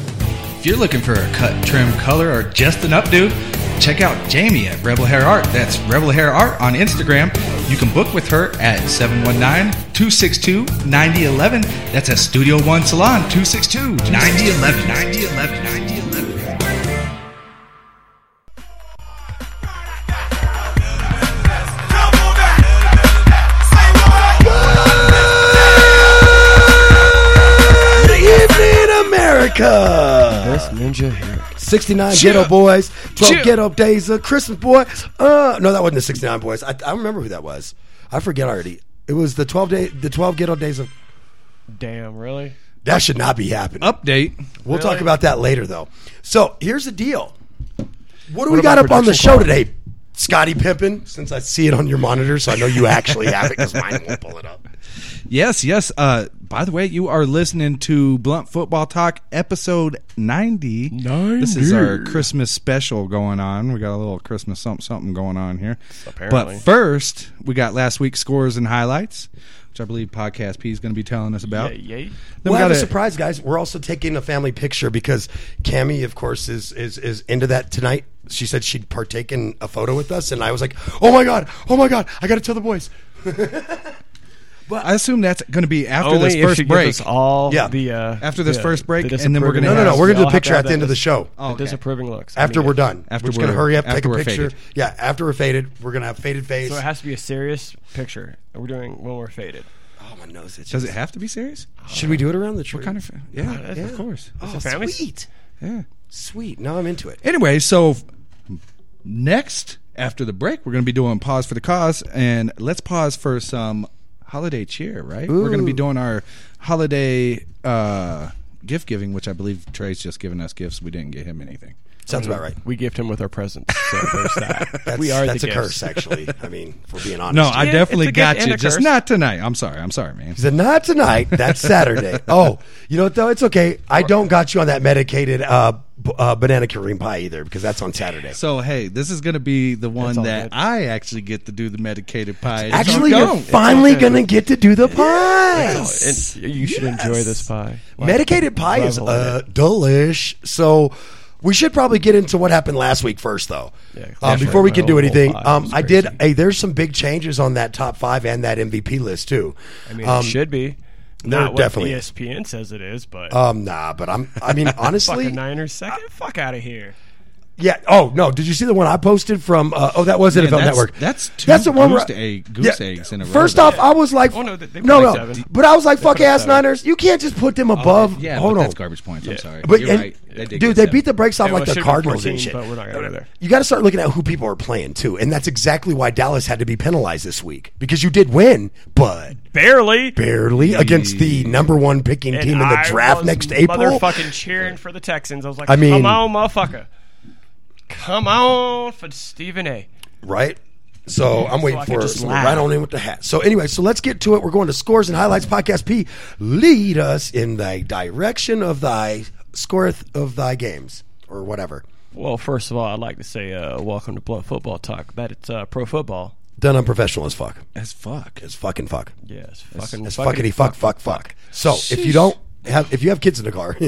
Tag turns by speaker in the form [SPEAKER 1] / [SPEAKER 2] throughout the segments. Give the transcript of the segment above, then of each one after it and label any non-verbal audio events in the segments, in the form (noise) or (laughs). [SPEAKER 1] If you're looking for a cut, trim, color, or just an updo, check out Jamie at Rebel Hair Art. That's Rebel Hair Art on Instagram. You can book with her at 719-262-9011. That's at Studio One Salon, 262-9011. 9011. 9011.
[SPEAKER 2] Good evening, America.
[SPEAKER 3] That's Ninja Herrick.
[SPEAKER 2] 69
[SPEAKER 3] Cheer.
[SPEAKER 2] Ghetto Boys, 12
[SPEAKER 3] Cheer.
[SPEAKER 2] Ghetto Days, of Christmas Boy. Uh, no, that wasn't the 69 Boys. I, I remember who that was. I forget already. It was the 12 day, the 12 Ghetto Days of.
[SPEAKER 3] Damn, really?
[SPEAKER 2] That should not be happening.
[SPEAKER 1] Update.
[SPEAKER 2] We'll talk
[SPEAKER 3] Really?
[SPEAKER 2] about that later, though. So here's the deal. What do we
[SPEAKER 3] about
[SPEAKER 2] got up on the
[SPEAKER 3] production
[SPEAKER 2] show
[SPEAKER 3] quality?
[SPEAKER 2] today, Scotty Pimpin? Since I see it on your monitor, so I know you actually have it because mine won't pull it up.
[SPEAKER 1] Yes, yes. Uh, by the way, you are listening to Blunt Football Talk episode 90. This is our
[SPEAKER 3] 90.
[SPEAKER 1] Christmas special going on. We got a little Christmas something something going on here.
[SPEAKER 3] Apparently.
[SPEAKER 1] But first, we got last week's scores and highlights, which I believe Podcast P is going to be telling us about.
[SPEAKER 3] yay.
[SPEAKER 1] Then
[SPEAKER 2] we'll
[SPEAKER 1] we
[SPEAKER 2] have
[SPEAKER 1] got
[SPEAKER 2] a
[SPEAKER 1] a-
[SPEAKER 2] surprise, guys. We're also taking a family picture because Cammy, of course, is is is into that tonight. She said she'd partake in a photo with us, and I was like, "Oh my god, oh my god, I got to tell the boys."
[SPEAKER 1] I assume that's going to be after
[SPEAKER 3] Only
[SPEAKER 1] this
[SPEAKER 3] if she
[SPEAKER 1] first
[SPEAKER 3] gives
[SPEAKER 1] break.
[SPEAKER 3] us all
[SPEAKER 2] Yeah.
[SPEAKER 3] the uh,
[SPEAKER 1] After this
[SPEAKER 3] the-
[SPEAKER 1] first break,
[SPEAKER 3] the
[SPEAKER 1] and then we're gonna
[SPEAKER 3] disapproving
[SPEAKER 2] No, no, no.
[SPEAKER 3] looks.
[SPEAKER 2] We're
[SPEAKER 3] We
[SPEAKER 2] gonna do
[SPEAKER 3] all
[SPEAKER 2] a
[SPEAKER 3] have
[SPEAKER 2] picture
[SPEAKER 3] have
[SPEAKER 2] at the
[SPEAKER 3] that
[SPEAKER 2] end of the
[SPEAKER 3] dis-
[SPEAKER 2] show.
[SPEAKER 1] Oh, okay.
[SPEAKER 3] The disapproving looks. I
[SPEAKER 2] After
[SPEAKER 3] mean,
[SPEAKER 2] we're done,
[SPEAKER 1] After
[SPEAKER 2] we're just gonna
[SPEAKER 1] we're-
[SPEAKER 2] hurry up,
[SPEAKER 1] after
[SPEAKER 2] take a
[SPEAKER 1] we're
[SPEAKER 2] picture.
[SPEAKER 1] faded.
[SPEAKER 2] Yeah, after we're faded, we're gonna have faded face.
[SPEAKER 3] So it has to be a serious picture. We're doing when we're faded.
[SPEAKER 2] oh my nose! itches.
[SPEAKER 1] Does it have to be serious?
[SPEAKER 2] Should we do it around the tree?
[SPEAKER 1] What kind of. Yeah,
[SPEAKER 3] that's-
[SPEAKER 1] of course.
[SPEAKER 2] Oh,
[SPEAKER 3] Is it family?
[SPEAKER 2] sweet,
[SPEAKER 1] Yeah.
[SPEAKER 2] sweet. Now I'm into it.
[SPEAKER 1] Anyway, so f- next after the break, we're going to be doing pause for the cause, and let's pause for some holiday cheer. Right, we're going to be
[SPEAKER 2] Ooh.
[SPEAKER 1] doing our holiday uh, gift giving, which I believe Trey's just given us gifts. We didn't get him anything.
[SPEAKER 2] Sounds about right.
[SPEAKER 3] We gift him with our presents. So there's that.
[SPEAKER 2] (laughs) That's,
[SPEAKER 3] we are
[SPEAKER 2] that's
[SPEAKER 3] the
[SPEAKER 2] a
[SPEAKER 3] gifts.
[SPEAKER 2] curse, (laughs) actually. I mean, if we're being honest.
[SPEAKER 1] No, I
[SPEAKER 3] Yeah,
[SPEAKER 1] definitely
[SPEAKER 3] it's a gift
[SPEAKER 1] got
[SPEAKER 3] and
[SPEAKER 1] you,
[SPEAKER 3] a
[SPEAKER 1] just
[SPEAKER 3] curse.
[SPEAKER 1] not tonight. I'm sorry. I'm sorry, man.
[SPEAKER 2] He said, "Not tonight. That's Saturday." (laughs) oh, you know what though? It's okay. I don't got you on that medicated uh, b- uh, banana cream pie either because that's on Saturday.
[SPEAKER 1] So hey, this is going to be the one
[SPEAKER 3] all
[SPEAKER 1] that
[SPEAKER 3] good.
[SPEAKER 1] I actually get to do the medicated pie.
[SPEAKER 2] Actually,
[SPEAKER 1] Don't.
[SPEAKER 2] you're finally
[SPEAKER 3] okay.
[SPEAKER 2] gonna get to do the pie.
[SPEAKER 3] Oh, And you should enjoy this pie.
[SPEAKER 2] Medicated pie is
[SPEAKER 3] Revel in
[SPEAKER 2] uh, delish. So we should probably get into what happened last week first, though.
[SPEAKER 3] Yeah,
[SPEAKER 2] um,
[SPEAKER 3] that's
[SPEAKER 2] before we
[SPEAKER 3] right.
[SPEAKER 2] can do
[SPEAKER 3] Whole
[SPEAKER 2] anything,
[SPEAKER 3] pie
[SPEAKER 2] um,
[SPEAKER 3] was
[SPEAKER 2] I did.
[SPEAKER 3] crazy.
[SPEAKER 2] Hey, there's some big changes on that top five and that MVP list too.
[SPEAKER 3] I mean,
[SPEAKER 2] um,
[SPEAKER 3] it should be.
[SPEAKER 2] no,
[SPEAKER 3] Not what E
[SPEAKER 2] definitely.
[SPEAKER 3] ESPN says it is, but
[SPEAKER 2] um, nah, but I'm. I
[SPEAKER 3] (laughs)
[SPEAKER 2] mean, honestly, uh,
[SPEAKER 3] fucking Niners second. Fuck out of here.
[SPEAKER 2] Yeah. Oh no. Did you see the one I posted from? Uh, oh, that was
[SPEAKER 1] Man,
[SPEAKER 2] NFL
[SPEAKER 1] that's-
[SPEAKER 2] Network.
[SPEAKER 1] that's two goose egg- goose eggs in a row
[SPEAKER 2] First
[SPEAKER 1] there.
[SPEAKER 2] off, I was like,
[SPEAKER 3] Oh, no, they- they
[SPEAKER 2] no,
[SPEAKER 3] put
[SPEAKER 2] no.
[SPEAKER 3] like seven.
[SPEAKER 2] But I was like, fuck
[SPEAKER 3] put up
[SPEAKER 2] ass
[SPEAKER 3] seven. Oh,
[SPEAKER 2] Niners. You can't just put them above.
[SPEAKER 1] yeah,
[SPEAKER 2] Hold
[SPEAKER 1] but
[SPEAKER 2] on.
[SPEAKER 1] that's garbage points. I'm
[SPEAKER 3] Yeah.
[SPEAKER 1] sorry,
[SPEAKER 2] But
[SPEAKER 1] you're
[SPEAKER 2] and-
[SPEAKER 1] right. They did
[SPEAKER 2] dude,
[SPEAKER 1] get
[SPEAKER 2] they
[SPEAKER 1] seven.
[SPEAKER 2] beat the brakes off
[SPEAKER 3] Yeah, well,
[SPEAKER 2] like
[SPEAKER 3] it
[SPEAKER 2] the
[SPEAKER 3] should've been
[SPEAKER 2] Cardinals
[SPEAKER 3] 14,
[SPEAKER 2] and shit.
[SPEAKER 3] but we're not gonna go there.
[SPEAKER 2] You got to start looking at who people are playing too, and that's exactly why Dallas had to be penalized this week because you did win, but
[SPEAKER 3] Barely.
[SPEAKER 2] barely against the number one picking
[SPEAKER 3] And
[SPEAKER 2] team in the
[SPEAKER 3] I
[SPEAKER 2] draft
[SPEAKER 3] was
[SPEAKER 2] next April.
[SPEAKER 3] Motherfucking cheering for the Texans. I was like,
[SPEAKER 2] I mean-
[SPEAKER 3] come on, motherfucker. Come on for Stephen A.
[SPEAKER 2] right? So I'm waiting
[SPEAKER 3] I can
[SPEAKER 2] for
[SPEAKER 3] just
[SPEAKER 2] so
[SPEAKER 3] laugh.
[SPEAKER 2] right on in with the hat. So anyway, so let's get to it. We're going to scores and highlights. Podcast P, lead us in thy direction of thy scoreth of thy games or whatever.
[SPEAKER 3] Well, first of all, I'd like to say uh, welcome to Blunt Football Talk. That it's uh, pro football.
[SPEAKER 2] Done unprofessional as fuck.
[SPEAKER 1] as fuck.
[SPEAKER 2] As fucking fuck.
[SPEAKER 3] Yes, fucking,
[SPEAKER 2] As fuckity fuck fuck fuck. So if you don't have if you have kids in the car. (laughs)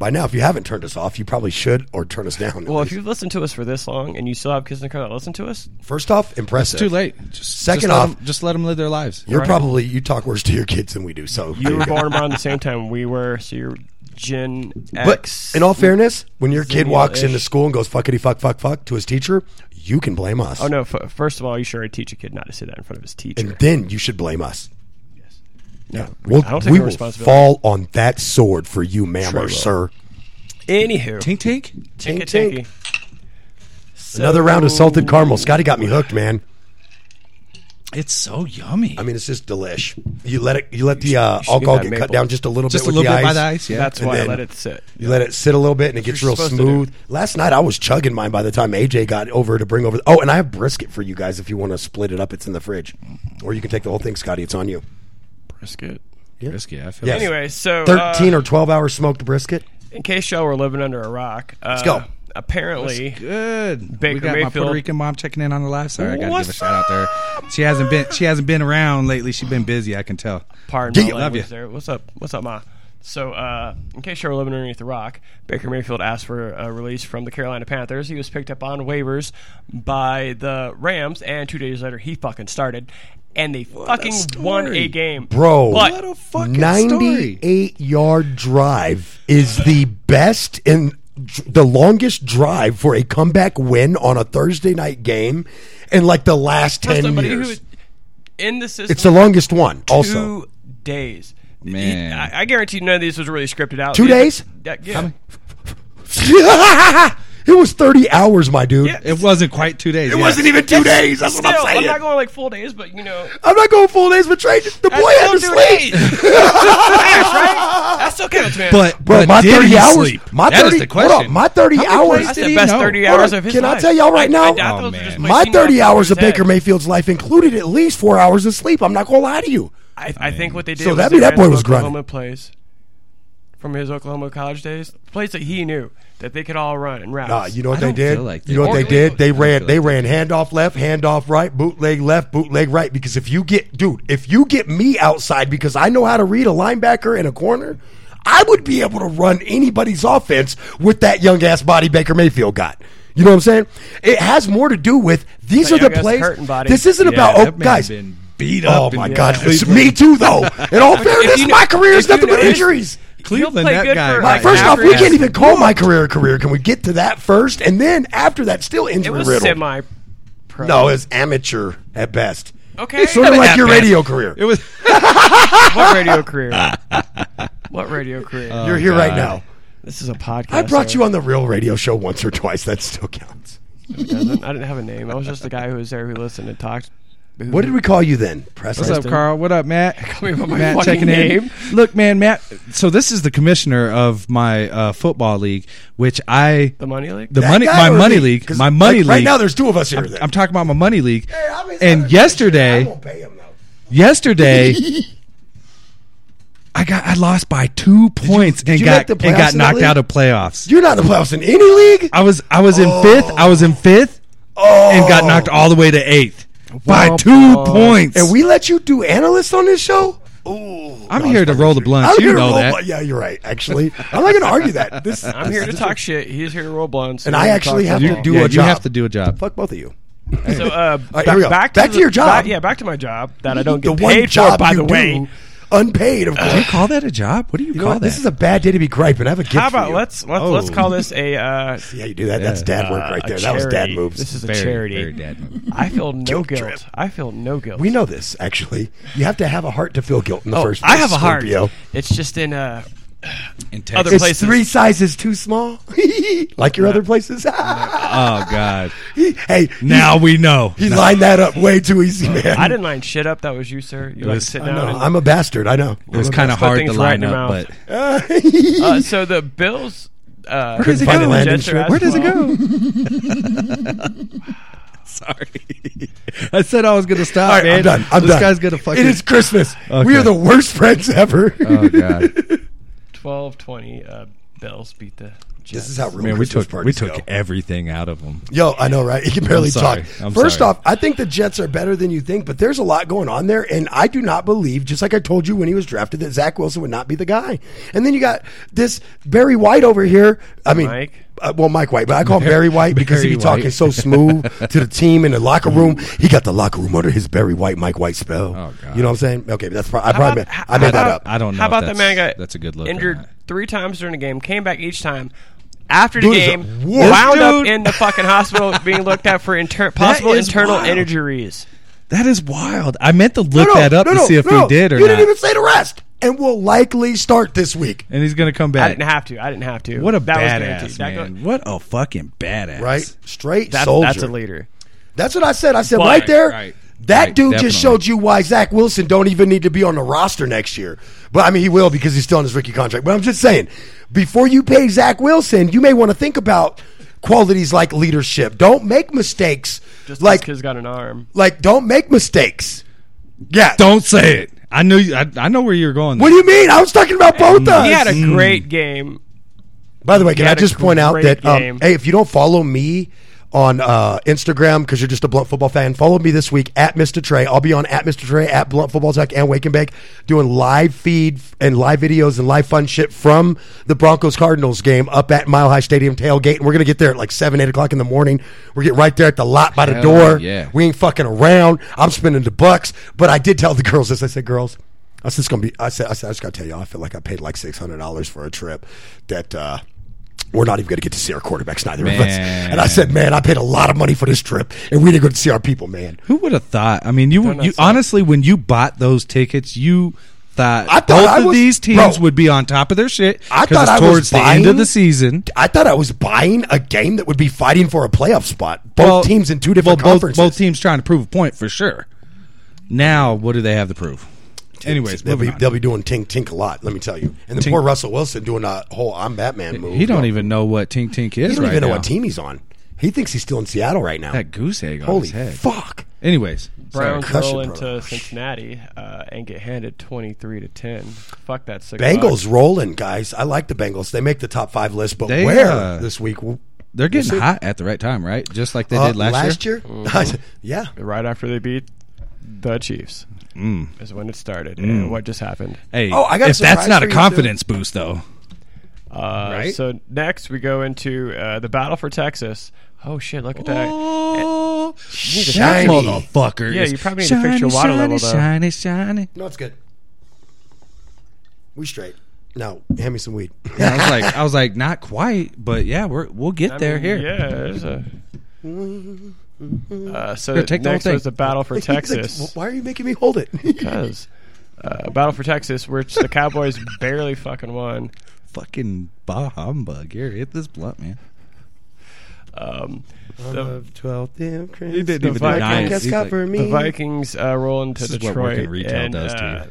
[SPEAKER 2] By now, if you haven't turned us off, you probably should or turn us down.
[SPEAKER 3] Well, if you've listened to us for this long and you still have kids in the car that listen to us,
[SPEAKER 2] First off, impressive.
[SPEAKER 1] Too late. Just
[SPEAKER 2] Second
[SPEAKER 1] just let
[SPEAKER 2] off-
[SPEAKER 1] 'em- just let them live their lives.
[SPEAKER 2] You're
[SPEAKER 3] Right.
[SPEAKER 2] probably you talk worse to your kids than we do. So
[SPEAKER 3] you
[SPEAKER 2] there
[SPEAKER 3] were
[SPEAKER 2] go.
[SPEAKER 3] born around the (laughs) same time we were, so you're Gen
[SPEAKER 2] But
[SPEAKER 3] X.
[SPEAKER 2] in all fairness, when your kid walks
[SPEAKER 3] Xennial-ish.
[SPEAKER 2] into school and goes fuckity fuck fuck fuck to his teacher, you can blame us.
[SPEAKER 3] oh no! F- first of all, you should already teach a kid not to say that in front of his teacher.
[SPEAKER 2] And then you should blame us.
[SPEAKER 3] no,
[SPEAKER 2] We'll,
[SPEAKER 3] I don't take
[SPEAKER 2] we
[SPEAKER 3] no
[SPEAKER 2] will
[SPEAKER 3] responsibility.
[SPEAKER 2] fall on that sword for you, ma'am
[SPEAKER 3] Sure
[SPEAKER 2] or
[SPEAKER 3] will.
[SPEAKER 2] sir.
[SPEAKER 3] Anywho,
[SPEAKER 1] Tink tink.
[SPEAKER 3] Tinka
[SPEAKER 2] tink.
[SPEAKER 3] tinky.
[SPEAKER 2] Another round of salted caramel. Scotty got me hooked, man.
[SPEAKER 1] It's so yummy.
[SPEAKER 2] I mean, it's just delish. You let it. You let the uh,
[SPEAKER 3] should
[SPEAKER 2] alcohol
[SPEAKER 3] get that
[SPEAKER 2] get cut
[SPEAKER 3] maple.
[SPEAKER 2] down just a little
[SPEAKER 1] just a
[SPEAKER 2] bit. with
[SPEAKER 1] little bit
[SPEAKER 2] the
[SPEAKER 1] by
[SPEAKER 2] ice.
[SPEAKER 1] the ice. Yeah,
[SPEAKER 3] That's why
[SPEAKER 2] And
[SPEAKER 3] I
[SPEAKER 2] then-
[SPEAKER 3] let it sit.
[SPEAKER 2] You let it sit a little bit and it gets
[SPEAKER 3] you're
[SPEAKER 2] real
[SPEAKER 3] supposed to do.
[SPEAKER 2] smooth. Last night I was chugging mine by the time AJ got over to bring over. The, oh, and I have brisket for you guys if you want to split it up. It's in the fridge, or you can take the whole thing, Scotty. It's on you.
[SPEAKER 3] Brisket.
[SPEAKER 1] risky. I feel.
[SPEAKER 2] Yes.
[SPEAKER 1] like-
[SPEAKER 3] Anyway, so uh,
[SPEAKER 2] 13 or 12 hours smoked brisket.
[SPEAKER 3] in case y'all were living under a rock, uh, let's
[SPEAKER 2] go.
[SPEAKER 3] Apparently,
[SPEAKER 1] Good.
[SPEAKER 3] Baker
[SPEAKER 1] we got my Puerto
[SPEAKER 3] Mayfield.
[SPEAKER 1] Rican mom checking in on the live. Sorry, I gotta
[SPEAKER 3] What's
[SPEAKER 1] give a shout out there. She hasn't been she hasn't been around lately. She's been busy. I can tell.
[SPEAKER 3] pardon
[SPEAKER 2] Yeah,
[SPEAKER 3] my
[SPEAKER 1] love
[SPEAKER 3] language
[SPEAKER 1] you.
[SPEAKER 3] there. What's up? What's up, ma? So, uh, in case you were living underneath the rock, Baker Mayfield asked for a release from the Carolina Panthers. He was picked up on waivers by the Rams, and two days later, he fucking started, and they fucking won
[SPEAKER 1] story.
[SPEAKER 3] a game,
[SPEAKER 2] Bro,
[SPEAKER 3] But
[SPEAKER 1] What a fucking story.
[SPEAKER 2] 98 yard drive is the best and dr- the longest drive for a comeback win on a Thursday night game in like the last
[SPEAKER 3] for
[SPEAKER 2] 10
[SPEAKER 3] somebody
[SPEAKER 2] years.
[SPEAKER 3] who in the system,
[SPEAKER 2] it's the longest one, also.
[SPEAKER 3] (laughs) two days.
[SPEAKER 1] Man.
[SPEAKER 3] I, I guarantee none of these was really scripted out.
[SPEAKER 2] Two
[SPEAKER 3] These-
[SPEAKER 2] days?
[SPEAKER 3] That- yeah.
[SPEAKER 2] it was 30 hours, my dude.
[SPEAKER 3] Yeah.
[SPEAKER 1] It wasn't quite two days.
[SPEAKER 2] It wasn't even two days. That's what
[SPEAKER 3] Still,
[SPEAKER 2] I'm
[SPEAKER 3] I'm
[SPEAKER 2] saying.
[SPEAKER 3] not going like full days, but you know,
[SPEAKER 2] I'm not going full days, but trade the boy had to
[SPEAKER 3] that's still two
[SPEAKER 2] sleep.
[SPEAKER 3] days. Yes, right? That still counts, man.
[SPEAKER 1] But,
[SPEAKER 2] Bro,
[SPEAKER 1] but
[SPEAKER 2] my
[SPEAKER 1] did
[SPEAKER 2] 30
[SPEAKER 1] he
[SPEAKER 2] hours.
[SPEAKER 1] sleep?
[SPEAKER 2] My 30,
[SPEAKER 1] that is the question.
[SPEAKER 2] Hold on, my 30
[SPEAKER 1] many
[SPEAKER 2] hours.
[SPEAKER 1] plays
[SPEAKER 3] That's
[SPEAKER 1] did
[SPEAKER 3] the
[SPEAKER 1] he
[SPEAKER 3] best
[SPEAKER 1] know?
[SPEAKER 3] 30
[SPEAKER 2] Hold
[SPEAKER 3] hours
[SPEAKER 2] on,
[SPEAKER 3] of his
[SPEAKER 2] can I
[SPEAKER 3] life.
[SPEAKER 2] tell y'all right
[SPEAKER 3] I- I
[SPEAKER 2] now?
[SPEAKER 3] doubt
[SPEAKER 1] Oh,
[SPEAKER 3] those are
[SPEAKER 1] man.
[SPEAKER 3] just
[SPEAKER 2] my
[SPEAKER 3] wasting
[SPEAKER 2] 30
[SPEAKER 3] that
[SPEAKER 2] hours of
[SPEAKER 3] fucking
[SPEAKER 2] Baker
[SPEAKER 3] time.
[SPEAKER 2] Mayfield's life included at least four hours of sleep. I'm not going to lie to you.
[SPEAKER 3] I, I think what they did.
[SPEAKER 2] So
[SPEAKER 3] was
[SPEAKER 2] that
[SPEAKER 3] they
[SPEAKER 2] mean that
[SPEAKER 3] ran
[SPEAKER 2] boy
[SPEAKER 3] some
[SPEAKER 2] was grinding.
[SPEAKER 3] Oklahoma plays from his Oklahoma college days, plays that he knew that they could all run and routes.
[SPEAKER 2] Nah, you know what
[SPEAKER 1] I
[SPEAKER 2] they
[SPEAKER 1] don't
[SPEAKER 2] did?
[SPEAKER 1] feel like
[SPEAKER 2] you
[SPEAKER 1] they
[SPEAKER 2] know what they
[SPEAKER 3] did.
[SPEAKER 2] did? They
[SPEAKER 1] I don't
[SPEAKER 2] ran
[SPEAKER 1] feel
[SPEAKER 2] they
[SPEAKER 1] like
[SPEAKER 2] ran handoff left, handoff right, bootleg left, bootleg right. Because if you get dude, if you get me outside because I know how to read a linebacker and a corner, I would be able to run anybody's offense with that young ass body Baker Mayfield got. You know what I'm saying? It has more to do with these
[SPEAKER 3] That
[SPEAKER 2] are
[SPEAKER 3] young
[SPEAKER 2] the
[SPEAKER 3] ass
[SPEAKER 2] plays.
[SPEAKER 3] hurting body.
[SPEAKER 2] This isn't
[SPEAKER 1] Yeah,
[SPEAKER 2] about
[SPEAKER 1] that
[SPEAKER 2] oh
[SPEAKER 1] man
[SPEAKER 2] guys.
[SPEAKER 1] been beat
[SPEAKER 2] oh
[SPEAKER 1] up
[SPEAKER 2] my
[SPEAKER 1] in
[SPEAKER 2] god, it's
[SPEAKER 1] Cleveland.
[SPEAKER 2] me too though. In
[SPEAKER 1] (laughs)
[SPEAKER 2] all fairness,
[SPEAKER 3] you know-
[SPEAKER 2] my career is
[SPEAKER 3] if you
[SPEAKER 2] nothing but
[SPEAKER 3] notice-
[SPEAKER 2] injuries.
[SPEAKER 1] Cleveland,
[SPEAKER 3] He'll play
[SPEAKER 1] that
[SPEAKER 3] good
[SPEAKER 1] guy
[SPEAKER 3] for,
[SPEAKER 1] might
[SPEAKER 3] like,
[SPEAKER 2] First
[SPEAKER 3] half
[SPEAKER 2] off,
[SPEAKER 3] your
[SPEAKER 2] we
[SPEAKER 3] season.
[SPEAKER 2] can't even call my career a career. Can we get to that first? And then after that, still
[SPEAKER 3] It
[SPEAKER 2] injury
[SPEAKER 3] was
[SPEAKER 2] riddled.
[SPEAKER 3] semi. Pro.
[SPEAKER 2] no, it's amateur at best.
[SPEAKER 3] Okay.
[SPEAKER 2] it's sort of
[SPEAKER 3] Not
[SPEAKER 2] like
[SPEAKER 1] at
[SPEAKER 2] your
[SPEAKER 1] best.
[SPEAKER 2] radio career.
[SPEAKER 1] It was.
[SPEAKER 3] what
[SPEAKER 2] (laughs)
[SPEAKER 3] radio career? what radio career?
[SPEAKER 2] You're here right now.
[SPEAKER 3] Uh, this is a podcast.
[SPEAKER 2] I brought you on the real radio show once or twice. That still counts.
[SPEAKER 3] doesn't. I didn't have a name. I was just the guy who was there who listened and talked. Who-
[SPEAKER 2] What did we call you then? Preston.
[SPEAKER 1] What's up, Carl? What up, Matt?
[SPEAKER 3] me by my
[SPEAKER 1] Matt
[SPEAKER 3] fucking
[SPEAKER 1] checking in.
[SPEAKER 3] name.
[SPEAKER 1] Look, man, Matt. So this is the commissioner of my uh, football league, which I
[SPEAKER 3] the money league?
[SPEAKER 1] the
[SPEAKER 2] That
[SPEAKER 1] money
[SPEAKER 2] guy
[SPEAKER 1] my
[SPEAKER 2] or
[SPEAKER 1] money
[SPEAKER 2] me?
[SPEAKER 1] league
[SPEAKER 2] 'Cause,
[SPEAKER 1] my money
[SPEAKER 2] like,
[SPEAKER 1] league.
[SPEAKER 2] Right now, there's two of us here. then.
[SPEAKER 1] I'm talking about my money league.
[SPEAKER 2] Hey, I'm his other
[SPEAKER 1] and
[SPEAKER 2] commissioner. I
[SPEAKER 1] yesterday,
[SPEAKER 2] won't pay him, though. (laughs)
[SPEAKER 1] yesterday, I got I lost by two points
[SPEAKER 2] you
[SPEAKER 1] and
[SPEAKER 2] make the
[SPEAKER 1] got and
[SPEAKER 2] playoffs
[SPEAKER 1] got
[SPEAKER 2] in that
[SPEAKER 1] knocked
[SPEAKER 2] league?
[SPEAKER 1] out of playoffs.
[SPEAKER 2] You're not in the playoffs in any league.
[SPEAKER 1] I was I was in fifth. I was in fifth
[SPEAKER 2] Oh,
[SPEAKER 1] and got knocked all the way to eighth by two
[SPEAKER 3] womp.
[SPEAKER 1] points.
[SPEAKER 2] And we let you do analysts on this show. Ooh,
[SPEAKER 1] I'm
[SPEAKER 2] No,
[SPEAKER 1] here
[SPEAKER 2] it's
[SPEAKER 1] to
[SPEAKER 2] fucking
[SPEAKER 1] roll the
[SPEAKER 2] true.
[SPEAKER 1] blunts.
[SPEAKER 2] I'm
[SPEAKER 1] You
[SPEAKER 2] here to
[SPEAKER 1] know
[SPEAKER 2] roll
[SPEAKER 1] that.
[SPEAKER 2] blunt- Yeah, you're right. Actually, I'm not going to argue that.
[SPEAKER 1] (laughs)
[SPEAKER 2] This, (laughs)
[SPEAKER 3] I'm here to talk shit. He's here to roll blunts.
[SPEAKER 2] And
[SPEAKER 3] He's
[SPEAKER 2] I
[SPEAKER 3] here
[SPEAKER 2] actually
[SPEAKER 3] talk
[SPEAKER 2] have to
[SPEAKER 3] football.
[SPEAKER 2] do
[SPEAKER 1] yeah,
[SPEAKER 2] a
[SPEAKER 1] you
[SPEAKER 2] job.
[SPEAKER 1] have to do a job.
[SPEAKER 2] Fuck both of you.
[SPEAKER 3] So, uh,
[SPEAKER 2] right, here we go. Back to
[SPEAKER 3] the-
[SPEAKER 2] your job.
[SPEAKER 3] back- yeah, back to my job that I don't
[SPEAKER 2] The
[SPEAKER 3] get
[SPEAKER 2] one
[SPEAKER 3] paid for.
[SPEAKER 2] job,
[SPEAKER 3] By
[SPEAKER 2] you
[SPEAKER 3] the way, Uh,
[SPEAKER 2] do, unpaid. Of course.
[SPEAKER 1] Do you call that a job? What do you,
[SPEAKER 2] You know
[SPEAKER 1] call
[SPEAKER 2] what?
[SPEAKER 1] that?
[SPEAKER 2] This is a bad day to be griping. I have a gift
[SPEAKER 3] how
[SPEAKER 2] for
[SPEAKER 3] about
[SPEAKER 2] you.
[SPEAKER 3] let's let's let's
[SPEAKER 1] Oh.
[SPEAKER 3] call this a uh,
[SPEAKER 2] Yeah, you do that. That's dad (laughs) work
[SPEAKER 3] uh,
[SPEAKER 2] right
[SPEAKER 3] a
[SPEAKER 2] there. That was dad
[SPEAKER 3] charity.
[SPEAKER 2] moves.
[SPEAKER 3] This is a
[SPEAKER 1] Very,
[SPEAKER 3] charity.
[SPEAKER 1] very dad move.
[SPEAKER 2] (laughs)
[SPEAKER 3] I feel no
[SPEAKER 2] Guilt
[SPEAKER 3] guilt.
[SPEAKER 2] trip.
[SPEAKER 3] I feel no guilt.
[SPEAKER 2] we know this actually. You have to have a heart to feel guilt in the
[SPEAKER 3] Oh,
[SPEAKER 2] first place.
[SPEAKER 3] I have a heart.
[SPEAKER 2] Scorpio.
[SPEAKER 3] It's just in uh,
[SPEAKER 1] In
[SPEAKER 3] Other
[SPEAKER 1] Texas.
[SPEAKER 2] It's
[SPEAKER 3] places.
[SPEAKER 2] three sizes too small, (laughs) like your other places. (laughs)
[SPEAKER 1] Oh God!
[SPEAKER 2] hey,
[SPEAKER 1] Now we know.
[SPEAKER 2] he lined that up way too easy, man.
[SPEAKER 3] I didn't line shit up. That was you, sir. You like to
[SPEAKER 1] was-
[SPEAKER 3] sit
[SPEAKER 2] I
[SPEAKER 3] down.
[SPEAKER 2] know.
[SPEAKER 3] and-
[SPEAKER 2] I'm a bastard. I know. (laughs)
[SPEAKER 1] It was kind of
[SPEAKER 3] Put
[SPEAKER 1] hard
[SPEAKER 3] things
[SPEAKER 1] to
[SPEAKER 3] right
[SPEAKER 1] line
[SPEAKER 3] in your
[SPEAKER 1] up,
[SPEAKER 3] mouth.
[SPEAKER 1] but
[SPEAKER 3] uh, so the Bills. Uh, Where
[SPEAKER 1] does it go? where does it go? (laughs) Sorry, (laughs) I said I was gonna stop.
[SPEAKER 2] All right,
[SPEAKER 1] man.
[SPEAKER 2] I'm done. I'm
[SPEAKER 1] this
[SPEAKER 2] done.
[SPEAKER 1] guy's gonna fucking.
[SPEAKER 2] It is Christmas. We
[SPEAKER 1] Okay.
[SPEAKER 2] are the worst friends ever.
[SPEAKER 1] oh God,
[SPEAKER 3] Twelve twenty. Uh, Bills beat the.
[SPEAKER 2] (laughs)
[SPEAKER 3] Jets.
[SPEAKER 2] this is how real
[SPEAKER 1] man, we
[SPEAKER 2] Christmas
[SPEAKER 1] took we
[SPEAKER 2] parties
[SPEAKER 1] took
[SPEAKER 2] go.
[SPEAKER 1] everything out of him.
[SPEAKER 2] Yo, I know, right? (laughs) You can barely
[SPEAKER 1] I'm sorry.
[SPEAKER 2] talk.
[SPEAKER 1] I'm
[SPEAKER 2] First
[SPEAKER 1] sorry.
[SPEAKER 2] off, I think the Jets are better than you think, but there's a lot going on there, and I do not believe, just like I told you when he was drafted, that Zach Wilson would not be the guy. And then you got this Barry White over here. I mean,
[SPEAKER 3] Mike.
[SPEAKER 2] uh, well, Mike White, but I call him Barry White because he be
[SPEAKER 1] Barry
[SPEAKER 2] talking
[SPEAKER 1] White.
[SPEAKER 2] so
[SPEAKER 1] (laughs)
[SPEAKER 2] smooth to the team in the locker room. He got the locker room under his Barry White, Mike White spell.
[SPEAKER 1] Oh, God.
[SPEAKER 2] You know what I'm saying? Okay, that's probably, I
[SPEAKER 3] How
[SPEAKER 2] probably
[SPEAKER 3] about-
[SPEAKER 2] I made that
[SPEAKER 3] how about-
[SPEAKER 2] up.
[SPEAKER 1] I don't know
[SPEAKER 3] How
[SPEAKER 1] if
[SPEAKER 3] about that
[SPEAKER 1] that's-
[SPEAKER 3] man got
[SPEAKER 1] that's a good look or
[SPEAKER 3] Injured
[SPEAKER 1] not.
[SPEAKER 3] three times during the game, came back each time. After the
[SPEAKER 2] Dude is a
[SPEAKER 3] game,
[SPEAKER 2] wolf.
[SPEAKER 3] wound up
[SPEAKER 1] Dude.
[SPEAKER 3] in the
[SPEAKER 1] (laughs)
[SPEAKER 3] fucking hospital, being looked at for inter- possible
[SPEAKER 1] is
[SPEAKER 3] internal
[SPEAKER 1] wild.
[SPEAKER 3] injuries.
[SPEAKER 1] That is wild. I meant to look
[SPEAKER 2] No,
[SPEAKER 1] that up
[SPEAKER 2] no,
[SPEAKER 1] to
[SPEAKER 2] no,
[SPEAKER 1] see if
[SPEAKER 2] no.
[SPEAKER 1] we did or
[SPEAKER 2] You
[SPEAKER 1] not.
[SPEAKER 2] didn't even say the rest, and will likely start this week.
[SPEAKER 1] and he's gonna come
[SPEAKER 3] I
[SPEAKER 1] back.
[SPEAKER 3] didn't have to. I didn't have to.
[SPEAKER 1] what a
[SPEAKER 3] that
[SPEAKER 1] badass
[SPEAKER 3] was guaranteed. That
[SPEAKER 1] man!
[SPEAKER 3] go-
[SPEAKER 1] what a fucking badass!
[SPEAKER 2] Right, straight
[SPEAKER 3] That,
[SPEAKER 2] soldier.
[SPEAKER 3] that's a leader.
[SPEAKER 2] That's what I said. I said
[SPEAKER 3] But-
[SPEAKER 2] right there.
[SPEAKER 1] Right,
[SPEAKER 2] That
[SPEAKER 1] right,
[SPEAKER 2] dude
[SPEAKER 1] definitely.
[SPEAKER 2] just showed you why Zach Wilson don't even need to be on the roster next year. But I mean, he will because he's still on his rookie contract. But I'm just saying, before you pay Zach Wilson, you may want to think about qualities like leadership. Don't make mistakes.
[SPEAKER 3] Just like
[SPEAKER 2] like,
[SPEAKER 3] has got an arm.
[SPEAKER 2] like, don't make mistakes. Yeah.
[SPEAKER 1] Don't say it. I knew. You, I, I know where you were going.
[SPEAKER 2] What do you mean? I was talking about both of us.
[SPEAKER 3] He had a great game.
[SPEAKER 2] By the way, can
[SPEAKER 3] He
[SPEAKER 2] I
[SPEAKER 3] had a
[SPEAKER 2] just point out
[SPEAKER 3] great
[SPEAKER 2] that um,
[SPEAKER 3] game.
[SPEAKER 2] hey, if you don't follow me on uh, Instagram because you're just a blunt football fan. Follow me this week at Mr. Trey. I'll be on at Mr. Trey at Blunt Football Tech and Wake and Bake doing live feed and live videos and live fun shit from the Broncos Cardinals game up at Mile High Stadium tailgate. And we're gonna get there at like seven, eight o'clock in the morning. We're getting right there at the lot by the
[SPEAKER 1] Hell
[SPEAKER 2] door.
[SPEAKER 1] yeah.
[SPEAKER 2] We ain't fucking around. I'm spending the bucks. But I did tell the girls this. I said, girls. I said, it's gonna be. I said, I said, I just gotta tell y'all. I feel like I paid like six hundred dollars for a trip that uh, we're not even gonna get to see our quarterbacks. Neither of us.
[SPEAKER 1] Man.
[SPEAKER 2] And I said, man, I paid a lot of money for this trip, and we didn't go to see our people, man.
[SPEAKER 1] Who would have thought? I mean, you, you
[SPEAKER 3] Donuts, yeah.
[SPEAKER 1] honestly, when you bought those tickets, you thought,
[SPEAKER 2] I thought
[SPEAKER 1] both
[SPEAKER 2] I
[SPEAKER 1] of
[SPEAKER 2] was-
[SPEAKER 1] these teams
[SPEAKER 2] Bro.
[SPEAKER 1] would be on top of their shit.
[SPEAKER 2] I
[SPEAKER 1] 'cause
[SPEAKER 2] thought
[SPEAKER 1] it's
[SPEAKER 2] I was
[SPEAKER 1] towards the end of
[SPEAKER 2] buying-
[SPEAKER 1] the season.
[SPEAKER 2] I thought I was buying a game that would be fighting for a playoff spot. Both
[SPEAKER 1] Well,
[SPEAKER 2] teams in two
[SPEAKER 1] well,
[SPEAKER 2] different
[SPEAKER 1] both,
[SPEAKER 2] conferences.
[SPEAKER 1] Both teams trying to prove a point for sure. Now, what do they have to prove? Anyways,
[SPEAKER 2] they'll
[SPEAKER 1] moving
[SPEAKER 2] be,
[SPEAKER 1] on.
[SPEAKER 2] they'll be doing tink tink a lot. Let me tell you. And then
[SPEAKER 1] Tink.
[SPEAKER 2] poor Russell Wilson doing a whole I'm Batman move.
[SPEAKER 1] he don't even know what Tink Tink is
[SPEAKER 2] He don't
[SPEAKER 1] right
[SPEAKER 2] even know
[SPEAKER 1] now.
[SPEAKER 2] what team he's on. He thinks he's still in Seattle right now.
[SPEAKER 1] That goose egg on
[SPEAKER 2] Holy
[SPEAKER 1] his head.
[SPEAKER 2] fuck!
[SPEAKER 1] Anyways, sorry.
[SPEAKER 3] Browns
[SPEAKER 2] Crush it,
[SPEAKER 3] roll
[SPEAKER 2] bro.
[SPEAKER 3] into Cincinnati uh, and get handed twenty three to ten. Fuck that six.
[SPEAKER 2] Bengals rolling, guys. I like the Bengals. They make the top five list, but
[SPEAKER 1] They,
[SPEAKER 2] where
[SPEAKER 1] uh,
[SPEAKER 2] this week?
[SPEAKER 1] they're getting
[SPEAKER 2] We'll see.
[SPEAKER 1] hot at the right time, right? Just like they
[SPEAKER 2] Uh,
[SPEAKER 1] did last, year.
[SPEAKER 2] (laughs) yeah.
[SPEAKER 3] right after they beat the Chiefs
[SPEAKER 1] Mm.
[SPEAKER 3] is when it started. And what just happened?
[SPEAKER 1] Hey,
[SPEAKER 2] Oh, I got a
[SPEAKER 1] if that's
[SPEAKER 2] surprise
[SPEAKER 1] not
[SPEAKER 2] for
[SPEAKER 1] a
[SPEAKER 2] you, too.
[SPEAKER 1] confidence boost, though.
[SPEAKER 3] Uh,
[SPEAKER 2] Right?
[SPEAKER 3] So next we go into uh, the battle for Texas. Oh shit! Look at that.
[SPEAKER 1] Oh,
[SPEAKER 2] shiny.
[SPEAKER 1] motherfucker!
[SPEAKER 3] Yeah, you probably need to fix your water
[SPEAKER 1] shiny,
[SPEAKER 3] level, though.
[SPEAKER 1] Shiny, shiny.
[SPEAKER 2] No, it's good. We straight. Now, hand me some weed.
[SPEAKER 1] And I was like, I was like, not quite, but yeah, we're, we'll get
[SPEAKER 3] I
[SPEAKER 1] there.
[SPEAKER 3] mean,
[SPEAKER 1] here,
[SPEAKER 3] Yeah.
[SPEAKER 1] (laughs)
[SPEAKER 3] There's a, uh, so
[SPEAKER 1] take the whole
[SPEAKER 3] next
[SPEAKER 1] thing.
[SPEAKER 3] was the
[SPEAKER 1] (laughs)
[SPEAKER 3] battle for
[SPEAKER 2] He's like,
[SPEAKER 3] Texas.
[SPEAKER 2] Why are you making me hold it?
[SPEAKER 3] Because uh, battle for Texas, which the Cowboys barely fucking won.
[SPEAKER 1] fucking bah humbug! Here, hit this blunt, man.
[SPEAKER 3] Um, the,
[SPEAKER 2] Twelve damn crimson.
[SPEAKER 1] He didn't even
[SPEAKER 3] deny it.
[SPEAKER 2] Cast
[SPEAKER 1] He's
[SPEAKER 2] cover
[SPEAKER 1] like-
[SPEAKER 2] me.
[SPEAKER 3] the Vikings uh, roll into
[SPEAKER 1] This is what
[SPEAKER 3] Detroit
[SPEAKER 1] working retail
[SPEAKER 3] and
[SPEAKER 1] does to
[SPEAKER 3] uh,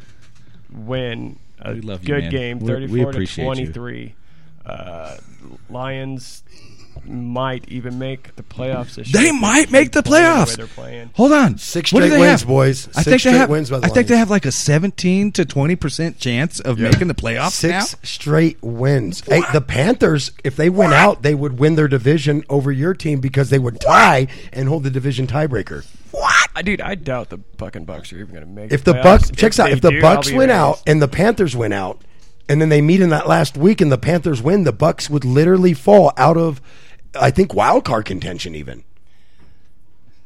[SPEAKER 3] win a
[SPEAKER 1] We love you,
[SPEAKER 3] good
[SPEAKER 1] man.
[SPEAKER 3] game,
[SPEAKER 1] We- we
[SPEAKER 3] thirty-four to
[SPEAKER 1] appreciate you.
[SPEAKER 3] twenty-three. Uh, Lions might even make the playoffs this year.
[SPEAKER 1] They might make the
[SPEAKER 3] Playing way
[SPEAKER 1] playoffs.
[SPEAKER 3] they're playing.
[SPEAKER 1] Hold on,
[SPEAKER 2] Six
[SPEAKER 1] What do
[SPEAKER 2] straight
[SPEAKER 1] they
[SPEAKER 2] wins,
[SPEAKER 1] have?
[SPEAKER 2] boys.
[SPEAKER 1] I
[SPEAKER 2] Six
[SPEAKER 1] think they
[SPEAKER 2] straight
[SPEAKER 1] have.
[SPEAKER 2] wins by the
[SPEAKER 1] I think they
[SPEAKER 2] Lions.
[SPEAKER 1] have like a seventeen to twenty percent chance of making the playoffs
[SPEAKER 2] Six
[SPEAKER 1] now.
[SPEAKER 2] straight wins. Hey, the Panthers, if they went out, they would win their division over your team because they would tie and hold the division tiebreaker.
[SPEAKER 3] I, dude, I doubt the fucking Bucks are even going to make.
[SPEAKER 2] If the
[SPEAKER 3] playoffs.
[SPEAKER 2] Bucks checks out,
[SPEAKER 3] they
[SPEAKER 2] if the
[SPEAKER 3] do,
[SPEAKER 2] Bucks
[SPEAKER 3] I'll be
[SPEAKER 2] went out
[SPEAKER 3] amazed.
[SPEAKER 2] and the Panthers went out, and then they meet in that last week and the Panthers win, the Bucks would literally fall out of, I think, wild card contention. Even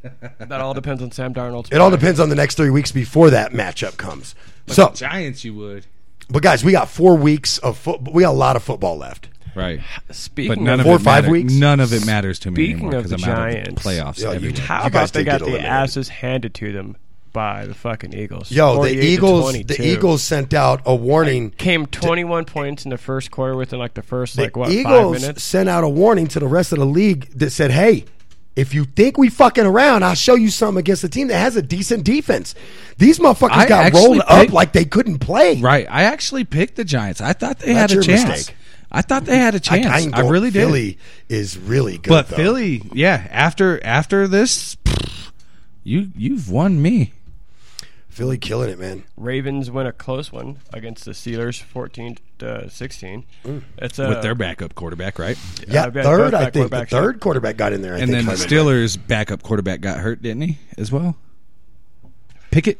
[SPEAKER 3] that all depends on Sam Darnold.
[SPEAKER 2] it all depends on the next three weeks before that matchup comes. So,
[SPEAKER 1] Giants, you would.
[SPEAKER 2] but guys, we got four weeks of football. We got a lot of football left.
[SPEAKER 1] Right.
[SPEAKER 3] Speaking
[SPEAKER 1] But none of
[SPEAKER 2] Four
[SPEAKER 1] it
[SPEAKER 2] or five
[SPEAKER 1] matter-
[SPEAKER 2] weeks?
[SPEAKER 1] None of it matters to me
[SPEAKER 3] Speaking
[SPEAKER 1] anymore
[SPEAKER 3] of
[SPEAKER 1] because
[SPEAKER 3] the
[SPEAKER 1] I'm out of the
[SPEAKER 3] Giants.
[SPEAKER 1] playoffs.
[SPEAKER 2] Yeah, you
[SPEAKER 1] every day.
[SPEAKER 2] have-
[SPEAKER 3] How
[SPEAKER 2] You guys
[SPEAKER 3] about they
[SPEAKER 2] did
[SPEAKER 3] got
[SPEAKER 2] get
[SPEAKER 3] the
[SPEAKER 2] eliminated.
[SPEAKER 3] asses handed to them by the fucking Eagles?
[SPEAKER 2] Yo, the
[SPEAKER 3] 48 to
[SPEAKER 2] Eagles, the
[SPEAKER 3] 22.
[SPEAKER 2] Eagles sent out a warning.
[SPEAKER 3] came 21 points in the first quarter within like the first like what five
[SPEAKER 2] Eagles
[SPEAKER 3] minutes.
[SPEAKER 2] sent out a warning to the rest of the league that said, "Hey, if you think we fucking around, I'll show you something against a team that has a decent defense." These motherfuckers
[SPEAKER 1] I
[SPEAKER 2] got
[SPEAKER 1] actually
[SPEAKER 2] rolled
[SPEAKER 1] picked-
[SPEAKER 2] up like they couldn't play.
[SPEAKER 1] Right. I actually picked the Giants. I thought they had
[SPEAKER 2] That's
[SPEAKER 1] a
[SPEAKER 2] your
[SPEAKER 1] chance.
[SPEAKER 2] mistake.
[SPEAKER 1] I thought they had a chance. I,
[SPEAKER 2] ain't going-
[SPEAKER 1] really did.
[SPEAKER 2] Philly is really good,
[SPEAKER 1] but
[SPEAKER 2] though.
[SPEAKER 1] Philly, yeah. After after this, pfft, you you've won me.
[SPEAKER 2] Philly killing it, man.
[SPEAKER 3] Ravens win a close one against the Steelers, 14 to 16. It's uh, a
[SPEAKER 1] with their backup quarterback, right?
[SPEAKER 2] Yeah,
[SPEAKER 3] I've got
[SPEAKER 2] third,
[SPEAKER 3] quarterback,
[SPEAKER 2] I think the
[SPEAKER 3] quarterback,
[SPEAKER 2] third quarterback got in there. I
[SPEAKER 1] And
[SPEAKER 2] think,
[SPEAKER 1] then the
[SPEAKER 2] if I remember.
[SPEAKER 1] Steelers' backup quarterback got hurt, didn't he? As well. Pickett.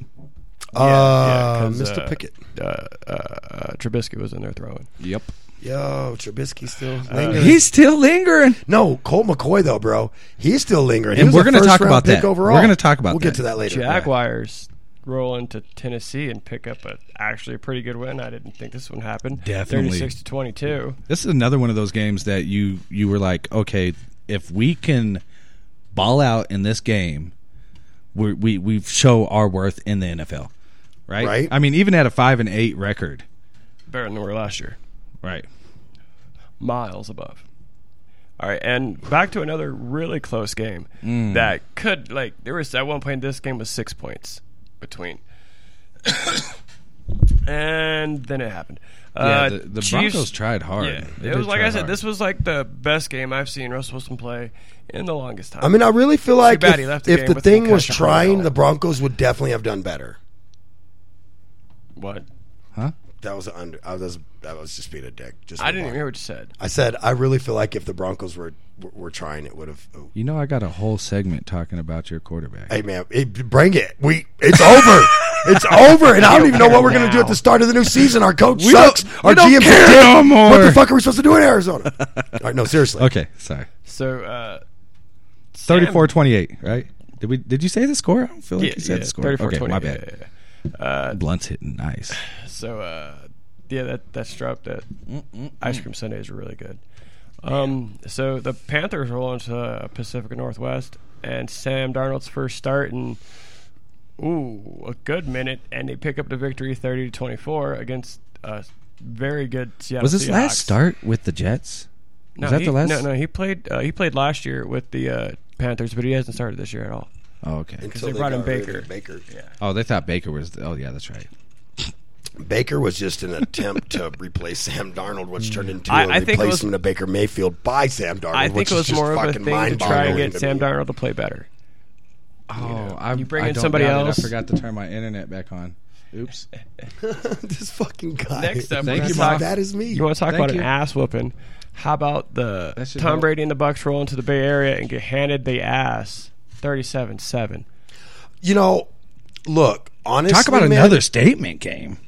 [SPEAKER 2] uh,
[SPEAKER 3] yeah, 'cause,
[SPEAKER 2] Mr.
[SPEAKER 3] uh,
[SPEAKER 2] Pickett,
[SPEAKER 3] uh, uh, uh, Trubisky was in there throwing.
[SPEAKER 1] Yep.
[SPEAKER 2] yo, Trubisky still lingering.
[SPEAKER 1] Uh, He's still lingering.
[SPEAKER 2] no Colt McCoy though, bro. He's still lingering. He
[SPEAKER 1] And
[SPEAKER 2] was
[SPEAKER 1] we're
[SPEAKER 2] a
[SPEAKER 1] gonna
[SPEAKER 2] first
[SPEAKER 1] talk
[SPEAKER 2] round
[SPEAKER 1] about
[SPEAKER 2] pick
[SPEAKER 1] that. We're
[SPEAKER 2] Overall.
[SPEAKER 1] gonna talk about
[SPEAKER 2] We'll
[SPEAKER 1] that.
[SPEAKER 2] get to that later.
[SPEAKER 3] Jaguars roll into Tennessee and pick up a actually a pretty good win. I didn't think this one happened.
[SPEAKER 1] Definitely.
[SPEAKER 3] 36 to 22.
[SPEAKER 1] This is another one of those games that you you were like, okay, if we can ball out in this game, we we we show our worth in the NFL, right?
[SPEAKER 2] Right.
[SPEAKER 1] I mean, even at a five and eight record,
[SPEAKER 3] Better than we were last year.
[SPEAKER 1] right?
[SPEAKER 3] miles above. All right, and back to another really close game
[SPEAKER 1] Mm.
[SPEAKER 3] that could like there was at one point this game was six points between, (coughs) and then it happened.
[SPEAKER 1] Yeah,
[SPEAKER 3] Uh,
[SPEAKER 1] the, the
[SPEAKER 3] Chiefs-
[SPEAKER 1] Broncos tried hard.
[SPEAKER 3] Yeah,
[SPEAKER 1] They
[SPEAKER 3] it
[SPEAKER 1] did
[SPEAKER 3] was like
[SPEAKER 1] try
[SPEAKER 3] I said,
[SPEAKER 1] hard.
[SPEAKER 3] this was like the best game I've seen Russell Wilson play in the longest time.
[SPEAKER 2] I mean, I really feel like
[SPEAKER 3] bad
[SPEAKER 2] if
[SPEAKER 3] he
[SPEAKER 2] if
[SPEAKER 3] left
[SPEAKER 2] the,
[SPEAKER 3] the game with
[SPEAKER 2] thing was
[SPEAKER 3] concussion protocol.
[SPEAKER 2] trying, the Broncos would definitely have done better.
[SPEAKER 3] what?
[SPEAKER 1] huh?
[SPEAKER 2] That was an under. I was that was just being a dick. Just
[SPEAKER 3] I didn't even
[SPEAKER 2] move on.
[SPEAKER 3] hear what you said.
[SPEAKER 2] I said I really feel like if the Broncos were were, were trying, it would have. oh,
[SPEAKER 1] You know, I got a whole segment talking about your quarterback.
[SPEAKER 2] Hey man, it, bring it. We it's over.
[SPEAKER 3] (laughs)
[SPEAKER 2] It's over, and I don't even know what we're going to do at the start of the new season. Our coach sucks.
[SPEAKER 1] don't-
[SPEAKER 2] Our
[SPEAKER 1] we don't
[SPEAKER 2] GM's a
[SPEAKER 1] care
[SPEAKER 2] dick.
[SPEAKER 1] no more.
[SPEAKER 2] What the fuck are we supposed to do in (laughs) Arizona? All right, no, seriously.
[SPEAKER 1] Okay, sorry.
[SPEAKER 3] So uh, Sam-
[SPEAKER 1] 34-28, right? Did we? Did you say the score? I don't feel like
[SPEAKER 3] Yeah,
[SPEAKER 1] you said
[SPEAKER 3] yeah,
[SPEAKER 1] the score.
[SPEAKER 3] 34,
[SPEAKER 1] okay, my
[SPEAKER 3] 20, yeah,
[SPEAKER 1] bad.
[SPEAKER 3] yeah,
[SPEAKER 1] Blunt's hitting
[SPEAKER 3] (sighs)
[SPEAKER 1] nice.
[SPEAKER 3] yeah. So uh, yeah, that that's dropped. That ice cream sundaes are really good. Um, so the Panthers roll into uh, Pacific Northwest, and Sam Darnold's first start in ooh a good minute, and they pick up the victory, thirty to twenty four against a very good Seattle.
[SPEAKER 1] Was his
[SPEAKER 3] Seahawks.
[SPEAKER 1] last start with the Jets?
[SPEAKER 3] No,
[SPEAKER 1] Was that
[SPEAKER 3] he,
[SPEAKER 1] the last?
[SPEAKER 3] No, no, he played. Uh, he played last year with the uh, Panthers, but he hasn't started this year at all.
[SPEAKER 1] Oh, okay.
[SPEAKER 2] Until
[SPEAKER 3] they brought in
[SPEAKER 2] got rid of
[SPEAKER 3] Baker.
[SPEAKER 2] Baker.
[SPEAKER 1] Oh, they thought Baker was. The, oh, yeah, that's right.
[SPEAKER 2] Baker was just an attempt to (laughs) replace Sam Darnold, which turned into a
[SPEAKER 3] I- I think it was-
[SPEAKER 2] replacement of Baker Mayfield by Sam Darnold.
[SPEAKER 3] I think
[SPEAKER 2] which
[SPEAKER 3] it
[SPEAKER 2] is
[SPEAKER 3] was
[SPEAKER 2] just
[SPEAKER 3] more of a
[SPEAKER 2] fucking
[SPEAKER 3] thing to try and
[SPEAKER 2] mind-boggling
[SPEAKER 3] get
[SPEAKER 2] to
[SPEAKER 3] Sam
[SPEAKER 2] me.
[SPEAKER 3] Darnold to play better.
[SPEAKER 1] Oh, I'm,
[SPEAKER 3] you bring
[SPEAKER 1] I
[SPEAKER 3] in
[SPEAKER 1] don't
[SPEAKER 3] somebody
[SPEAKER 1] doubt it.
[SPEAKER 3] else.
[SPEAKER 1] I forgot to turn my internet back on. Oops.
[SPEAKER 2] (laughs) this fucking guy.
[SPEAKER 3] Next up,
[SPEAKER 1] Thank
[SPEAKER 3] we're
[SPEAKER 1] you,
[SPEAKER 3] gonna
[SPEAKER 1] Mark.
[SPEAKER 3] talk-
[SPEAKER 2] That is me.
[SPEAKER 3] You want to talk
[SPEAKER 1] Thank
[SPEAKER 3] about
[SPEAKER 1] you.
[SPEAKER 3] an ass whooping? How about the
[SPEAKER 1] That should
[SPEAKER 3] Tom
[SPEAKER 1] help.
[SPEAKER 3] Brady and the Bucks roll into the Bay Area and get handed the ass, thirty-seven-seven.
[SPEAKER 2] You know, look, honestly,
[SPEAKER 1] Talk about
[SPEAKER 2] man,
[SPEAKER 1] another statement game.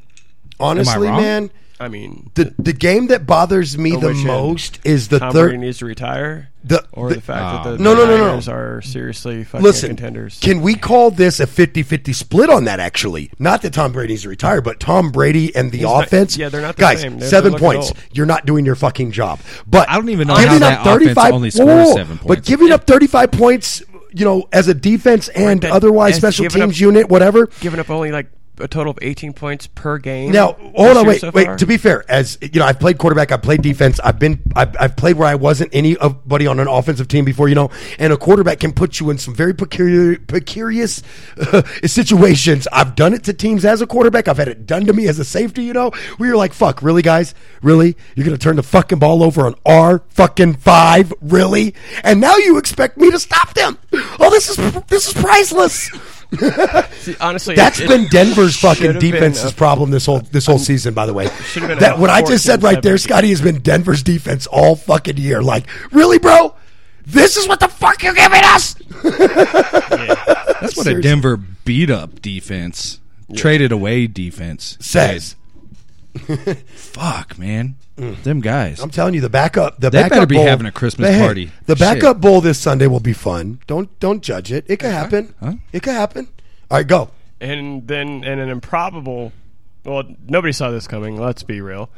[SPEAKER 2] Honestly,
[SPEAKER 1] wrong?
[SPEAKER 2] man,
[SPEAKER 3] I mean,
[SPEAKER 2] the the game that bothers me the
[SPEAKER 3] wish in
[SPEAKER 2] most is the
[SPEAKER 3] Tom Brady
[SPEAKER 2] third.
[SPEAKER 3] needs to retire,
[SPEAKER 2] The,
[SPEAKER 3] or
[SPEAKER 2] the-
[SPEAKER 3] the fact that the
[SPEAKER 2] No, no, no, no.
[SPEAKER 3] Niners are seriously fucking
[SPEAKER 2] listen,
[SPEAKER 3] contenders.
[SPEAKER 2] can we call this a 50-50 split on that? Actually, not that Tom Brady's retired, but Tom Brady and the
[SPEAKER 3] not-
[SPEAKER 2] offense.
[SPEAKER 3] yeah, they're not the
[SPEAKER 2] guys.
[SPEAKER 3] same. They're- they're
[SPEAKER 2] 7
[SPEAKER 3] looking
[SPEAKER 2] points.
[SPEAKER 3] old.
[SPEAKER 2] You're not doing your fucking job. But
[SPEAKER 1] I don't even know
[SPEAKER 2] giving
[SPEAKER 1] how that
[SPEAKER 2] up
[SPEAKER 1] offense
[SPEAKER 2] 35
[SPEAKER 1] only scores seven
[SPEAKER 2] But
[SPEAKER 1] points.
[SPEAKER 2] giving up thirty five points, you know, as a defense and
[SPEAKER 3] that-
[SPEAKER 2] otherwise
[SPEAKER 3] that's
[SPEAKER 2] special
[SPEAKER 3] giving
[SPEAKER 2] teams
[SPEAKER 3] up-
[SPEAKER 2] unit, whatever.
[SPEAKER 3] giving up only like a total of eighteen points per game.
[SPEAKER 2] Now,
[SPEAKER 3] this
[SPEAKER 2] hold on,
[SPEAKER 3] year
[SPEAKER 2] wait,
[SPEAKER 3] so far?
[SPEAKER 2] wait. To be fair, as you know, I've played quarterback, I've played defense, I've been, I've, I've played where I wasn't anybody on an offensive team before, you know. And a quarterback can put you in some very peculiar, precarious (laughs) uh, situations. I've done it to teams as a quarterback. I've had it done to me as a safety. You know, we were like, "Fuck, really, guys? Really? You're gonna turn the fucking ball over on our fucking five? Really? And now you expect me to stop them? Oh, this is this is priceless."
[SPEAKER 3] honestly, (laughs)
[SPEAKER 2] That's
[SPEAKER 3] it-
[SPEAKER 2] been Denver's fucking
[SPEAKER 3] should've been
[SPEAKER 2] defense's
[SPEAKER 3] a-
[SPEAKER 2] problem this whole this whole season. By the way,
[SPEAKER 3] Should've been
[SPEAKER 2] that
[SPEAKER 3] a
[SPEAKER 2] what I just said right there,
[SPEAKER 3] 14-17.
[SPEAKER 2] Scotty, has been Denver's defense all fucking year. Like, really, bro? This is what the fuck you're giving us?
[SPEAKER 1] That's what
[SPEAKER 2] Seriously.
[SPEAKER 1] a Denver beat up defense, traded away defense
[SPEAKER 2] Says.
[SPEAKER 1] did. Fuck, man, them guys.
[SPEAKER 2] Mm. I'm telling you, the backup, the
[SPEAKER 1] They
[SPEAKER 2] backup
[SPEAKER 1] better be
[SPEAKER 2] bowl-
[SPEAKER 1] having a Christmas
[SPEAKER 2] Hey,
[SPEAKER 1] party.
[SPEAKER 2] The
[SPEAKER 1] Shit.
[SPEAKER 2] backup bowl this Sunday will be fun. Don't don't judge it. It could happen.
[SPEAKER 1] Huh?
[SPEAKER 2] It could happen. All right, go.
[SPEAKER 3] and then in an improbable well nobody saw this coming let's be real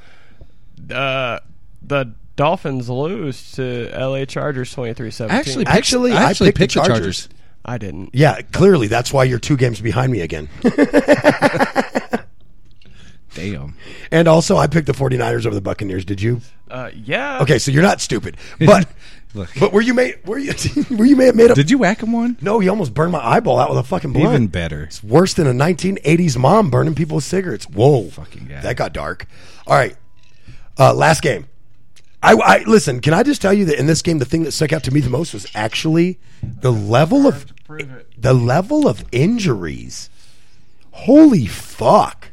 [SPEAKER 3] uh, the dolphins lose to la chargers 23-17
[SPEAKER 1] I actually, picked,
[SPEAKER 2] Actually,
[SPEAKER 1] actually,
[SPEAKER 2] I
[SPEAKER 1] I actually
[SPEAKER 2] picked the
[SPEAKER 1] picked the
[SPEAKER 2] Chargers.
[SPEAKER 1] Chargers.
[SPEAKER 3] i didn't
[SPEAKER 2] Yeah, clearly that's why you're two games behind
[SPEAKER 1] (laughs)
[SPEAKER 2] me again.
[SPEAKER 1] Damn.
[SPEAKER 2] and also, I picked the 49ers over the Buccaneers. Did you?
[SPEAKER 3] uh, yeah
[SPEAKER 2] Okay, so you're not stupid,
[SPEAKER 1] (laughs)
[SPEAKER 2] but
[SPEAKER 1] Look.
[SPEAKER 2] but were you made were you (laughs) were you made, made up?
[SPEAKER 1] Did you whack him one?
[SPEAKER 2] no, he almost burned my eyeball out with a fucking blunt.
[SPEAKER 1] Even better.
[SPEAKER 2] It's worse than a 1980s mom burning people with cigarettes. Whoa,
[SPEAKER 1] Fucking guy.
[SPEAKER 2] that got dark. All right, uh, last game. I, I listen. Can I just tell you that in this game, the thing that stuck out to me the most was actually the level of
[SPEAKER 3] prove it
[SPEAKER 2] the level of injuries. Holy fuck.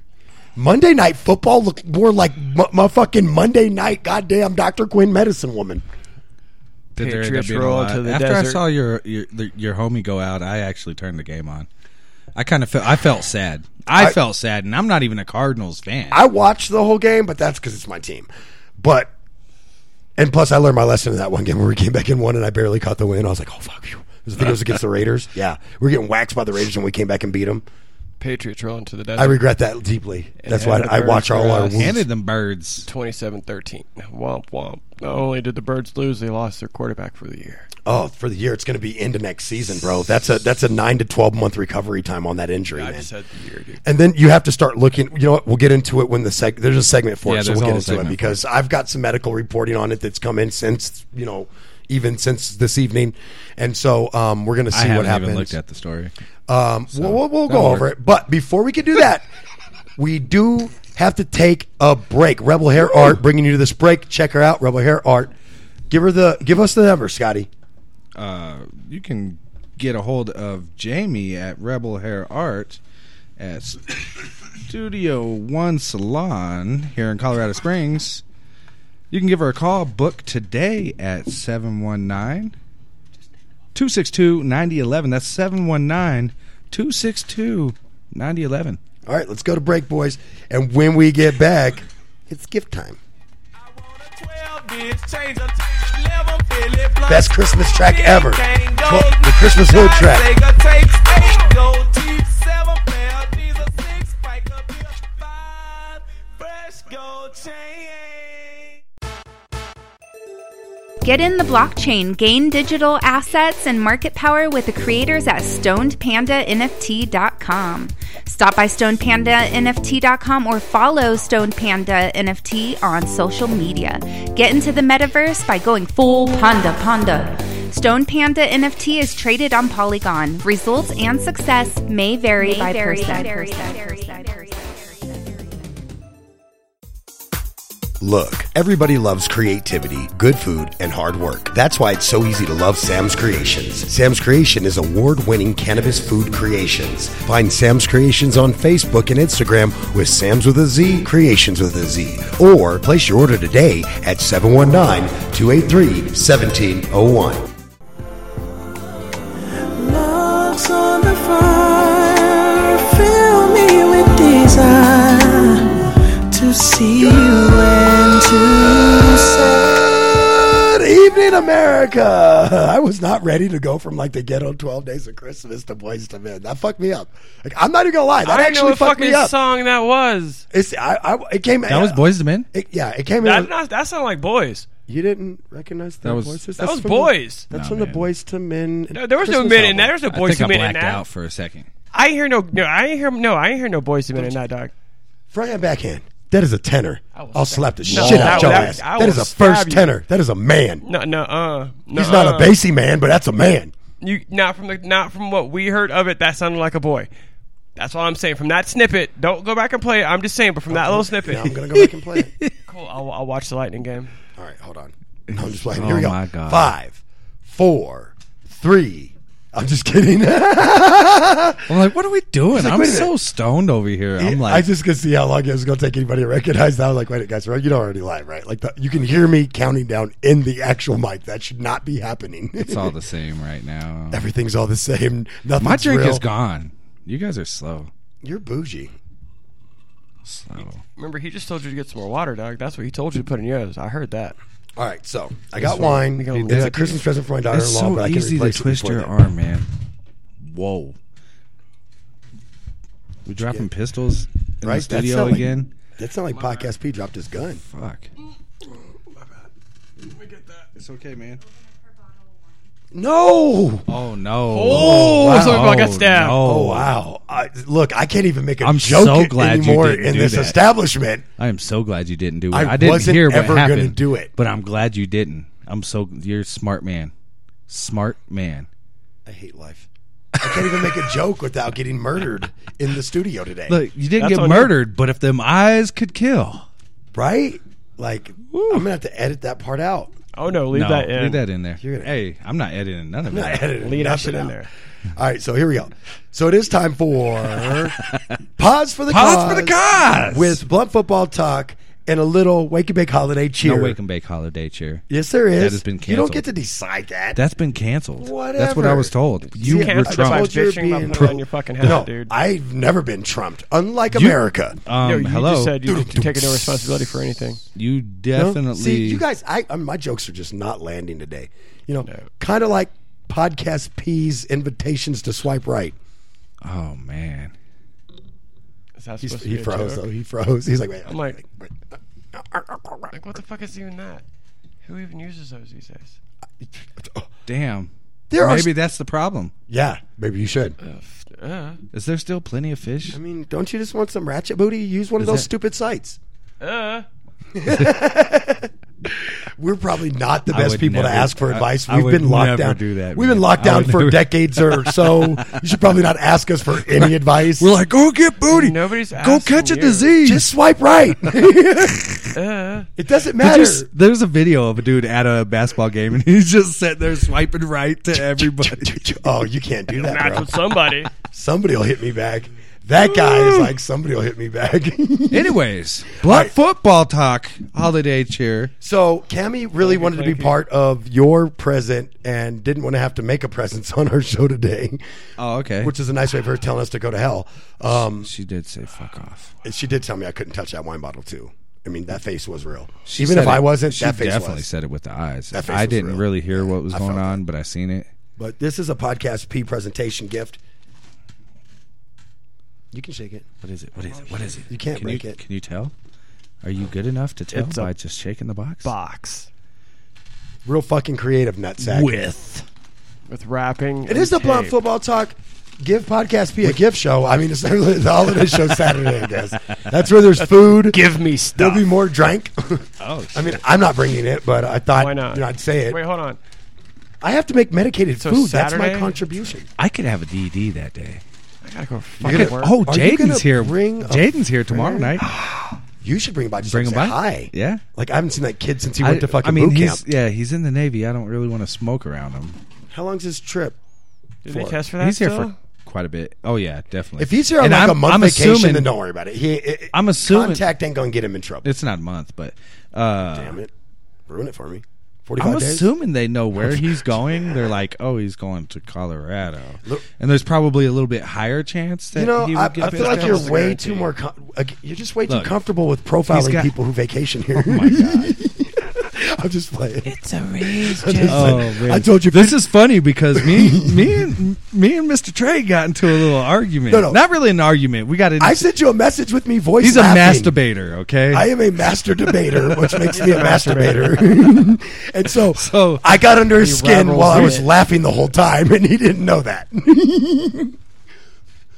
[SPEAKER 2] Monday night football looked more like my, my fucking Monday night goddamn Dr. Quinn medicine woman.
[SPEAKER 1] Did there end up
[SPEAKER 3] Patriots
[SPEAKER 1] being a
[SPEAKER 3] roll
[SPEAKER 1] lot?
[SPEAKER 3] to the
[SPEAKER 1] After I
[SPEAKER 3] desert.
[SPEAKER 1] saw your, your the- your homie go out, I actually turned the game on. I kind of felt I felt sad. I,
[SPEAKER 2] I-
[SPEAKER 1] felt sad, and I'm not even a Cardinals fan.
[SPEAKER 2] I watched the whole game, but that's because it's my team. But and plus, I learned my lesson in that one game where we came back and won, and I barely caught the win. I was like, "Oh fuck you!" Because I think it was against the
[SPEAKER 3] (laughs)
[SPEAKER 2] Raiders. Yeah, we were getting waxed by the Raiders, and we came back and beat them.
[SPEAKER 3] patriots roll into the desert
[SPEAKER 2] I regret that deeply. That's why
[SPEAKER 3] and the
[SPEAKER 2] I watch
[SPEAKER 3] Bears
[SPEAKER 2] all our
[SPEAKER 3] lost.
[SPEAKER 2] wounds.
[SPEAKER 1] handed them birds.
[SPEAKER 3] 27-13 womp womp not only did the birds lose they lost their quarterback for the year
[SPEAKER 2] Oh, for the year, it's going to be into next season, bro. That's a that's a nine to twelve month recovery time on that injury,
[SPEAKER 3] i
[SPEAKER 2] man.
[SPEAKER 3] just said the year dude
[SPEAKER 2] And then you have to start looking. You know what? We'll get into it when the seg. There's a segment for
[SPEAKER 1] Yeah,
[SPEAKER 2] it, so
[SPEAKER 1] there's
[SPEAKER 2] we'll
[SPEAKER 1] a
[SPEAKER 2] get
[SPEAKER 1] whole
[SPEAKER 2] into it
[SPEAKER 1] segment for
[SPEAKER 2] because I've got some medical reporting on it that's come in since you know, even since this evening, and so um, we're gonna
[SPEAKER 1] I
[SPEAKER 2] see
[SPEAKER 1] haven't
[SPEAKER 2] what happens.
[SPEAKER 1] even looked at the story.
[SPEAKER 2] um, we'll, we'll, we'll go
[SPEAKER 1] that'll
[SPEAKER 2] over
[SPEAKER 1] work.
[SPEAKER 2] it, but before we can do that, we do have to take a break. Rebel Hair Art bringing you to this break. Check her out, Rebel Hair Art. Give her the give us the number, Scotty.
[SPEAKER 1] uh, you can get a hold of Jamie at Rebel Hair Art at Studio One Salon here in Colorado Springs. You can give her a call. Book today at 719 262 9011. That's 719 262 9011.
[SPEAKER 2] All right, let's go to break, boys. And when we get back, it's gift time.
[SPEAKER 4] Best Christmas track ever.
[SPEAKER 2] Well,
[SPEAKER 4] the Christmas Hill track.
[SPEAKER 5] Get in the blockchain, gain digital assets and market power with the creators at stonedpandanft.com. Stop by stonepandanft.com or follow Stoned Panda NFT on social media. Get into the metaverse by going full panda panda. Stone Panda NFT is traded on Polygon. Results and success may vary by person.
[SPEAKER 2] Look, everybody loves creativity, good food, and hard work. That's why it's so easy to love Sam's Creations. Sam's Creation is award-winning cannabis food creations. Find Sam's Creations on Facebook and Instagram with Sam's with a Z, Creations with a Z, or place your order today at 719-283-1701.
[SPEAKER 6] Love's on the fire. Fill me with desire to see you and to
[SPEAKER 2] Good evening, America. I was not ready to go from like the ghetto 12 days of Christmas to Boys to Men. That fucked me up. Like, I'm not even gonna lie. That
[SPEAKER 3] I know
[SPEAKER 2] actually
[SPEAKER 3] what
[SPEAKER 2] fucked
[SPEAKER 3] fucking
[SPEAKER 2] me up.
[SPEAKER 3] song that was.
[SPEAKER 2] It's I, I it came
[SPEAKER 1] That was Boys to Men?
[SPEAKER 2] It, yeah, it came in.
[SPEAKER 3] That,
[SPEAKER 2] with-
[SPEAKER 3] not, that sounded like boys.
[SPEAKER 2] you didn't recognize the
[SPEAKER 1] That was-
[SPEAKER 2] voices.
[SPEAKER 3] That
[SPEAKER 2] That's
[SPEAKER 3] was
[SPEAKER 2] from the-
[SPEAKER 3] boys.
[SPEAKER 2] that's
[SPEAKER 1] Nah,
[SPEAKER 2] from the
[SPEAKER 1] man.
[SPEAKER 2] boys to men.
[SPEAKER 3] No, there was no
[SPEAKER 2] Christmas
[SPEAKER 3] men in
[SPEAKER 2] album.
[SPEAKER 3] that. There was no
[SPEAKER 1] I
[SPEAKER 3] boys
[SPEAKER 1] think
[SPEAKER 3] to
[SPEAKER 1] I
[SPEAKER 3] men in
[SPEAKER 1] blacked
[SPEAKER 3] that.
[SPEAKER 1] out for a second.
[SPEAKER 3] I hear no, no, I ain't hear no, I ain't hear no boys to men in that dog.
[SPEAKER 2] Front and backhand. That is a tenor.
[SPEAKER 3] will
[SPEAKER 2] I'll slap the
[SPEAKER 3] No,
[SPEAKER 2] shit
[SPEAKER 3] that-
[SPEAKER 2] out your
[SPEAKER 3] that-
[SPEAKER 2] ass.
[SPEAKER 3] I
[SPEAKER 2] That
[SPEAKER 3] will
[SPEAKER 2] is a
[SPEAKER 3] stab
[SPEAKER 2] first
[SPEAKER 3] you.
[SPEAKER 2] tenor. That is a man.
[SPEAKER 3] No, no, uh, no,
[SPEAKER 2] He's not a
[SPEAKER 3] uh.
[SPEAKER 2] bassy man, but that's a
[SPEAKER 3] (laughs)
[SPEAKER 2] man.
[SPEAKER 3] You not from the not from what we heard of it. That sounded like a boy. That's all I'm saying. From that snippet, don't go back and play it. I'm just saying, but
[SPEAKER 1] (laughs)
[SPEAKER 3] from that little snippet,
[SPEAKER 2] Now I'm gonna go back and play
[SPEAKER 3] (laughs)
[SPEAKER 2] it.
[SPEAKER 3] cool. I'll, I'll watch the Lightning game.
[SPEAKER 2] All right, hold on. No, I'm just playing. Here we
[SPEAKER 1] Oh
[SPEAKER 2] go.
[SPEAKER 1] my God.
[SPEAKER 2] Five, four, three. I'm just kidding. (laughs)
[SPEAKER 1] I'm like, what are we doing?
[SPEAKER 2] like,
[SPEAKER 1] I'm
[SPEAKER 2] wait a minute.
[SPEAKER 1] so stoned over here. I'm like,
[SPEAKER 2] I just could see how long it was going to take anybody to recognize that. I was like, wait, guys, you don't already live, right? Like, the, you can hear me counting down in the actual mic. That should not be happening. (laughs)
[SPEAKER 1] it's all the same right now.
[SPEAKER 2] Everything's all the same. Nothing's
[SPEAKER 1] My drink
[SPEAKER 2] real.
[SPEAKER 1] is gone. You guys are slow.
[SPEAKER 2] You're bougie.
[SPEAKER 1] Slow.
[SPEAKER 3] Remember, he just told you to get some more water, dog. That's what he told you to put in yours. I heard that.
[SPEAKER 2] All right, so I got wine.
[SPEAKER 3] got
[SPEAKER 2] It's
[SPEAKER 3] wine.
[SPEAKER 2] a Christmas present for my daughter-in-law,
[SPEAKER 1] It's so
[SPEAKER 2] but I can
[SPEAKER 1] easy to
[SPEAKER 2] replace it
[SPEAKER 1] twist
[SPEAKER 2] before
[SPEAKER 1] your
[SPEAKER 2] then.
[SPEAKER 1] arm, man. Whoa. We dropping pistols in
[SPEAKER 2] Right,
[SPEAKER 1] the
[SPEAKER 2] that's
[SPEAKER 1] studio
[SPEAKER 2] not like-
[SPEAKER 1] again?
[SPEAKER 2] That's not like Podcast P dropped his gun.
[SPEAKER 1] Fuck. It's okay, man.
[SPEAKER 2] No.
[SPEAKER 1] Oh no!
[SPEAKER 3] Oh,
[SPEAKER 2] wow.
[SPEAKER 3] so I got stabbed.
[SPEAKER 1] No.
[SPEAKER 2] Oh wow! I, look, I can't even make a
[SPEAKER 1] I'm
[SPEAKER 2] joke
[SPEAKER 1] so glad you
[SPEAKER 2] anymore
[SPEAKER 1] didn't
[SPEAKER 2] in
[SPEAKER 1] do
[SPEAKER 2] this
[SPEAKER 1] that.
[SPEAKER 2] establishment.
[SPEAKER 1] I am so glad you didn't do it.
[SPEAKER 2] I
[SPEAKER 1] I, didn't
[SPEAKER 2] wasn't
[SPEAKER 1] hear what
[SPEAKER 2] ever gonna
[SPEAKER 1] happened.
[SPEAKER 2] do it.
[SPEAKER 1] but I'm glad you didn't. I'm so you're a smart man, smart man.
[SPEAKER 2] I hate life. I can't even make a joke without getting murdered in the studio today.
[SPEAKER 1] Look, you didn't
[SPEAKER 3] That's
[SPEAKER 1] get
[SPEAKER 3] on you.
[SPEAKER 1] murdered, but if them eyes could kill,
[SPEAKER 2] right? Like, I'm gonna have to edit that part out.
[SPEAKER 3] Oh no, leave
[SPEAKER 1] no,
[SPEAKER 3] that in.
[SPEAKER 1] leave that in there.
[SPEAKER 2] You're gonna-
[SPEAKER 1] hey, I'm not editing none of
[SPEAKER 2] I'm not
[SPEAKER 1] it.
[SPEAKER 2] editing
[SPEAKER 3] Leave that
[SPEAKER 2] nothing
[SPEAKER 3] shit in
[SPEAKER 2] out.
[SPEAKER 3] there.
[SPEAKER 2] All right, so here we go. So it is
[SPEAKER 1] (laughs)
[SPEAKER 2] time for pause for the
[SPEAKER 1] Pause for the cause.
[SPEAKER 2] with blunt football talk and a little wake and bake holiday cheer.
[SPEAKER 1] No wake and bake holiday cheer.
[SPEAKER 2] yes, there is.
[SPEAKER 1] That has been
[SPEAKER 2] You don't
[SPEAKER 1] canceled.
[SPEAKER 2] get to decide that.
[SPEAKER 1] That's been canceled.
[SPEAKER 2] Whatever.
[SPEAKER 1] That's what I was told. You
[SPEAKER 2] Yeah,
[SPEAKER 1] were
[SPEAKER 3] Canceled by
[SPEAKER 1] trumped.
[SPEAKER 2] told you
[SPEAKER 3] bitching about
[SPEAKER 2] being-
[SPEAKER 3] putting it on your fucking head,
[SPEAKER 2] no,
[SPEAKER 3] dude.
[SPEAKER 2] I've never been trumped. Unlike America,
[SPEAKER 1] Um,
[SPEAKER 3] Yo, you
[SPEAKER 1] hello.
[SPEAKER 3] just
[SPEAKER 1] (laughs)
[SPEAKER 3] said you taking no responsibility for anything.
[SPEAKER 1] you
[SPEAKER 2] No?
[SPEAKER 1] definitely.
[SPEAKER 2] See, you guys, I, I my jokes are just not landing today. You know, kind of like podcast P's invitations to swipe right.
[SPEAKER 1] oh man.
[SPEAKER 3] Is that
[SPEAKER 2] He's,
[SPEAKER 3] supposed
[SPEAKER 2] he
[SPEAKER 3] to be a
[SPEAKER 2] froze
[SPEAKER 3] joke?
[SPEAKER 2] though. He froze. He's like, wait,
[SPEAKER 3] I'm like-
[SPEAKER 2] wait.
[SPEAKER 3] Like, what the fuck is even that? Who even uses those these days?
[SPEAKER 1] Damn.
[SPEAKER 2] There are
[SPEAKER 1] Maybe that's the problem.
[SPEAKER 2] yeah, maybe you should.
[SPEAKER 3] Uh,
[SPEAKER 1] Is there still plenty of fish?
[SPEAKER 2] I mean, don't you just want some ratchet booty? Use one of those
[SPEAKER 1] that-
[SPEAKER 2] stupid sites.
[SPEAKER 3] uh.
[SPEAKER 2] We're probably not the
[SPEAKER 1] I
[SPEAKER 2] best
[SPEAKER 1] would
[SPEAKER 2] people to
[SPEAKER 1] never-
[SPEAKER 2] ask for
[SPEAKER 1] I-
[SPEAKER 2] advice.
[SPEAKER 1] I
[SPEAKER 2] We've
[SPEAKER 1] would
[SPEAKER 2] been locked
[SPEAKER 1] never
[SPEAKER 2] down.
[SPEAKER 1] do that,
[SPEAKER 2] We've
[SPEAKER 1] man.
[SPEAKER 2] been locked
[SPEAKER 1] I
[SPEAKER 2] down
[SPEAKER 1] would
[SPEAKER 2] for
[SPEAKER 1] never-
[SPEAKER 2] decades or so. you should probably not ask us for any advice.
[SPEAKER 1] We're like, go get booty.
[SPEAKER 3] Nobody's
[SPEAKER 1] go
[SPEAKER 3] asking
[SPEAKER 1] catch a
[SPEAKER 3] you. Uh,
[SPEAKER 1] disease.
[SPEAKER 2] just swipe right. (laughs) it doesn't
[SPEAKER 1] Did you
[SPEAKER 2] matter.
[SPEAKER 1] s- there's a video of a dude at a basketball game and he's just sitting there swiping
[SPEAKER 2] (laughs)
[SPEAKER 1] right to everybody.
[SPEAKER 2] oh, you can't do that,
[SPEAKER 3] Match
[SPEAKER 2] bro.
[SPEAKER 3] with somebody.
[SPEAKER 2] Somebody will hit me back. That guy is like somebody will hit me back. (laughs)
[SPEAKER 1] Anyways, blood football talk, holiday cheer.
[SPEAKER 2] so Cammy really wanted to be
[SPEAKER 3] thank you.
[SPEAKER 2] part of your present and didn't want to have to make a presence (laughs) on our show today,
[SPEAKER 1] Oh, okay.
[SPEAKER 2] which is a nice way of her telling us to go to hell. Um,
[SPEAKER 1] she did say fuck off.
[SPEAKER 2] she did tell me I couldn't touch that wine bottle too. I mean that face was real.
[SPEAKER 1] She
[SPEAKER 2] Even
[SPEAKER 1] said
[SPEAKER 2] if I
[SPEAKER 1] it-
[SPEAKER 2] wasn't,
[SPEAKER 1] she
[SPEAKER 2] that face
[SPEAKER 1] definitely
[SPEAKER 2] was.
[SPEAKER 1] said it with the eyes.
[SPEAKER 2] That face
[SPEAKER 1] I
[SPEAKER 2] was
[SPEAKER 1] didn't
[SPEAKER 2] real.
[SPEAKER 1] really hear what was
[SPEAKER 2] I
[SPEAKER 1] going
[SPEAKER 2] felt
[SPEAKER 1] on, but I seen it.
[SPEAKER 2] But this is a podcast P presentation gift. You can shake it.
[SPEAKER 1] What is it? What is it? What is it?
[SPEAKER 2] You can't
[SPEAKER 1] can
[SPEAKER 2] break
[SPEAKER 1] you,
[SPEAKER 2] it.
[SPEAKER 1] Can you tell? Are you good enough to tell
[SPEAKER 3] It's a
[SPEAKER 1] by just shaking the box?
[SPEAKER 3] (laughs) box
[SPEAKER 2] Real fucking creative nutsack.
[SPEAKER 3] with with wrapping.
[SPEAKER 2] It is the Blunt Football Talk Give Podcast P a gift show. I mean, it's (laughs) literally the holiday show Saturday, I guess. That's where there's food.
[SPEAKER 3] Give me
[SPEAKER 2] There'll
[SPEAKER 3] stuff.
[SPEAKER 2] be more drink. (laughs)
[SPEAKER 1] Oh,
[SPEAKER 2] I mean, I'm not bringing it, but I thought
[SPEAKER 3] Why not?
[SPEAKER 2] You know, I'd say it.
[SPEAKER 3] Wait, hold on.
[SPEAKER 2] I have to make medicated
[SPEAKER 3] So
[SPEAKER 2] food. That's
[SPEAKER 3] Saturday?
[SPEAKER 2] my contribution.
[SPEAKER 1] I could have a DD that day.
[SPEAKER 3] I gotta go.
[SPEAKER 2] You're
[SPEAKER 3] Fucking
[SPEAKER 2] gonna-
[SPEAKER 3] work.
[SPEAKER 1] Oh,
[SPEAKER 2] Are you gonna
[SPEAKER 1] Jaden's here.
[SPEAKER 2] bring a
[SPEAKER 1] Jaden's here tomorrow
[SPEAKER 2] friend?
[SPEAKER 1] night.
[SPEAKER 2] You should bring him by. Just
[SPEAKER 1] Bring him
[SPEAKER 2] say
[SPEAKER 1] by.
[SPEAKER 2] Hi.
[SPEAKER 1] Yeah.
[SPEAKER 2] Like I haven't seen that kid since he went to fucking
[SPEAKER 1] I mean,
[SPEAKER 2] boot
[SPEAKER 1] he's
[SPEAKER 2] camp.
[SPEAKER 1] yeah, he's in the Navy. I don't really want to smoke around him.
[SPEAKER 2] How long's his trip?
[SPEAKER 3] Did they
[SPEAKER 2] for-
[SPEAKER 3] test for that?
[SPEAKER 1] he's here
[SPEAKER 3] still?
[SPEAKER 1] for quite a bit. Oh yeah, definitely.
[SPEAKER 2] If he's here on
[SPEAKER 1] And
[SPEAKER 2] like
[SPEAKER 1] I'm,
[SPEAKER 2] a month
[SPEAKER 1] I'm
[SPEAKER 2] vacation,
[SPEAKER 1] assuming,
[SPEAKER 2] then don't worry about it. He, it-
[SPEAKER 1] I'm assuming-
[SPEAKER 2] contact ain't gonna get him in trouble.
[SPEAKER 1] It's not a month, but uh,
[SPEAKER 2] Damn it, ruin it for me. Forty
[SPEAKER 1] I'm
[SPEAKER 2] five days.
[SPEAKER 1] assuming they know where
[SPEAKER 2] (laughs)
[SPEAKER 1] he's going. They're like, oh, he's going to Colorado,
[SPEAKER 2] Look-
[SPEAKER 1] and there's probably a little bit higher chance that
[SPEAKER 2] you know,
[SPEAKER 1] he would
[SPEAKER 2] I,
[SPEAKER 1] get
[SPEAKER 2] I feel
[SPEAKER 1] picked
[SPEAKER 2] like
[SPEAKER 1] up.
[SPEAKER 2] you're
[SPEAKER 3] Almost a
[SPEAKER 2] way
[SPEAKER 3] guarantee.
[SPEAKER 2] too more. Com- ag- you're just way too
[SPEAKER 1] Look,
[SPEAKER 2] comfortable with
[SPEAKER 1] he's
[SPEAKER 2] profiling
[SPEAKER 1] got- Oh
[SPEAKER 2] people who vacation here. (laughs) I'm just playing.
[SPEAKER 3] It's
[SPEAKER 2] (laughs)
[SPEAKER 3] a raise,
[SPEAKER 1] Oh, man.
[SPEAKER 2] I told you.
[SPEAKER 1] this is funny because me,
[SPEAKER 2] (laughs)
[SPEAKER 1] me, and me and Mr. Trey got into a little argument.
[SPEAKER 2] No, no.
[SPEAKER 1] not really an argument. We got into.
[SPEAKER 2] I sent you a message with me voice.
[SPEAKER 1] he's a
[SPEAKER 2] laughing.
[SPEAKER 1] masturbator. Okay,
[SPEAKER 2] I am a master debater, which
[SPEAKER 1] (laughs)
[SPEAKER 2] makes me a masturbator. (laughs) and so,
[SPEAKER 1] So-
[SPEAKER 2] I got under his
[SPEAKER 3] He
[SPEAKER 2] skin
[SPEAKER 3] rattles
[SPEAKER 2] while I was
[SPEAKER 3] it.
[SPEAKER 2] laughing the whole time, and he didn't know that. (laughs)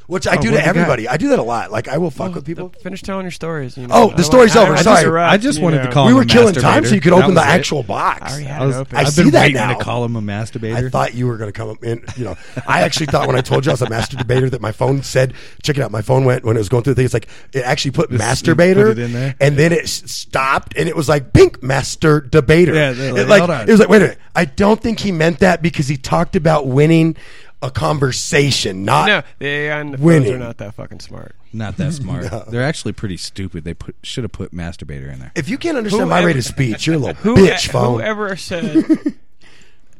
[SPEAKER 2] which I do
[SPEAKER 1] what do we
[SPEAKER 2] to
[SPEAKER 1] got?
[SPEAKER 2] everybody. I do that a lot. like I will
[SPEAKER 1] Oh,
[SPEAKER 2] fuck with people.
[SPEAKER 3] Finish telling your stories. you know.
[SPEAKER 2] Oh, the
[SPEAKER 3] I don't
[SPEAKER 2] story's
[SPEAKER 3] wanna-
[SPEAKER 2] over.
[SPEAKER 3] I
[SPEAKER 2] Sorry.
[SPEAKER 3] interrupt,
[SPEAKER 1] I just
[SPEAKER 3] you
[SPEAKER 1] wanted to
[SPEAKER 3] know.
[SPEAKER 1] call
[SPEAKER 2] we
[SPEAKER 1] him
[SPEAKER 2] were
[SPEAKER 1] a
[SPEAKER 2] killing time so
[SPEAKER 1] Oh, masturbator.
[SPEAKER 2] you could
[SPEAKER 1] That
[SPEAKER 2] open the
[SPEAKER 1] was it.
[SPEAKER 2] actual box.
[SPEAKER 3] I already had
[SPEAKER 1] I
[SPEAKER 3] it
[SPEAKER 1] was,
[SPEAKER 3] open.
[SPEAKER 1] I've
[SPEAKER 2] see
[SPEAKER 1] been
[SPEAKER 2] that
[SPEAKER 1] waiting
[SPEAKER 2] now.
[SPEAKER 1] to call him a masturbator.
[SPEAKER 2] I thought you were going to come up and, you know, I actually thought when I told you I was a master debater that my phone said, check it out. My phone went, when it was going through the thing, it's like, it actually put masturbator.
[SPEAKER 1] put it in there?
[SPEAKER 2] And then it s- stopped and it was like, pink master debater.
[SPEAKER 1] Yeah, they're
[SPEAKER 2] it,
[SPEAKER 1] like,
[SPEAKER 2] like,
[SPEAKER 1] hold on.
[SPEAKER 2] it was like, wait a minute. I don't think he meant that because he talked about winning a conversation, not.
[SPEAKER 3] No, they on the phones
[SPEAKER 2] Winning.
[SPEAKER 3] are not that fucking smart.
[SPEAKER 1] Not that smart. They're actually pretty stupid. They put should have put masturbator in there.
[SPEAKER 2] If you can't understand my
[SPEAKER 3] Whoever-
[SPEAKER 2] rate of speech, you're a little
[SPEAKER 3] (laughs)
[SPEAKER 2] (laughs)
[SPEAKER 3] Who-
[SPEAKER 2] bitch phone. (laughs)
[SPEAKER 3] Whoever said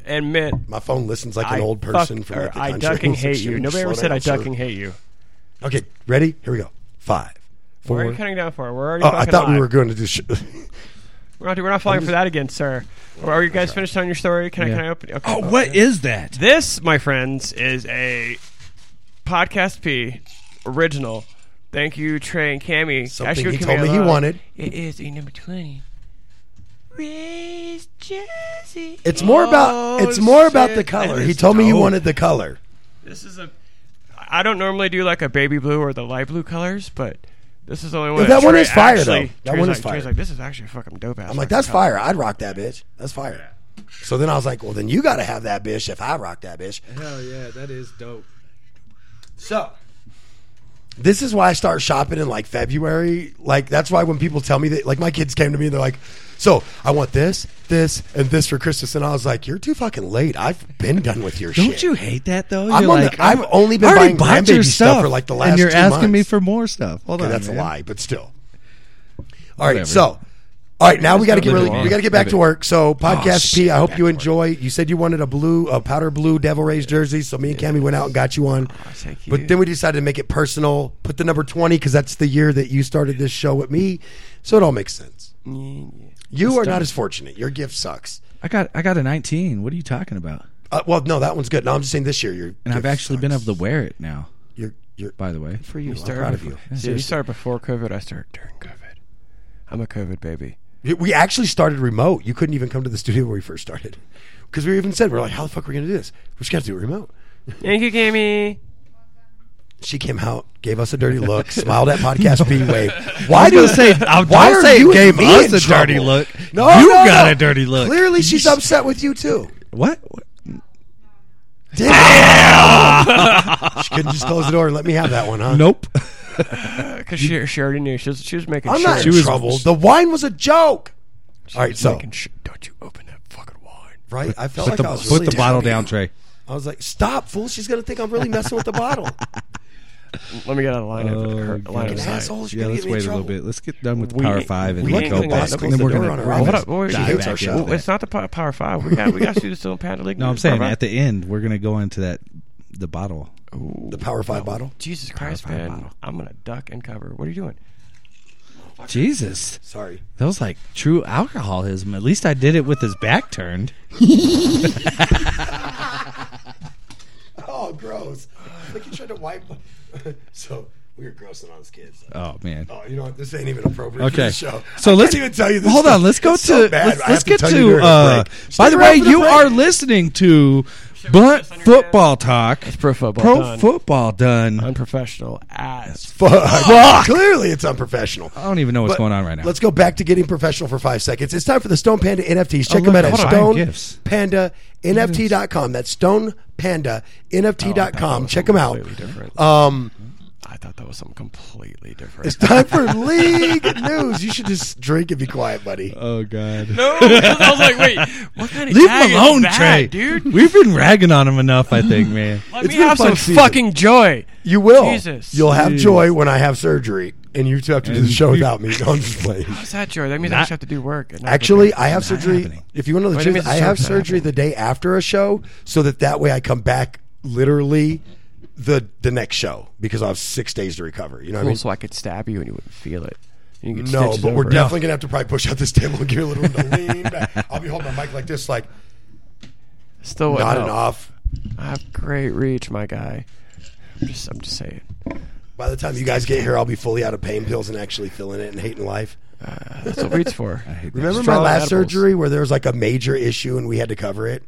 [SPEAKER 3] admit
[SPEAKER 2] my phone listens like
[SPEAKER 3] I
[SPEAKER 2] an old person
[SPEAKER 3] fuck-
[SPEAKER 2] from like,
[SPEAKER 3] or
[SPEAKER 2] the
[SPEAKER 3] I
[SPEAKER 2] country. (laughs)
[SPEAKER 3] ducking hate
[SPEAKER 2] Section.
[SPEAKER 3] you. Nobody ever
[SPEAKER 2] Slow
[SPEAKER 3] said
[SPEAKER 2] down,
[SPEAKER 3] I
[SPEAKER 2] sir.
[SPEAKER 3] ducking hate you.
[SPEAKER 2] Okay, ready? Here we go. Five.
[SPEAKER 3] Where are
[SPEAKER 2] Four.
[SPEAKER 3] you cutting down for? We're already.
[SPEAKER 2] Oh, I
[SPEAKER 3] fucking
[SPEAKER 2] thought we
[SPEAKER 3] live.
[SPEAKER 2] were going to
[SPEAKER 1] (laughs)
[SPEAKER 2] do. Sh-
[SPEAKER 3] We're not, we're not falling for that again, sir. Or are you guys finished on your story? Can I? Can I open? Okay.
[SPEAKER 1] Oh, what is that?
[SPEAKER 3] This, my friends, is a podcast P original. Thank you, Trey and Cammy.
[SPEAKER 2] Something
[SPEAKER 3] Actually,
[SPEAKER 2] he
[SPEAKER 3] Cammy,
[SPEAKER 2] told me
[SPEAKER 3] I
[SPEAKER 2] he
[SPEAKER 3] love.
[SPEAKER 2] wanted.
[SPEAKER 3] It is a number twenty. Raise Jesse.
[SPEAKER 2] It's more about. It's
[SPEAKER 3] Oh,
[SPEAKER 2] more about the
[SPEAKER 3] shit.
[SPEAKER 2] color.
[SPEAKER 3] That
[SPEAKER 2] He
[SPEAKER 3] is
[SPEAKER 2] told me he
[SPEAKER 3] dope.
[SPEAKER 2] wanted the color.
[SPEAKER 3] This is a. I don't normally do like a baby blue or the light blue colors, but this is the only one.
[SPEAKER 2] That one
[SPEAKER 3] Trey
[SPEAKER 2] is fire,
[SPEAKER 3] actually-
[SPEAKER 2] though. That
[SPEAKER 3] Trey's
[SPEAKER 2] one
[SPEAKER 3] like,
[SPEAKER 2] is fire.
[SPEAKER 3] Trey's like, this is actually a fucking dope ass.
[SPEAKER 2] I'm like, that's fire. I'd rock that bitch. That's fire. So then I was like, well, then you got to have that bitch if I rock that bitch.
[SPEAKER 1] Hell yeah, that is dope.
[SPEAKER 2] So this is why I start shopping in like February. Like that's why when people tell me that, like my kids came to me and they're like, "So I want this, this, and this for Christmas," and I was like, "You're too fucking late. I've been done with your
[SPEAKER 1] Don't
[SPEAKER 2] shit."
[SPEAKER 1] you hate that though?
[SPEAKER 2] I'm
[SPEAKER 1] You're
[SPEAKER 2] on the-
[SPEAKER 1] like, "Oh,
[SPEAKER 2] I've only been
[SPEAKER 1] I already
[SPEAKER 2] buying
[SPEAKER 1] bought
[SPEAKER 2] grandbaby
[SPEAKER 1] your
[SPEAKER 2] stuff for, like, the last
[SPEAKER 1] and you're
[SPEAKER 2] two
[SPEAKER 1] asking me
[SPEAKER 2] months.
[SPEAKER 1] for more stuff. Hold
[SPEAKER 2] Okay,
[SPEAKER 1] on,
[SPEAKER 2] that's
[SPEAKER 1] man.
[SPEAKER 2] a lie, but still. All right,
[SPEAKER 1] Whatever.
[SPEAKER 2] so. All right, now we got to get
[SPEAKER 1] leave
[SPEAKER 2] really,
[SPEAKER 1] it alone.
[SPEAKER 2] we got to get back
[SPEAKER 1] Leave it.
[SPEAKER 2] to
[SPEAKER 1] Oh,
[SPEAKER 2] work. So, podcast
[SPEAKER 1] shit,
[SPEAKER 2] P, I hope
[SPEAKER 1] back
[SPEAKER 2] you
[SPEAKER 1] to
[SPEAKER 2] enjoy. You said you wanted a blue, a powder blue Devil Rays jersey, so me and Cammy went out and got you one.
[SPEAKER 1] Oh,
[SPEAKER 3] thank you.
[SPEAKER 2] But then we decided to make it personal. Put the number twenty because that's the year that you started this show with me, so it all makes sense. You are not as fortunate. Your gift sucks.
[SPEAKER 1] I got I got a 19. What are you talking about?
[SPEAKER 2] Uh, well, no, that one's good. No, I'm just saying this year you're.
[SPEAKER 1] And I've actually been able to wear it now.
[SPEAKER 2] You're, you're
[SPEAKER 1] By the way,
[SPEAKER 2] for you. I'm
[SPEAKER 3] started
[SPEAKER 2] proud of
[SPEAKER 3] before-
[SPEAKER 2] you.
[SPEAKER 3] See, you started before COVID. I started during COVID. I'm a COVID baby.
[SPEAKER 2] We actually started remote. You couldn't even come to the studio where we first started because we even said we are like, "How the fuck are we gonna do this? We just gotta do it remote."
[SPEAKER 3] Thank you, Cammy.
[SPEAKER 2] She came out, gave us a
[SPEAKER 1] (laughs)
[SPEAKER 2] dirty look, smiled at podcast B wave. Why
[SPEAKER 1] I
[SPEAKER 2] do
[SPEAKER 1] was
[SPEAKER 2] (laughs)
[SPEAKER 1] gonna say, I-
[SPEAKER 2] Why
[SPEAKER 1] don't
[SPEAKER 2] are
[SPEAKER 1] say it
[SPEAKER 2] you
[SPEAKER 1] gave
[SPEAKER 2] and me
[SPEAKER 1] us
[SPEAKER 2] in
[SPEAKER 1] a
[SPEAKER 2] trouble?
[SPEAKER 1] dirty look.
[SPEAKER 2] No,
[SPEAKER 1] You
[SPEAKER 2] no,
[SPEAKER 1] got
[SPEAKER 2] no.
[SPEAKER 1] a dirty look.
[SPEAKER 2] Clearly, she's upset with
[SPEAKER 1] (laughs)
[SPEAKER 2] you too.
[SPEAKER 1] what?
[SPEAKER 2] Damn. she couldn't just close the door and let me have that one, huh? (laughs)
[SPEAKER 1] Nope.
[SPEAKER 3] Because she, she already knew she was, she was making
[SPEAKER 2] I'm
[SPEAKER 3] sure.
[SPEAKER 2] not
[SPEAKER 1] She
[SPEAKER 2] in
[SPEAKER 1] was-
[SPEAKER 2] trouble. The wine was a joke. All right,
[SPEAKER 3] She's
[SPEAKER 2] so
[SPEAKER 3] making sure- don't you open that fucking wine?
[SPEAKER 2] right, I felt
[SPEAKER 1] Put
[SPEAKER 2] like
[SPEAKER 1] the,
[SPEAKER 2] I was
[SPEAKER 1] put
[SPEAKER 2] really
[SPEAKER 1] the bottle
[SPEAKER 2] telling
[SPEAKER 1] down,
[SPEAKER 2] you.
[SPEAKER 1] Trey. (laughs)
[SPEAKER 2] I was like, "Stop, fool! She's gonna think I'm really messing with the bottle."
[SPEAKER 3] Let me get out of line after the
[SPEAKER 1] Oh,
[SPEAKER 3] cur- line
[SPEAKER 1] God.
[SPEAKER 3] of
[SPEAKER 2] Fucking
[SPEAKER 3] sight.
[SPEAKER 2] assholes, you're
[SPEAKER 1] Yeah,
[SPEAKER 2] gonna
[SPEAKER 1] let's
[SPEAKER 2] get me
[SPEAKER 1] wait
[SPEAKER 2] in
[SPEAKER 1] a little
[SPEAKER 2] trouble.
[SPEAKER 1] bit. Let's get done with
[SPEAKER 3] We-
[SPEAKER 1] Power Five and
[SPEAKER 3] we
[SPEAKER 1] then
[SPEAKER 3] ain't
[SPEAKER 1] go
[SPEAKER 3] cleaning
[SPEAKER 1] back.
[SPEAKER 3] up.
[SPEAKER 1] And then we're
[SPEAKER 2] Close the
[SPEAKER 1] gonna
[SPEAKER 2] door on our
[SPEAKER 1] wrap
[SPEAKER 2] office.
[SPEAKER 1] this-
[SPEAKER 3] Hold up, well,
[SPEAKER 2] She
[SPEAKER 1] dive
[SPEAKER 2] hates
[SPEAKER 1] back
[SPEAKER 2] our
[SPEAKER 1] into
[SPEAKER 2] show.
[SPEAKER 1] that.
[SPEAKER 3] Well, it's not the power, power five. We got we got to do this little panda league.
[SPEAKER 1] No, I'm saying at the end we're gonna go into that the bottle.
[SPEAKER 2] The Power Five bottle.
[SPEAKER 3] Jesus Christ,
[SPEAKER 1] Power Five
[SPEAKER 3] man!
[SPEAKER 1] bottle.
[SPEAKER 3] I'm gonna duck and cover. What are you doing?
[SPEAKER 1] Jesus,
[SPEAKER 2] Sorry.
[SPEAKER 7] That was like true alcoholism. At least I did it with his back turned.
[SPEAKER 2] (laughs) Oh, gross. Like you tried to wipe. (laughs) so we were grossing on his kids.
[SPEAKER 1] Oh man.
[SPEAKER 2] Oh, (laughs) you know what? This ain't even appropriate for
[SPEAKER 1] Okay.
[SPEAKER 2] the show.
[SPEAKER 1] So
[SPEAKER 2] I
[SPEAKER 1] let's
[SPEAKER 2] can't even tell you. This
[SPEAKER 1] Hold
[SPEAKER 2] stuff.
[SPEAKER 1] on. Let's go
[SPEAKER 2] It's
[SPEAKER 1] to.
[SPEAKER 2] so bad.
[SPEAKER 1] let's
[SPEAKER 2] I have
[SPEAKER 1] let's
[SPEAKER 2] to
[SPEAKER 1] get
[SPEAKER 2] tell
[SPEAKER 1] to.
[SPEAKER 2] you during the
[SPEAKER 1] uh,
[SPEAKER 2] break.
[SPEAKER 1] by
[SPEAKER 2] Stick
[SPEAKER 1] the
[SPEAKER 2] around
[SPEAKER 1] way,
[SPEAKER 2] for the
[SPEAKER 1] you
[SPEAKER 2] break.
[SPEAKER 1] are listening to Blunt Football Talk. It's
[SPEAKER 3] pro football
[SPEAKER 1] Pro
[SPEAKER 3] done.
[SPEAKER 1] football done.
[SPEAKER 3] Unprofessional ass.
[SPEAKER 2] Fuck. Clearly, it's unprofessional.
[SPEAKER 1] I don't even know what's
[SPEAKER 2] But
[SPEAKER 1] going on right now.
[SPEAKER 2] Let's go back to getting professional for five seconds. It's time for the Stone Panda NFTs. Check
[SPEAKER 1] Oh, look,
[SPEAKER 2] them out at
[SPEAKER 1] hold on.
[SPEAKER 2] Stone
[SPEAKER 1] Gifts.
[SPEAKER 2] Panda NFT.com. That's Stone Panda
[SPEAKER 1] Oh,
[SPEAKER 2] NFT.com. Check them out.
[SPEAKER 3] Completely different.
[SPEAKER 2] Um,
[SPEAKER 3] I thought that was something completely different. (laughs)
[SPEAKER 2] it's time for league news. You should just drink and be quiet, buddy.
[SPEAKER 1] oh God.
[SPEAKER 3] no, 'cause I was like, wait, what kind of
[SPEAKER 1] Leave
[SPEAKER 3] gag
[SPEAKER 1] him
[SPEAKER 3] is
[SPEAKER 1] alone,
[SPEAKER 3] that,
[SPEAKER 1] Trey.
[SPEAKER 3] dude?
[SPEAKER 1] We've been ragging on him enough, I
[SPEAKER 2] (laughs)
[SPEAKER 1] think, man.
[SPEAKER 3] Let
[SPEAKER 2] It's
[SPEAKER 3] me
[SPEAKER 2] been
[SPEAKER 3] have
[SPEAKER 2] fun
[SPEAKER 3] some
[SPEAKER 2] season.
[SPEAKER 3] fucking joy.
[SPEAKER 2] You will.
[SPEAKER 3] Jesus.
[SPEAKER 2] You'll have joy when I have surgery, and you two have to do the show without me. No, I'm just playing.
[SPEAKER 3] What's that joy? That means I just have to do work. and not
[SPEAKER 2] Actually, I have surgery.
[SPEAKER 1] happening.
[SPEAKER 2] If you want to know the
[SPEAKER 3] Wait, that
[SPEAKER 2] truth,
[SPEAKER 3] means
[SPEAKER 2] I
[SPEAKER 3] it's
[SPEAKER 2] have
[SPEAKER 3] not
[SPEAKER 2] surgery the day after a show, so that that way I come back literally the the next show because I have six days to recover. You know what I
[SPEAKER 3] cool,
[SPEAKER 2] mean?
[SPEAKER 3] so I could stab you and you wouldn't feel it. And you get
[SPEAKER 2] No,
[SPEAKER 3] stitches
[SPEAKER 2] but we're
[SPEAKER 3] over it.
[SPEAKER 2] definitely gonna have to probably push out this table and get a little bit of lean back. I'll be holding my mic like this, like
[SPEAKER 3] still
[SPEAKER 2] not
[SPEAKER 3] no.
[SPEAKER 2] enough.
[SPEAKER 3] I have great reach, my guy. I'm just, I'm just saying.
[SPEAKER 2] By the time you guys get here, I'll be fully out of pain pills and actually feeling it and hating life.
[SPEAKER 3] That's what
[SPEAKER 2] (laughs)
[SPEAKER 3] reach for.
[SPEAKER 2] Remember my
[SPEAKER 3] Strong
[SPEAKER 2] last
[SPEAKER 3] edibles.
[SPEAKER 2] surgery where there was like a major issue and we had to cover it?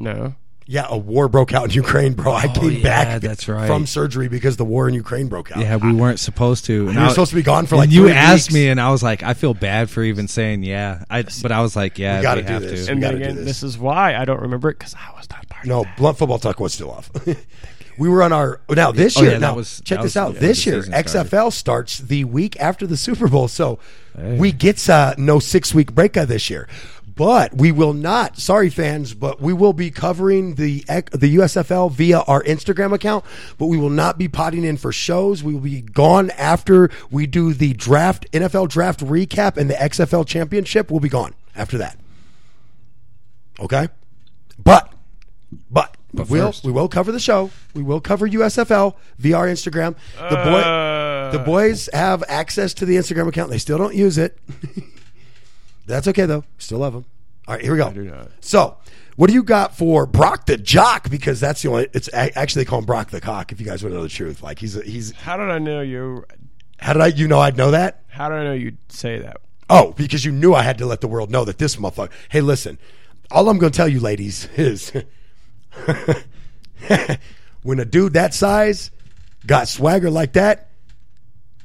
[SPEAKER 3] No.
[SPEAKER 2] Yeah, a war broke out in Ukraine, bro. I came
[SPEAKER 1] Oh, yeah,
[SPEAKER 2] back
[SPEAKER 1] that's right.
[SPEAKER 2] from surgery because the war in Ukraine broke out.
[SPEAKER 1] Yeah, we weren't supposed to. And
[SPEAKER 2] were supposed to be gone for,
[SPEAKER 1] and
[SPEAKER 2] like,
[SPEAKER 1] you
[SPEAKER 2] three
[SPEAKER 1] asked
[SPEAKER 2] weeks.
[SPEAKER 1] me, and I was like, I feel bad for even saying yeah. I but I was like, yeah,
[SPEAKER 2] We gotta do
[SPEAKER 1] have to.
[SPEAKER 2] this. We
[SPEAKER 3] And then
[SPEAKER 2] gotta do
[SPEAKER 3] again,
[SPEAKER 2] this.
[SPEAKER 3] this. is why I don't remember it because I was not part
[SPEAKER 2] No,
[SPEAKER 3] of that.
[SPEAKER 2] blunt football talk was still off. (laughs) we were on our now this
[SPEAKER 1] Oh,
[SPEAKER 2] year.
[SPEAKER 1] yeah, that
[SPEAKER 2] now
[SPEAKER 1] was-
[SPEAKER 2] check
[SPEAKER 1] that was
[SPEAKER 2] this out.
[SPEAKER 1] when the
[SPEAKER 2] This year,
[SPEAKER 1] season started.
[SPEAKER 2] XFL starts the week after the Super Bowl, so we get uh, no six week break of this year. But we will not. Sorry, fans, but we will be covering the ec- the USFL via our Instagram account. But we will not be potting in for shows. We will be gone after we do the draft NFL draft recap and the XFL championship. We'll be gone after that. Okay, but but, we'll, we will cover the show. We will cover USFL via our Instagram. The boy, the boys have access to the Instagram account. They still don't use it. (laughs) That's okay though. Still love them. All right, here we go. So, what do you got for Brock the Jock? Because that's the only. It's a- actually they call him Brock the Cock. If you guys want to know the truth, like he's a, he's.
[SPEAKER 3] How did I know you?
[SPEAKER 2] How did I? You know, I'd know that.
[SPEAKER 3] How did I know you'd say that?
[SPEAKER 2] Oh, because you knew I had to let the world know that this motherfucker. Hey, listen, all I'm going to tell you, ladies, (laughs) is when a dude that size got swagger like that,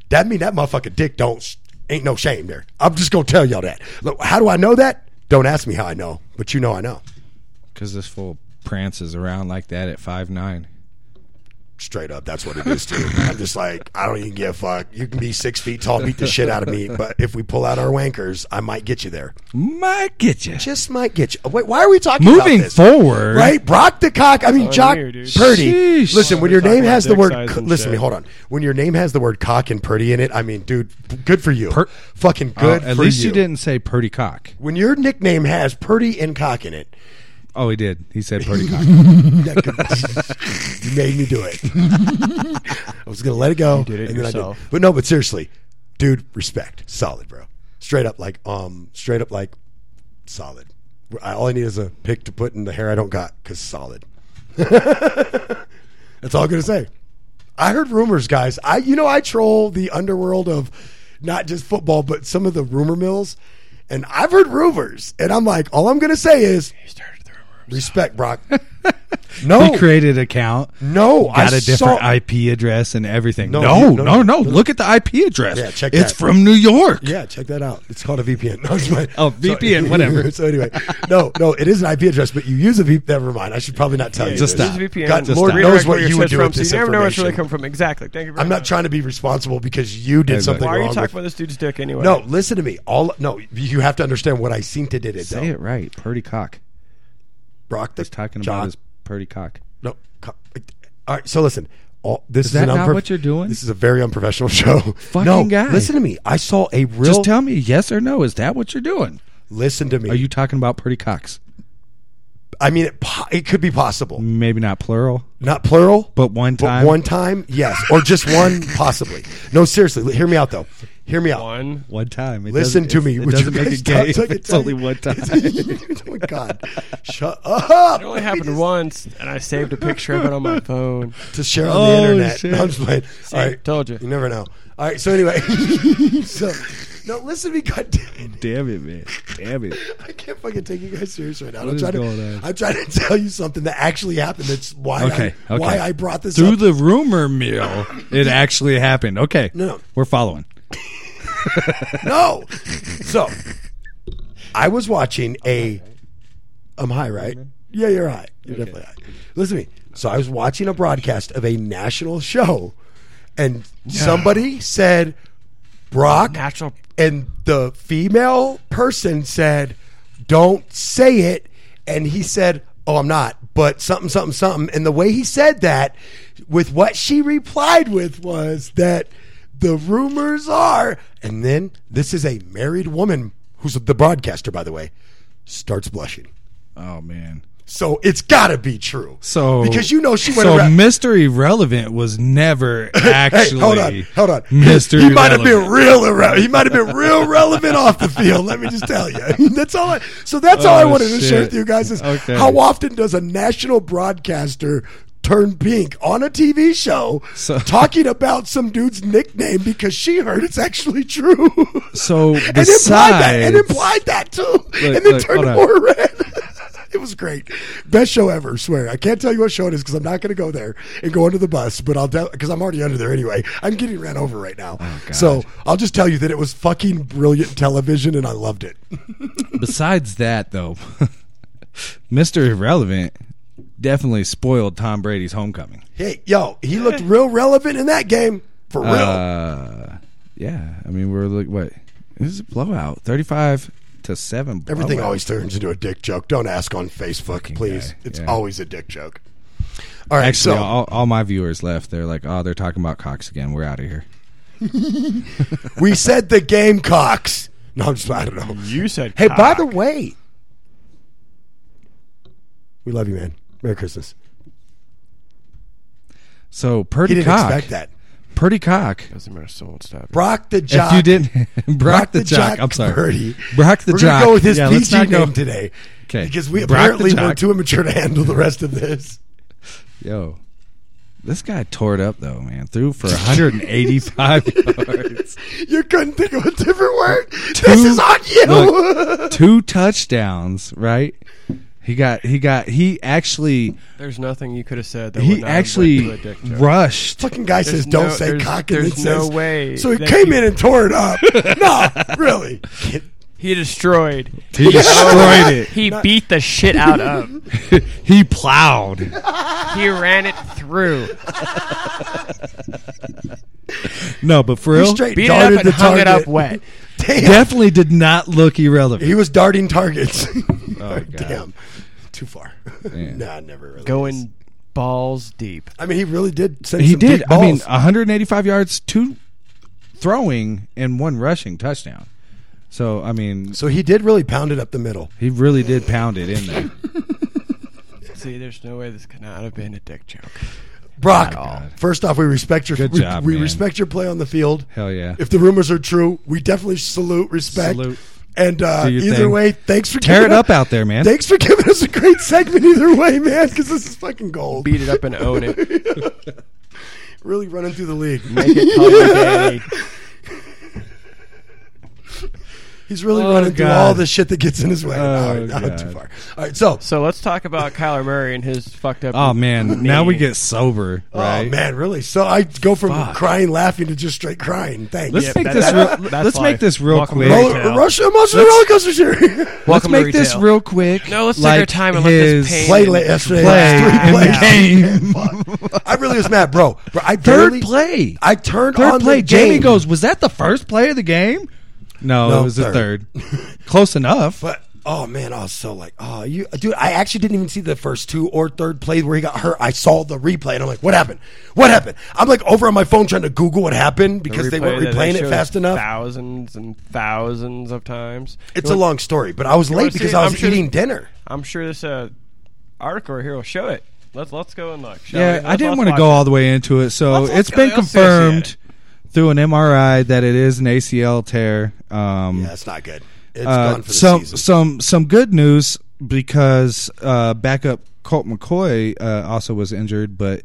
[SPEAKER 2] that mean that motherfucker dick don't ain't no shame there. I'm just going to tell y'all that. Look, how do I know that? Don't ask me how I know, but you know I know.
[SPEAKER 1] Because this fool prances around like that at five nine.
[SPEAKER 2] Straight up, that's what it is, too. I'm just like, I don't even give a fuck. You can be six feet tall, beat the shit out of me, but if we pull out our wankers, I might get you there.
[SPEAKER 1] Might get you.
[SPEAKER 2] Just might get you. Wait, why are we talking about
[SPEAKER 1] Moving
[SPEAKER 2] this?
[SPEAKER 1] forward,
[SPEAKER 2] Right, Brock the cock. I mean,
[SPEAKER 3] Oh,
[SPEAKER 2] Jock
[SPEAKER 3] weird, dude.
[SPEAKER 2] Purdy.
[SPEAKER 1] Sheesh.
[SPEAKER 2] Listen, when your
[SPEAKER 3] Talking
[SPEAKER 2] name
[SPEAKER 3] about
[SPEAKER 2] has the
[SPEAKER 3] dick
[SPEAKER 2] word,
[SPEAKER 3] size and
[SPEAKER 2] listen to me,
[SPEAKER 3] shit.
[SPEAKER 2] hold on. When your name has the word cock and Purdy in it, I mean, dude, good for you.
[SPEAKER 1] Per-
[SPEAKER 2] Fucking
[SPEAKER 1] Oh,
[SPEAKER 2] good.
[SPEAKER 1] at
[SPEAKER 2] for
[SPEAKER 1] least you.
[SPEAKER 2] you
[SPEAKER 1] didn't say Purdy cock.
[SPEAKER 2] When your nickname has Purdy and cock in it,
[SPEAKER 1] Oh, he did. He said Purdy
[SPEAKER 2] (laughs)
[SPEAKER 1] cock.
[SPEAKER 2] that could, you made me do
[SPEAKER 3] (laughs)
[SPEAKER 2] it. I was gonna let it go,
[SPEAKER 3] did it
[SPEAKER 2] and then
[SPEAKER 3] yourself.
[SPEAKER 2] I did. But no, but seriously, dude, respect, solid, bro. Straight up, like, um, straight up, like, solid. I, all I need is a pick to put in the hair I don't got, cause solid. (laughs) That's all I'm gonna say. I heard rumors, guys. I you know I troll the underworld of not just football, but some of the rumor mills, and I've heard rumors, and I'm like, all I'm gonna say is
[SPEAKER 3] Started the rumor.
[SPEAKER 2] respect,
[SPEAKER 3] (laughs)
[SPEAKER 2] Brock. No,
[SPEAKER 1] He created an account.
[SPEAKER 2] no, I
[SPEAKER 1] Got a different
[SPEAKER 2] saw-
[SPEAKER 1] IP address and everything.
[SPEAKER 2] No,
[SPEAKER 1] No,
[SPEAKER 2] you-
[SPEAKER 1] no,
[SPEAKER 2] no,
[SPEAKER 1] no.
[SPEAKER 2] no, no.
[SPEAKER 1] Look at the IP address.
[SPEAKER 2] Yeah, check
[SPEAKER 1] It's
[SPEAKER 2] that.
[SPEAKER 1] from New York.
[SPEAKER 2] Yeah, check that out. It's called a VPN. (laughs) No, it's fine.
[SPEAKER 1] Oh,
[SPEAKER 2] (laughs)
[SPEAKER 1] VPN, whatever.
[SPEAKER 2] so anyway, no, no, it is an IP address, but you use a VPN. Never mind. I should probably not tell you.
[SPEAKER 1] just
[SPEAKER 2] this.
[SPEAKER 1] stop.
[SPEAKER 3] Use VPN.
[SPEAKER 2] God,
[SPEAKER 1] Just
[SPEAKER 2] Lord
[SPEAKER 1] stop.
[SPEAKER 2] knows
[SPEAKER 3] Redirect
[SPEAKER 2] what
[SPEAKER 3] where
[SPEAKER 2] you
[SPEAKER 3] your
[SPEAKER 2] would
[SPEAKER 3] shit's
[SPEAKER 2] do
[SPEAKER 3] from,
[SPEAKER 2] with this
[SPEAKER 3] so you never know where it's really
[SPEAKER 2] information.
[SPEAKER 3] come from. Exactly. Thank you. Very
[SPEAKER 2] I'm not
[SPEAKER 3] much.
[SPEAKER 2] trying to be responsible because you did
[SPEAKER 1] Exactly.
[SPEAKER 2] something
[SPEAKER 3] Why are you
[SPEAKER 2] wrong.
[SPEAKER 3] talking
[SPEAKER 2] with-
[SPEAKER 3] about this dude's dick anyway?
[SPEAKER 2] no, listen to me. All no, you have to understand what I seen to did it.
[SPEAKER 1] Say
[SPEAKER 2] though.
[SPEAKER 1] it right. Purdy cock.
[SPEAKER 2] Brock the
[SPEAKER 1] He's talking
[SPEAKER 2] Jock-
[SPEAKER 1] about his Purdy cock.
[SPEAKER 2] No. co- All right. So listen, all, this is,
[SPEAKER 1] that
[SPEAKER 2] an
[SPEAKER 1] not
[SPEAKER 2] unprof-
[SPEAKER 1] what you're doing?
[SPEAKER 2] This is a very unprofessional (laughs) show.
[SPEAKER 1] Fucking
[SPEAKER 2] no,
[SPEAKER 1] guy.
[SPEAKER 2] listen to me. I saw a real.
[SPEAKER 1] Just tell me yes or no. Is that what you're doing?
[SPEAKER 2] Listen to me.
[SPEAKER 1] Are you talking about pretty cocks?
[SPEAKER 2] I mean, it, po- it could be possible.
[SPEAKER 1] Maybe not plural,
[SPEAKER 2] Not plural,
[SPEAKER 1] but one time.
[SPEAKER 2] But one time, yes, or just one, (laughs) possibly. No, seriously, hear me out though. Hear me out.
[SPEAKER 3] One.
[SPEAKER 1] One time. It
[SPEAKER 2] Listen
[SPEAKER 1] doesn't-
[SPEAKER 2] to me.
[SPEAKER 1] It, it
[SPEAKER 2] Would you
[SPEAKER 1] doesn't make
[SPEAKER 2] guys (laughs)
[SPEAKER 1] it
[SPEAKER 2] stop
[SPEAKER 1] gay. if
[SPEAKER 2] taking
[SPEAKER 1] It's only
[SPEAKER 2] time?
[SPEAKER 1] one (laughs)
[SPEAKER 2] (laughs)
[SPEAKER 1] time.
[SPEAKER 2] oh my god! Shut up!
[SPEAKER 3] It
[SPEAKER 2] (laughs)
[SPEAKER 3] only happened once, and I saved a picture of it on my phone.
[SPEAKER 2] to share on
[SPEAKER 1] Oh,
[SPEAKER 2] the internet.
[SPEAKER 1] shit.
[SPEAKER 2] No, I'm just playing. All right,
[SPEAKER 3] told you.
[SPEAKER 2] You never know. All right, so anyway, (laughs) so no, listen to me, god damn it.
[SPEAKER 1] Damn it, man. Damn it.
[SPEAKER 2] I can't fucking take you guys serious right now.
[SPEAKER 1] What
[SPEAKER 2] I'm
[SPEAKER 1] is
[SPEAKER 2] trying
[SPEAKER 1] going
[SPEAKER 2] to.
[SPEAKER 1] on?
[SPEAKER 2] I'm trying to tell you something that actually happened. That's why.
[SPEAKER 1] Okay,
[SPEAKER 2] I,
[SPEAKER 1] okay.
[SPEAKER 2] Why I brought this
[SPEAKER 1] Through
[SPEAKER 2] up.
[SPEAKER 1] the rumor mill, it actually happened. Okay.
[SPEAKER 2] No, no.
[SPEAKER 1] We're following.
[SPEAKER 2] no. So I was watching a. I'm high, right? Yeah, you're high. You're definitely high. Listen to me. So I was watching a broadcast of a national show, and somebody said, "Brock,"
[SPEAKER 3] Natural.
[SPEAKER 2] and the female person said, "Don't say it," and he said. Oh, I'm not, but something, something, something. And the way he said that, with what she replied with, was that the rumors are. And then this is a married woman who's the broadcaster, by the way, starts blushing.
[SPEAKER 1] Oh, man.
[SPEAKER 2] So it's got to be true.
[SPEAKER 1] So.
[SPEAKER 2] because you know she went
[SPEAKER 1] So
[SPEAKER 2] around.
[SPEAKER 1] Mr. Irrelevant was never
[SPEAKER 2] (laughs) Hey,
[SPEAKER 1] actually.
[SPEAKER 2] hold on, hold on.
[SPEAKER 1] Mr.
[SPEAKER 2] He might have been
[SPEAKER 1] Irrelevant.
[SPEAKER 2] real irrelevant. He might have been real relevant off the field. Let me just tell you. (laughs) That's all. I, so that's all I
[SPEAKER 1] Oh,
[SPEAKER 2] wanted to
[SPEAKER 1] shit.
[SPEAKER 2] share with you guys is
[SPEAKER 1] Okay.
[SPEAKER 2] how often does a national broadcaster turn pink on a TV show
[SPEAKER 1] So-
[SPEAKER 2] talking about some dude's nickname because she heard it's actually true.
[SPEAKER 1] (laughs) So
[SPEAKER 2] and implied that, and
[SPEAKER 1] besides-
[SPEAKER 2] implied that too, and then
[SPEAKER 1] look,
[SPEAKER 2] turned
[SPEAKER 1] hold on.
[SPEAKER 2] more red. (laughs) It was great, best show ever. Swear, I can't tell you what show it is because I'm not going to go there and go under the bus. But I'll because I'm already under there anyway. I'm getting ran over right now,
[SPEAKER 1] Oh,
[SPEAKER 2] so I'll just tell you that it was fucking brilliant television, and I loved it.
[SPEAKER 1] Besides that, though, (laughs) Mr. Irrelevant definitely spoiled Tom Brady's homecoming.
[SPEAKER 2] Hey, yo, he looked
[SPEAKER 1] (laughs)
[SPEAKER 2] real relevant in that game for real.
[SPEAKER 1] Uh, yeah, I mean we're like what? This is a blowout, thirty-five to seven.
[SPEAKER 2] Everything
[SPEAKER 1] blowout.
[SPEAKER 2] always turns into a dick joke. Don't ask on Facebook, please.
[SPEAKER 1] guy,
[SPEAKER 2] It's
[SPEAKER 1] yeah.
[SPEAKER 2] always a dick joke. All right,
[SPEAKER 1] Actually,
[SPEAKER 2] so
[SPEAKER 1] all, all my viewers left. They're like, "Oh, they're talking about Cox again. We're out of here."
[SPEAKER 2] we said the Gamecocks. No, I'm just I
[SPEAKER 1] (laughs)
[SPEAKER 2] don't know.
[SPEAKER 3] You said.
[SPEAKER 2] Hey, by
[SPEAKER 3] cock.
[SPEAKER 2] the way, we love you, man. Merry Christmas.
[SPEAKER 1] So
[SPEAKER 2] He
[SPEAKER 1] Purdy
[SPEAKER 2] didn't
[SPEAKER 1] Cock,
[SPEAKER 2] expect that.
[SPEAKER 1] Purdy Cock.
[SPEAKER 3] Doesn't matter. Someone stop. it.
[SPEAKER 2] Brock the Jock.
[SPEAKER 1] If you didn't, (laughs) Brock, the Jock. I'm sorry,
[SPEAKER 2] Purdy.
[SPEAKER 1] Brock the
[SPEAKER 2] We're
[SPEAKER 1] Jock.
[SPEAKER 2] gonna go with his
[SPEAKER 1] Yeah, let's
[SPEAKER 2] PG
[SPEAKER 1] not go-
[SPEAKER 2] name today.
[SPEAKER 1] 'Kay.
[SPEAKER 2] Because we
[SPEAKER 1] Brock the
[SPEAKER 2] apparently were
[SPEAKER 1] Jock.
[SPEAKER 2] too immature to handle the rest of this.
[SPEAKER 1] Yo, this guy tore it up though, man. Threw for 185 (laughs) yards,
[SPEAKER 2] You couldn't think of a different word. this is on you.
[SPEAKER 1] Look, two touchdowns. Right? He got. He got. He actually.
[SPEAKER 3] There's nothing you could have said. That would
[SPEAKER 1] He
[SPEAKER 3] not have led to
[SPEAKER 1] actually
[SPEAKER 3] a dick joke.
[SPEAKER 1] rushed.
[SPEAKER 2] (laughs) Fucking guy says,
[SPEAKER 3] There's
[SPEAKER 2] "Don't
[SPEAKER 3] no-
[SPEAKER 2] say
[SPEAKER 3] there's-
[SPEAKER 2] cock," and
[SPEAKER 3] there's
[SPEAKER 2] then
[SPEAKER 3] no
[SPEAKER 2] says,
[SPEAKER 3] way
[SPEAKER 2] So he
[SPEAKER 3] that
[SPEAKER 2] came
[SPEAKER 3] you-
[SPEAKER 2] in and tore it
[SPEAKER 1] (laughs)
[SPEAKER 2] up. no, really.
[SPEAKER 3] He destroyed.
[SPEAKER 1] He destroyed it.
[SPEAKER 3] He beat the shit out of.
[SPEAKER 1] He plowed.
[SPEAKER 3] (laughs) He ran it through.
[SPEAKER 1] No, but for real,
[SPEAKER 2] Straight
[SPEAKER 3] Beat it up
[SPEAKER 2] darted
[SPEAKER 3] and
[SPEAKER 2] the
[SPEAKER 3] hung it up
[SPEAKER 2] target. (laughs)
[SPEAKER 3] wet.
[SPEAKER 2] Damn.
[SPEAKER 1] definitely did not look irrelevant.
[SPEAKER 2] He was darting targets.
[SPEAKER 1] (laughs) Oh, God.
[SPEAKER 2] Damn. Too far. nah, never really. is.
[SPEAKER 3] Going balls deep.
[SPEAKER 2] I mean, he really did send
[SPEAKER 1] He
[SPEAKER 2] some
[SPEAKER 1] did.
[SPEAKER 2] deep
[SPEAKER 1] I
[SPEAKER 2] balls.
[SPEAKER 1] mean, uh, 185 yards, two throwing and one rushing touchdown. So I mean,
[SPEAKER 2] so he did really pound it up the middle.
[SPEAKER 1] he really did pound it in there.
[SPEAKER 3] See, there's no way this could not have been a dick joke.
[SPEAKER 2] Brock,
[SPEAKER 3] At all.
[SPEAKER 2] first off, we respect your
[SPEAKER 1] Good
[SPEAKER 2] we,
[SPEAKER 1] job,
[SPEAKER 2] we
[SPEAKER 1] man.
[SPEAKER 2] respect your play on the field.
[SPEAKER 1] Hell yeah.
[SPEAKER 2] If the rumors are true, we definitely salute, respect.
[SPEAKER 1] Salute.
[SPEAKER 2] And uh,
[SPEAKER 1] Do your
[SPEAKER 2] either
[SPEAKER 1] thing.
[SPEAKER 2] way, thanks for
[SPEAKER 1] Tear
[SPEAKER 2] giving
[SPEAKER 1] it up out there, man.
[SPEAKER 2] Thanks for giving us a great segment. Either way, man, because this is fucking gold.
[SPEAKER 3] Beat it up and own (laughs) it. Make
[SPEAKER 2] Really running through the league.
[SPEAKER 3] it (laughs) public day.
[SPEAKER 2] He's really
[SPEAKER 1] Oh,
[SPEAKER 2] running through
[SPEAKER 1] God.
[SPEAKER 2] all the shit that gets in his way. all
[SPEAKER 1] Oh,
[SPEAKER 2] right, no,
[SPEAKER 1] God.
[SPEAKER 2] too far. All right, so
[SPEAKER 3] So let's talk about Kyler Murray and his fucked up.
[SPEAKER 1] Oh
[SPEAKER 3] (laughs)
[SPEAKER 1] man, now we
[SPEAKER 3] knee.
[SPEAKER 1] get sober, right?
[SPEAKER 2] Oh man, really? So I go from
[SPEAKER 1] Fuck.
[SPEAKER 2] crying, laughing to just straight crying. Thanks.
[SPEAKER 1] Let's
[SPEAKER 3] Yep,
[SPEAKER 1] make
[SPEAKER 3] that-
[SPEAKER 1] this
[SPEAKER 3] that-
[SPEAKER 1] real.
[SPEAKER 3] that's
[SPEAKER 1] Let's
[SPEAKER 3] life.
[SPEAKER 1] make this real
[SPEAKER 3] Welcome
[SPEAKER 1] quick.
[SPEAKER 3] to
[SPEAKER 2] Roller,
[SPEAKER 3] retail.
[SPEAKER 2] Russian emotional roller coaster (laughs) theory.
[SPEAKER 1] Let's
[SPEAKER 3] Welcome to
[SPEAKER 1] make this
[SPEAKER 3] retail.
[SPEAKER 1] real quick.
[SPEAKER 3] No, let's take
[SPEAKER 1] like
[SPEAKER 3] our time and let this
[SPEAKER 1] his
[SPEAKER 3] pain-
[SPEAKER 2] Play late yesterday.
[SPEAKER 1] Play
[SPEAKER 2] Three
[SPEAKER 1] in the
[SPEAKER 3] (laughs)
[SPEAKER 2] plays.
[SPEAKER 1] game.
[SPEAKER 2] Fuck. I really was mad, bro. Bro, I
[SPEAKER 1] Third
[SPEAKER 2] barely-
[SPEAKER 1] play.
[SPEAKER 2] I turned on
[SPEAKER 1] Third
[SPEAKER 2] the
[SPEAKER 1] play. Jamie
[SPEAKER 2] game,
[SPEAKER 1] goes, "Was that the first play of the game?" No,
[SPEAKER 2] No,
[SPEAKER 1] it was
[SPEAKER 2] third.
[SPEAKER 1] the third. (laughs) Close enough.
[SPEAKER 2] But Oh man, I was so like, oh you, dude. I actually didn't even see the first two or third plays where he got hurt. I saw the replay, and I'm like, what happened? What happened? I'm like over on my phone trying to Google what happened because they weren't
[SPEAKER 3] Replay that
[SPEAKER 2] replaying it
[SPEAKER 3] showed
[SPEAKER 2] fast enough.
[SPEAKER 3] Thousands and thousands of times.
[SPEAKER 2] It's a
[SPEAKER 3] You want-
[SPEAKER 2] long story, but I was
[SPEAKER 3] wanna
[SPEAKER 2] late
[SPEAKER 3] see
[SPEAKER 2] because
[SPEAKER 3] it?
[SPEAKER 2] I
[SPEAKER 3] I'm
[SPEAKER 2] was
[SPEAKER 3] sure-
[SPEAKER 2] eating dinner.
[SPEAKER 3] I'm sure this uh, article right here will show it. Let's let's go and look. shall we?
[SPEAKER 1] Yeah,
[SPEAKER 3] Let's-
[SPEAKER 1] I didn't
[SPEAKER 3] let's
[SPEAKER 1] want to
[SPEAKER 3] watch
[SPEAKER 1] go
[SPEAKER 3] it.
[SPEAKER 1] all the way into it. So
[SPEAKER 3] Let's- let's
[SPEAKER 1] it's
[SPEAKER 3] go-
[SPEAKER 1] been
[SPEAKER 3] let's go see
[SPEAKER 1] confirmed
[SPEAKER 3] it.
[SPEAKER 1] through an MRI that it is an ACL tear. Um,
[SPEAKER 2] Yeah, that's not good. It's
[SPEAKER 1] uh,
[SPEAKER 2] gone for the
[SPEAKER 1] some
[SPEAKER 2] season.
[SPEAKER 1] some some good news because uh, backup Colt McCoy uh, also was injured, but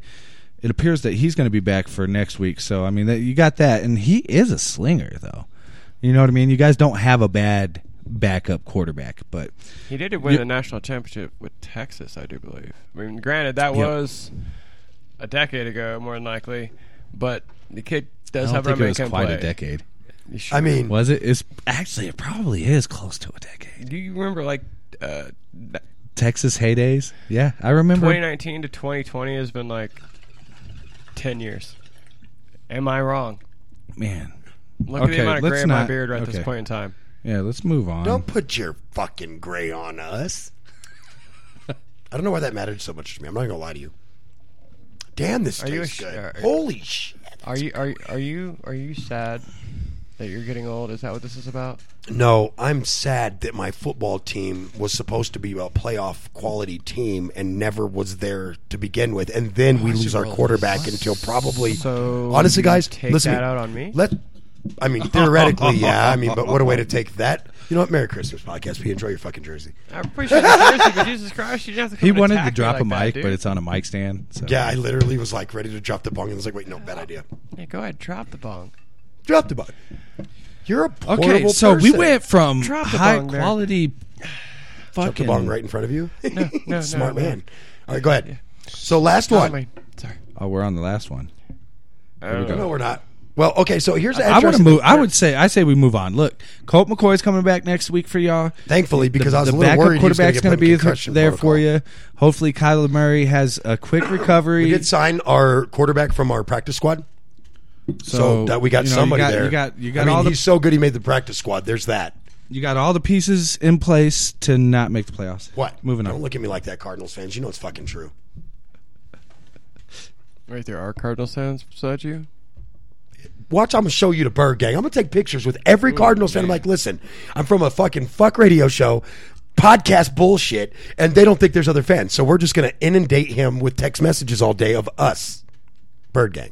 [SPEAKER 1] it appears that he's going to be back for next week. So I mean, that, you got that, and he is a slinger, though. You know what I mean? You guys don't have a bad backup quarterback, but
[SPEAKER 3] He did win
[SPEAKER 1] You-
[SPEAKER 3] the national championship with Texas, I do believe. I mean, granted, that
[SPEAKER 1] Yep.
[SPEAKER 3] was a decade ago, more than likely, but the kid does
[SPEAKER 1] I don't
[SPEAKER 3] have a
[SPEAKER 1] think it
[SPEAKER 3] man
[SPEAKER 1] was
[SPEAKER 3] can
[SPEAKER 1] quite
[SPEAKER 3] play.
[SPEAKER 1] a decade.
[SPEAKER 3] You sure?
[SPEAKER 2] I mean,
[SPEAKER 1] Was it? It's actually it probably is close to a decade.
[SPEAKER 3] do you remember like uh, th-
[SPEAKER 1] Texas heydays. Yeah, I remember.
[SPEAKER 3] 2019 to 2020 has been like 10 years? Am I wrong?
[SPEAKER 1] Man,
[SPEAKER 3] Look at
[SPEAKER 1] Okay,
[SPEAKER 3] the amount of gray
[SPEAKER 1] let's
[SPEAKER 3] in my
[SPEAKER 1] not-
[SPEAKER 3] beard right at this
[SPEAKER 1] okay.
[SPEAKER 3] point in time.
[SPEAKER 1] yeah, let's move on.
[SPEAKER 2] don't put your fucking gray on us. I don't know why that mattered so much to me. I'm not gonna lie to you. Damn, this
[SPEAKER 3] Are you
[SPEAKER 2] tastes
[SPEAKER 3] a sh-
[SPEAKER 2] good.
[SPEAKER 3] are-
[SPEAKER 2] Holy shit!
[SPEAKER 3] Are you are you- are you are you sad that you're getting old? Is that what this is about?
[SPEAKER 2] No, I'm sad that my football team was supposed to be a playoff quality team and never was there to begin with. And then we lose our quarterback until probably.
[SPEAKER 3] So
[SPEAKER 2] honestly,
[SPEAKER 3] you
[SPEAKER 2] guys,
[SPEAKER 3] take
[SPEAKER 2] listen to
[SPEAKER 3] that out on me?
[SPEAKER 2] Let, I mean, theoretically, yeah. I mean, but what a way to take that. You know what? Merry Christmas, podcast. We enjoy your fucking jersey.
[SPEAKER 3] I appreciate the seriously, but Jesus Christ, you didn't have to. Come
[SPEAKER 1] He
[SPEAKER 3] and
[SPEAKER 1] wanted to
[SPEAKER 3] attack me
[SPEAKER 1] drop
[SPEAKER 3] like
[SPEAKER 1] a
[SPEAKER 3] that,
[SPEAKER 1] mic,
[SPEAKER 3] dude.
[SPEAKER 1] but it's on a mic stand. So.
[SPEAKER 2] Yeah, I literally was like ready to drop the bong and was like, wait, no, bad idea.
[SPEAKER 3] Yeah, go ahead, drop the bong.
[SPEAKER 2] Drop the bong. You're a horrible
[SPEAKER 1] Okay, so we
[SPEAKER 2] person.
[SPEAKER 1] went from
[SPEAKER 3] Drop the
[SPEAKER 1] high
[SPEAKER 3] bong there.
[SPEAKER 1] quality
[SPEAKER 2] Drop the
[SPEAKER 1] fucking
[SPEAKER 2] bong right in front
[SPEAKER 1] (laughs)
[SPEAKER 2] of you.
[SPEAKER 3] no,
[SPEAKER 2] (laughs) Smart
[SPEAKER 3] no, no.
[SPEAKER 2] man. All right, go ahead. So last one.
[SPEAKER 3] Sorry. Sorry.
[SPEAKER 1] Oh, we're on the last one.
[SPEAKER 3] There
[SPEAKER 1] we go.
[SPEAKER 2] No, we're not. Well, okay. So here's
[SPEAKER 1] I want to move. I would say I say we move on. Look, Colt McCoy's coming back next week for y'all.
[SPEAKER 2] Thankfully, because I was
[SPEAKER 1] the
[SPEAKER 2] a little
[SPEAKER 1] backup
[SPEAKER 2] worried he was gonna
[SPEAKER 1] quarterback's
[SPEAKER 2] get
[SPEAKER 1] going to
[SPEAKER 2] put in
[SPEAKER 1] be
[SPEAKER 2] concussion
[SPEAKER 1] there for
[SPEAKER 2] protocol.
[SPEAKER 1] you. Hopefully, Kyler Murray has a quick recovery.
[SPEAKER 2] We did sign our quarterback from our practice squad, so, that we got
[SPEAKER 1] you know,
[SPEAKER 2] somebody
[SPEAKER 1] you got,
[SPEAKER 2] there.
[SPEAKER 1] You got you got
[SPEAKER 2] I mean,
[SPEAKER 1] all
[SPEAKER 2] he's
[SPEAKER 1] the
[SPEAKER 2] so good he made the practice squad. There's that.
[SPEAKER 1] you got all the pieces in place to not make the playoffs.
[SPEAKER 2] What?
[SPEAKER 1] Moving
[SPEAKER 2] Don't
[SPEAKER 1] on.
[SPEAKER 2] look at me like that, Cardinals fans. You know it's fucking true.
[SPEAKER 3] Right there are Cardinals fans beside you.
[SPEAKER 2] Watch, I'm gonna show you the Bird Gang. I'm gonna take pictures with every Cardinals fan. I'm like, listen, I'm from a fucking fuck radio show, podcast bullshit, and they don't think there's other fans. So we're just gonna inundate him with text messages all day of us, Bird Gang.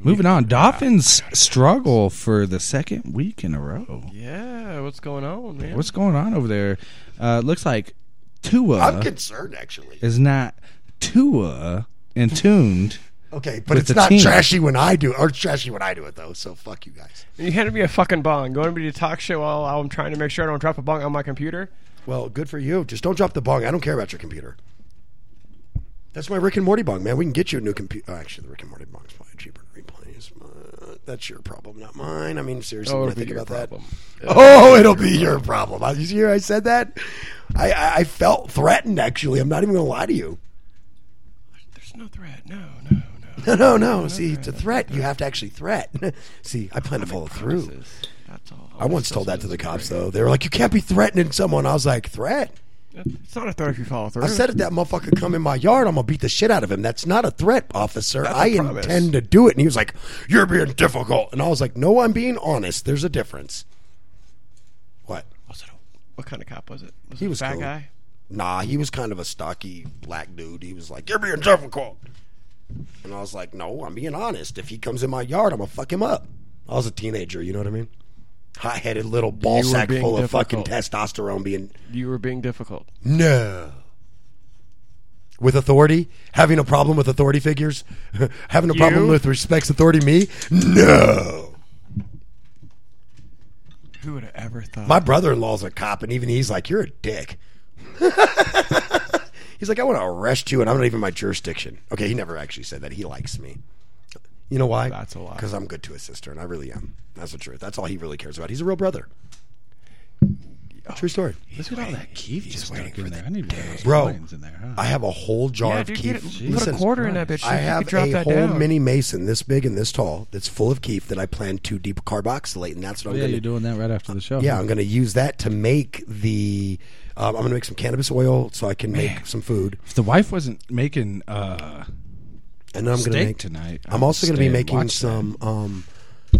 [SPEAKER 1] Moving
[SPEAKER 2] Ah,
[SPEAKER 1] on. Dolphins struggle for the second week in a row.
[SPEAKER 3] Yeah, what's going on, man?
[SPEAKER 1] What's going on over there? Uh, looks like Tua
[SPEAKER 2] I'm concerned, actually.
[SPEAKER 1] is not Tua in tuned.
[SPEAKER 2] Okay, but
[SPEAKER 1] with
[SPEAKER 2] it's
[SPEAKER 1] the
[SPEAKER 2] not
[SPEAKER 1] team.
[SPEAKER 2] trashy when I do, or it's trashy when I do it though. So fuck you guys.
[SPEAKER 3] you handed me a fucking bong. Going to be a talk show while I'm trying to make sure I don't drop a bong on my computer.
[SPEAKER 2] Well, good for you. Just don't drop the bong. I don't care about your computer. That's my Rick and Morty bong, man. We can get you a new computer. Oh, actually, the Rick and Morty bong's probably cheaper to replace. Uh, That's your problem, not mine. I mean, seriously,
[SPEAKER 3] Oh,
[SPEAKER 2] when I
[SPEAKER 3] it'll be
[SPEAKER 2] think
[SPEAKER 3] your
[SPEAKER 2] about (laughs)
[SPEAKER 3] problem.
[SPEAKER 2] that. Oh, it'll be your problem. I- You hear I said that? I, I, I felt threatened, actually. I'm not even going to lie to you. (laughs)
[SPEAKER 3] There's no threat. No, no, no.
[SPEAKER 2] No, no, no. See, it's a threat. You have to actually threat. (laughs) See, I plan to follow through.
[SPEAKER 3] That's all.
[SPEAKER 2] I once told that to the cops, though. They were like, "You can't be threatening someone." I was like, "Threat."
[SPEAKER 3] It's not a threat if you follow through.
[SPEAKER 2] I said if that motherfucker come in my yard, I'm gonna beat the shit out of him. That's not a threat, officer. I
[SPEAKER 3] promise.
[SPEAKER 2] intend to do it. And he was like, "You're being difficult," and I was like, "No, I'm being honest. There's a difference." What?
[SPEAKER 3] Was it a- what kind of cop was it? Was
[SPEAKER 2] He
[SPEAKER 3] it
[SPEAKER 2] was
[SPEAKER 3] a fat
[SPEAKER 2] cool.
[SPEAKER 3] guy?
[SPEAKER 2] Nah, he was kind of a stocky black dude. He was like, "You're being difficult," and I was like, "No, I'm being honest. If he comes in my yard, I'm gonna fuck him up." I was a teenager. You know what I mean? Hot headed little ball
[SPEAKER 3] You were
[SPEAKER 2] sack
[SPEAKER 3] being
[SPEAKER 2] full of fucking
[SPEAKER 3] difficult.
[SPEAKER 2] testosterone being
[SPEAKER 3] You were being difficult.
[SPEAKER 2] No. With authority? Having a problem with authority figures? (laughs) having a problem
[SPEAKER 3] You?
[SPEAKER 2] with respects authority me? No.
[SPEAKER 3] Who would have ever thought?
[SPEAKER 2] My brother in law's a cop, and even he's like, You're a dick. (laughs) he's like, I want to arrest you, and I'm not even in my jurisdiction. Okay, he never actually said that. He likes me. You know why?
[SPEAKER 3] That's a lie.
[SPEAKER 2] Because I'm good to his sister, and I really am. That's the truth. That's all he really cares about. He's a real brother.
[SPEAKER 3] Oh.
[SPEAKER 2] True story.
[SPEAKER 1] Look at all that Keith just stuck in there. I need one of those
[SPEAKER 2] Bro,
[SPEAKER 1] coins in there, huh?
[SPEAKER 2] I have a whole jar
[SPEAKER 3] Yeah,
[SPEAKER 2] of
[SPEAKER 3] dude,
[SPEAKER 2] keef.
[SPEAKER 3] get it, put
[SPEAKER 2] Listen,
[SPEAKER 3] a quarter in that bitch.
[SPEAKER 2] I
[SPEAKER 3] You could
[SPEAKER 2] have
[SPEAKER 3] drop
[SPEAKER 2] a
[SPEAKER 3] that
[SPEAKER 2] whole
[SPEAKER 3] down.
[SPEAKER 2] mini mason this big and this tall that's full of keef that I plan to deep carboxylate, and that's what I'm
[SPEAKER 7] yeah,
[SPEAKER 2] going
[SPEAKER 7] you're
[SPEAKER 2] to do.
[SPEAKER 7] doing that right after the show.
[SPEAKER 2] Yeah, I'm going to use that to make the. Um, I'm going to make some cannabis oil so I can make some food,
[SPEAKER 7] If the wife wasn't making uh,
[SPEAKER 2] and then I'm going to
[SPEAKER 7] Steak
[SPEAKER 2] make
[SPEAKER 7] tonight.
[SPEAKER 2] I'm also going to
[SPEAKER 7] Stay
[SPEAKER 2] be
[SPEAKER 7] and
[SPEAKER 2] making
[SPEAKER 7] watch that.
[SPEAKER 2] some. Um,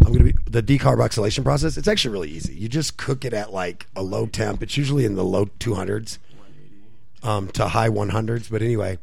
[SPEAKER 2] I'm going to be the decarboxylation process. It's actually really easy. You just cook it at like a low temp. It's usually in the low 200s um, to high 100s. But anyway,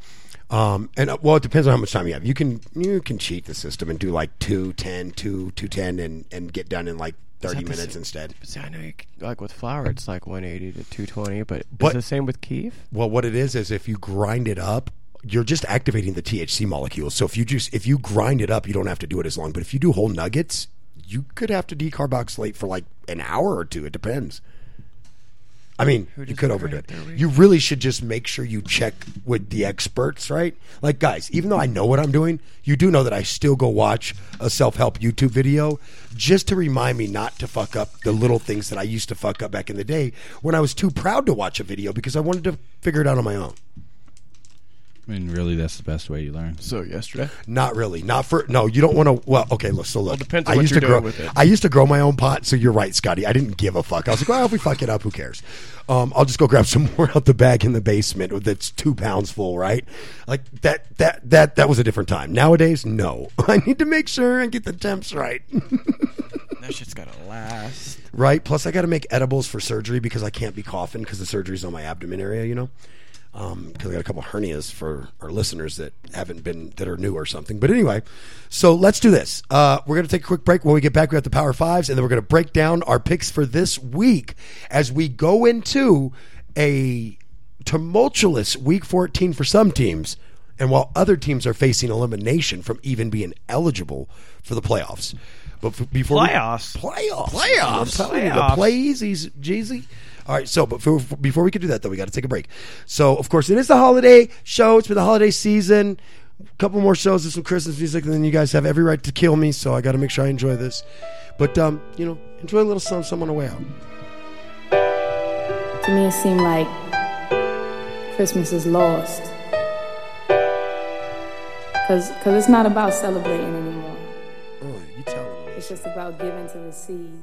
[SPEAKER 2] um, and uh, well, it depends on how much time you have. You can you can cheat the system and do like 210, 2, 210, and and get done in like 30
[SPEAKER 3] the
[SPEAKER 2] minutes
[SPEAKER 3] same-
[SPEAKER 2] instead.
[SPEAKER 3] See, I know, you, c- like with flour, it's like 180 to 220, but
[SPEAKER 2] But-
[SPEAKER 3] it's the same with Keef.
[SPEAKER 2] Well, what it is is if you grind it up, you're just activating the THC molecules. So if you just if you grind it up, you don't have to do it as long. But if you do whole nuggets, you could have to decarboxylate for like an hour or two. It depends. I mean, you
[SPEAKER 3] does
[SPEAKER 2] could
[SPEAKER 3] the
[SPEAKER 2] overdo it.
[SPEAKER 3] grind their weed?
[SPEAKER 2] You really should just make sure you check with the experts, right? Like, guys, even though I know what I'm doing, you do know that I still go watch a self help YouTube video just to remind me not to fuck up the little things that I used to fuck up back in the day when I was too proud to watch a video because I wanted to figure it out on my own.
[SPEAKER 7] I mean, really, that's the best way you learn.
[SPEAKER 3] So yesterday,
[SPEAKER 2] Not really. Not for no. You don't want to. Well, okay. Look, so look.
[SPEAKER 3] depends on
[SPEAKER 2] I
[SPEAKER 3] what
[SPEAKER 2] used
[SPEAKER 3] you're
[SPEAKER 2] to
[SPEAKER 3] doing
[SPEAKER 2] grow.
[SPEAKER 3] with it.
[SPEAKER 2] I used to grow my own pot. So you're right, Scotty. I didn't give a fuck. I was like, well, if we fuck it up, who cares? Um, I'll just go grab (laughs) some more out the bag in the basement that's two pounds full, right? Like that. That that that was a different time. Nowadays, no. (laughs) I need to make sure and get the temps right.
[SPEAKER 3] that shit's gotta last.
[SPEAKER 2] right. Plus, I got to make edibles for surgery because I can't be coughing because the surgery's on my abdomen area. You know. Um, 'cause I got a couple hernias for our listeners that haven't been that are new or something. But anyway, so let's do this. Uh, we're gonna take a quick break. When we get back, we have the Power Fives, and then we're gonna break down our picks for this week as we go into a tumultuous Week 14 for some teams, and while other teams are facing elimination from even being eligible for the playoffs. But f- before we-
[SPEAKER 3] Playoffs?
[SPEAKER 2] playoffs, playoffs, I'm telling you,
[SPEAKER 3] Playoffs.
[SPEAKER 2] the play easy, Jeezy. All right, so but for, before we can do that, though, we got to take a break. So, of course, it is the holiday show. It's been the holiday season. A couple more shows and some Christmas music, and then you guys have every right to kill me. So I got to make sure I enjoy this. But um, you know, enjoy a little something, something on the way out.
[SPEAKER 8] To me, it seemed like Christmas is lost. Because cause it's not about celebrating anymore,
[SPEAKER 2] Oh, you telling me?
[SPEAKER 8] it's just about giving to receive.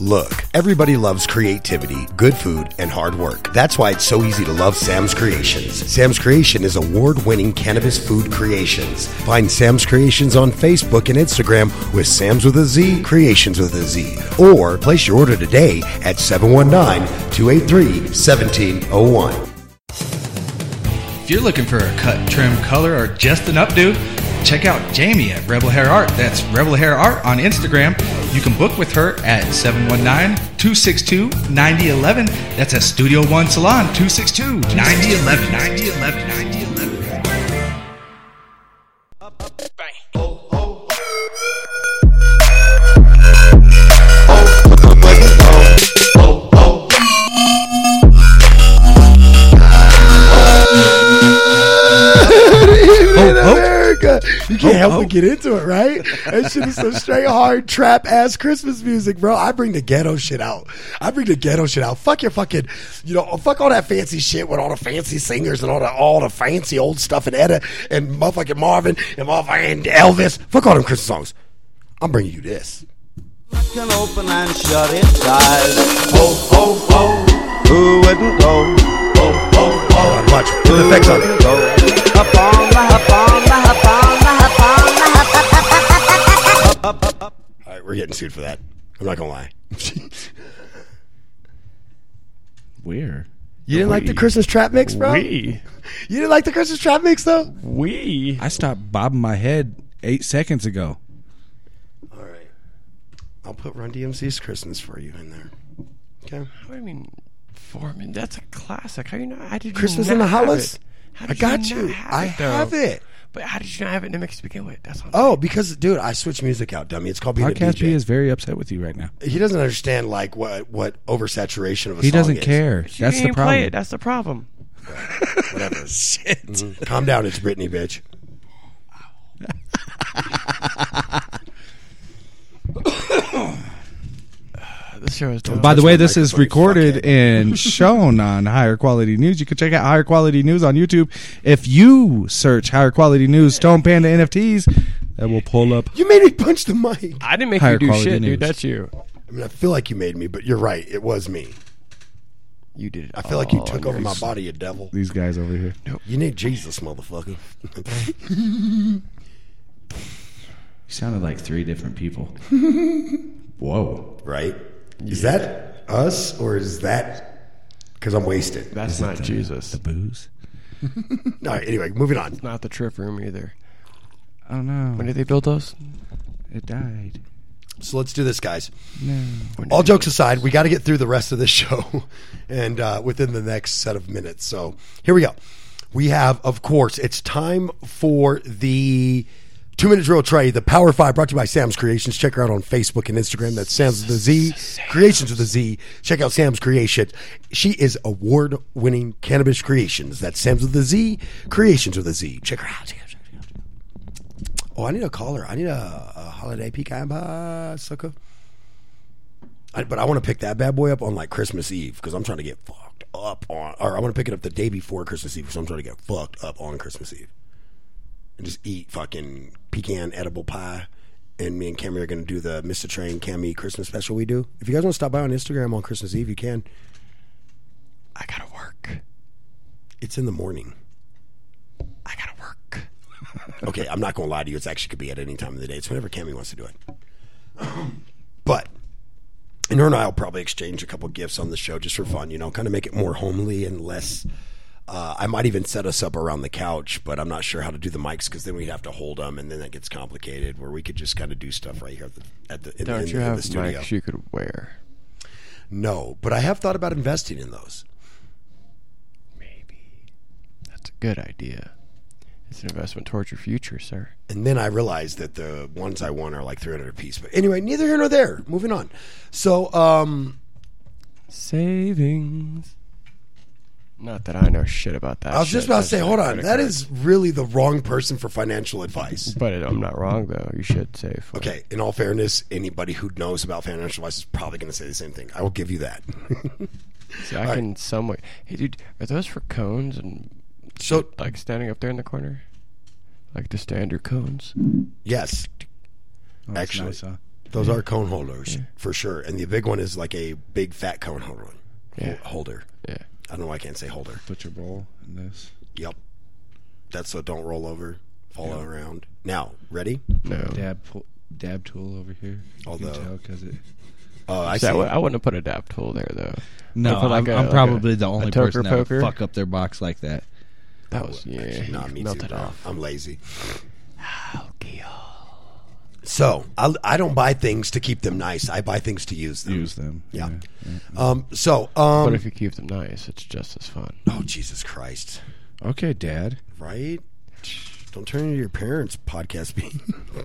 [SPEAKER 2] Look, everybody loves creativity, good food, and hard work. That's why it's so easy to love Sam's Creations. Sam's Creation is award winning cannabis food creations. Find Sam's Creations on Facebook and Instagram with Sam's with a Z, Creations with a Z. Or place your order today at 719 283 1701.
[SPEAKER 9] If you're looking for a cut, trim, color, or just an updo, check out Jamie at Rebel Hair Art. That's Rebel Hair Art on Instagram. You can book with her at 719 262 9011. That's at Studio One Salon 262 9011. 9011. 9011.
[SPEAKER 2] in America. You can't help but get into it, right? That shit is some straight hard trap ass Christmas music, bro. I bring the ghetto shit out. I bring the ghetto shit out. Fuck your fucking, you know, fuck all that fancy shit with all the fancy singers and all the all the fancy old stuff and Etta and motherfucking Marvin and motherfucking Elvis. Fuck all them Christmas songs. I'm bringing you this.
[SPEAKER 4] can open and shut its eyes. Ho, ho, ho. Who wouldn't go? Ho, ho, ho.
[SPEAKER 2] Hold on, watch. Put the effects on it.
[SPEAKER 4] Up on the, up on the, up on the, up on the, up, up, up, up, up, up, up, up.
[SPEAKER 2] All right, we're getting sued for that. I'm not gonna lie. (laughs)
[SPEAKER 7] Where?
[SPEAKER 2] you didn't like the Christmas trap mix, bro?
[SPEAKER 3] We,
[SPEAKER 2] You didn't like the Christmas trap mix, though?
[SPEAKER 3] we.
[SPEAKER 7] I stopped bobbing my head eight seconds ago.
[SPEAKER 2] All right. I'll put Run DMC's Christmas for you in there. Okay.
[SPEAKER 3] I mean, Foreman, that's a classic. How you not? How did
[SPEAKER 2] Christmas
[SPEAKER 3] you
[SPEAKER 2] in the
[SPEAKER 3] not have
[SPEAKER 2] Hollis.
[SPEAKER 3] it? How
[SPEAKER 2] I
[SPEAKER 3] did
[SPEAKER 2] got
[SPEAKER 3] not
[SPEAKER 2] you.
[SPEAKER 3] Have
[SPEAKER 2] I
[SPEAKER 3] it, though?
[SPEAKER 2] have it.
[SPEAKER 3] But how did you not have it in the mix to begin with? That's on
[SPEAKER 2] Oh, because dude, I switch music out, dummy. It's called being a
[SPEAKER 7] Podcast
[SPEAKER 2] DJ.
[SPEAKER 7] B is very upset with you right now.
[SPEAKER 2] he doesn't understand like what what oversaturation of a
[SPEAKER 7] He
[SPEAKER 2] song
[SPEAKER 7] doesn't
[SPEAKER 2] is.
[SPEAKER 7] care.
[SPEAKER 3] You
[SPEAKER 7] That's
[SPEAKER 3] can't
[SPEAKER 7] the
[SPEAKER 3] even Play
[SPEAKER 7] problem.
[SPEAKER 3] it. That's the problem.
[SPEAKER 2] Whatever. Shit. Calm down, it's Britney, bitch.
[SPEAKER 3] Uh, This show is dope.
[SPEAKER 7] By the
[SPEAKER 2] touch
[SPEAKER 7] way,
[SPEAKER 2] my
[SPEAKER 7] this is
[SPEAKER 2] microphone, you
[SPEAKER 3] (laughs)
[SPEAKER 7] recorded
[SPEAKER 2] fuckhead.
[SPEAKER 7] and shown on Higher Quality News. You can check out Higher Quality News on YouTube. If you search Higher Quality News Stone Panda NFTs, that will pull up.
[SPEAKER 2] You made me punch the mic.
[SPEAKER 3] I didn't make
[SPEAKER 7] Higher
[SPEAKER 3] you do
[SPEAKER 7] quality
[SPEAKER 3] shit,
[SPEAKER 7] news.
[SPEAKER 3] dude. That's you.
[SPEAKER 2] I mean, I feel like you made me, but you're right. It was me.
[SPEAKER 3] You did it.
[SPEAKER 2] I feel like you took over my body, you devil.
[SPEAKER 7] These guys over here.
[SPEAKER 2] You need Jesus, motherfucker.
[SPEAKER 9] You sounded like three different people.
[SPEAKER 7] Whoa.
[SPEAKER 2] right? Is that us or is that because I'm wasted?
[SPEAKER 3] That's not Jesus.
[SPEAKER 7] Booze?
[SPEAKER 2] All right, anyway, moving on.
[SPEAKER 3] Not the trip room either.
[SPEAKER 7] Oh, no.
[SPEAKER 3] When did they build those?
[SPEAKER 7] It died.
[SPEAKER 2] So let's do this, guys. All jokes aside, we got to get through the rest of this (laughs) show and uh, within the next set of minutes. So here we go. We have, of course, it's time for the two minute drill tray, the Power Five brought to you by Sam's Creations. Check her out on Facebook and Instagram. That's Sam's with a Z, Creations with a Z. Check out Sam's Creations. She is award winning cannabis creations. That's Sam's with a Z, Creations with a Z. Check her out. Oh, I need a caller. I need a, a holiday pecan pie, sucker. I, but I want to pick that bad boy up on like Christmas Eve because I'm trying to get fucked up on, or I want to pick it up the day before Christmas Eve because I'm trying to get fucked up on Christmas Eve and just eat fucking pecan edible pie. And me and Cammy are going to do the Mr. Train Cammy Christmas special we do. If you guys want to stop by on Instagram on Christmas Eve, you can.
[SPEAKER 3] I gotta work.
[SPEAKER 2] It's in the morning.
[SPEAKER 3] I gotta work.
[SPEAKER 2] (laughs) okay, I'm not going to lie to you. It's actually could be at any time of the day. It's whenever Cammy wants to do it. (clears throat) But, and her and I will probably exchange a couple gifts on the show just for fun, you know, kind of make it more homely and less. Uh, I might even set us up around the couch, but I'm not sure how to do the mics because then we'd have to hold them, and then that gets complicated. Where we could just kind of do stuff right here at the at the, in,
[SPEAKER 3] Don't
[SPEAKER 2] in-
[SPEAKER 3] you
[SPEAKER 2] in
[SPEAKER 3] have
[SPEAKER 2] the studio.
[SPEAKER 3] mics you could wear?
[SPEAKER 2] No, but I have thought about investing in those.
[SPEAKER 3] Maybe. That's a good idea. It's an investment towards your future, sir.
[SPEAKER 2] And then I realized that the ones I won are like 300 a piece. But anyway, neither here nor there. Moving on. So, um,
[SPEAKER 3] Savings. Not that I know shit about that.
[SPEAKER 2] I was
[SPEAKER 3] shit.
[SPEAKER 2] just about to
[SPEAKER 3] That's
[SPEAKER 2] say, oh.
[SPEAKER 3] not
[SPEAKER 2] hold on.
[SPEAKER 3] credit
[SPEAKER 2] That
[SPEAKER 3] card.
[SPEAKER 2] is really the wrong person for financial advice.
[SPEAKER 3] But it, I'm not wrong though. You should save. for it.
[SPEAKER 2] Okay, in all fairness, anybody who knows about financial advice is probably going to say the same thing. I will give you that. (laughs)
[SPEAKER 3] See, I can somewhat. Hey, dude, are those for cones and
[SPEAKER 2] so,
[SPEAKER 3] like standing up there in the corner, like the standard cones?
[SPEAKER 2] yes,
[SPEAKER 3] Oh,
[SPEAKER 2] Actually. those are cone holders for sure. And the big one is like a big fat cone holder.
[SPEAKER 3] Yeah.
[SPEAKER 2] Holder.
[SPEAKER 3] Yeah.
[SPEAKER 2] I don't know why I can't say holder.
[SPEAKER 7] Butcher Bowl and this.
[SPEAKER 2] Yep. That's so don't roll over, fall around. Now, ready?
[SPEAKER 3] No.
[SPEAKER 7] Dab, pu- dab tool over here.
[SPEAKER 2] Although-
[SPEAKER 7] because it.
[SPEAKER 2] Oh, I
[SPEAKER 3] Is that
[SPEAKER 2] see.
[SPEAKER 3] what- I wouldn't have put a dab tool there though.
[SPEAKER 7] No,
[SPEAKER 3] I feel like
[SPEAKER 7] I'm,
[SPEAKER 3] a-
[SPEAKER 7] I'm
[SPEAKER 3] like
[SPEAKER 7] probably
[SPEAKER 3] a-
[SPEAKER 7] the
[SPEAKER 3] a
[SPEAKER 7] only
[SPEAKER 3] toker
[SPEAKER 7] person that would
[SPEAKER 3] poker.
[SPEAKER 7] fuck up their box like that.
[SPEAKER 3] That was yeah.
[SPEAKER 2] Nah, me
[SPEAKER 3] melt
[SPEAKER 2] too.
[SPEAKER 3] it
[SPEAKER 2] bro.
[SPEAKER 3] off.
[SPEAKER 2] I'm lazy. So I, I don't buy things to keep them nice. I buy things to use them.
[SPEAKER 7] Use them.
[SPEAKER 2] Yeah. Um, so, um,
[SPEAKER 3] But if you keep them nice, it's just as fun.
[SPEAKER 2] oh Jesus Christ,
[SPEAKER 7] Okay, Dad.
[SPEAKER 2] right? Don't turn into your parents' podcast. Being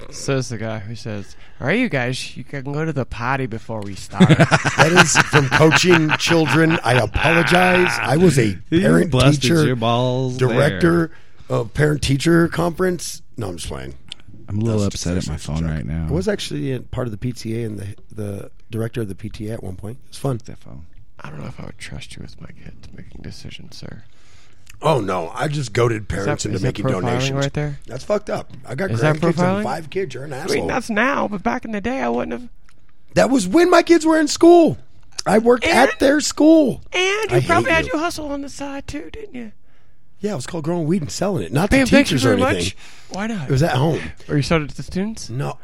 [SPEAKER 2] (laughs)
[SPEAKER 3] Says the guy who says, "All right, you guys, you can go to the potty before (laughs) we start."
[SPEAKER 2] that is from coaching children. I apologize. I was
[SPEAKER 3] (laughs)
[SPEAKER 2] a
[SPEAKER 7] You
[SPEAKER 2] parent
[SPEAKER 7] busted
[SPEAKER 2] teacher
[SPEAKER 7] your balls there.
[SPEAKER 2] director of parent teacher conference. No, I'm just playing.
[SPEAKER 7] I'm a little
[SPEAKER 2] That's
[SPEAKER 7] upset at
[SPEAKER 2] just-
[SPEAKER 7] my
[SPEAKER 2] that's
[SPEAKER 7] phone
[SPEAKER 2] just-
[SPEAKER 7] right now.
[SPEAKER 2] I was actually a part of the PTA and the the director of the PTA at one point. It's fun.
[SPEAKER 7] that phone?
[SPEAKER 3] I don't know if I would trust you with my kids making decisions, sir.
[SPEAKER 2] Oh no, I just goaded
[SPEAKER 3] Is
[SPEAKER 2] parents
[SPEAKER 3] that-
[SPEAKER 2] into
[SPEAKER 3] is that
[SPEAKER 2] making
[SPEAKER 3] profiling
[SPEAKER 2] donations.
[SPEAKER 3] right there?
[SPEAKER 2] That's fucked up. I got
[SPEAKER 3] Is that
[SPEAKER 2] grandkids and
[SPEAKER 3] profiling?
[SPEAKER 2] five kids. You're an
[SPEAKER 3] I
[SPEAKER 2] asshole.
[SPEAKER 3] mean, that's now, but back in the day, I wouldn't have.
[SPEAKER 2] That was when my kids were in school. I worked at their school.
[SPEAKER 3] And
[SPEAKER 2] I
[SPEAKER 3] you
[SPEAKER 2] hate
[SPEAKER 3] probably had
[SPEAKER 2] you.
[SPEAKER 3] your hustle on the side too, didn't you?
[SPEAKER 2] Yeah, it was called growing weed and selling it, not to
[SPEAKER 3] Damn, thank you
[SPEAKER 2] teachers or
[SPEAKER 3] very
[SPEAKER 2] anything.
[SPEAKER 3] much. Why not?
[SPEAKER 2] It was at home.
[SPEAKER 3] or you started to the students?
[SPEAKER 2] No,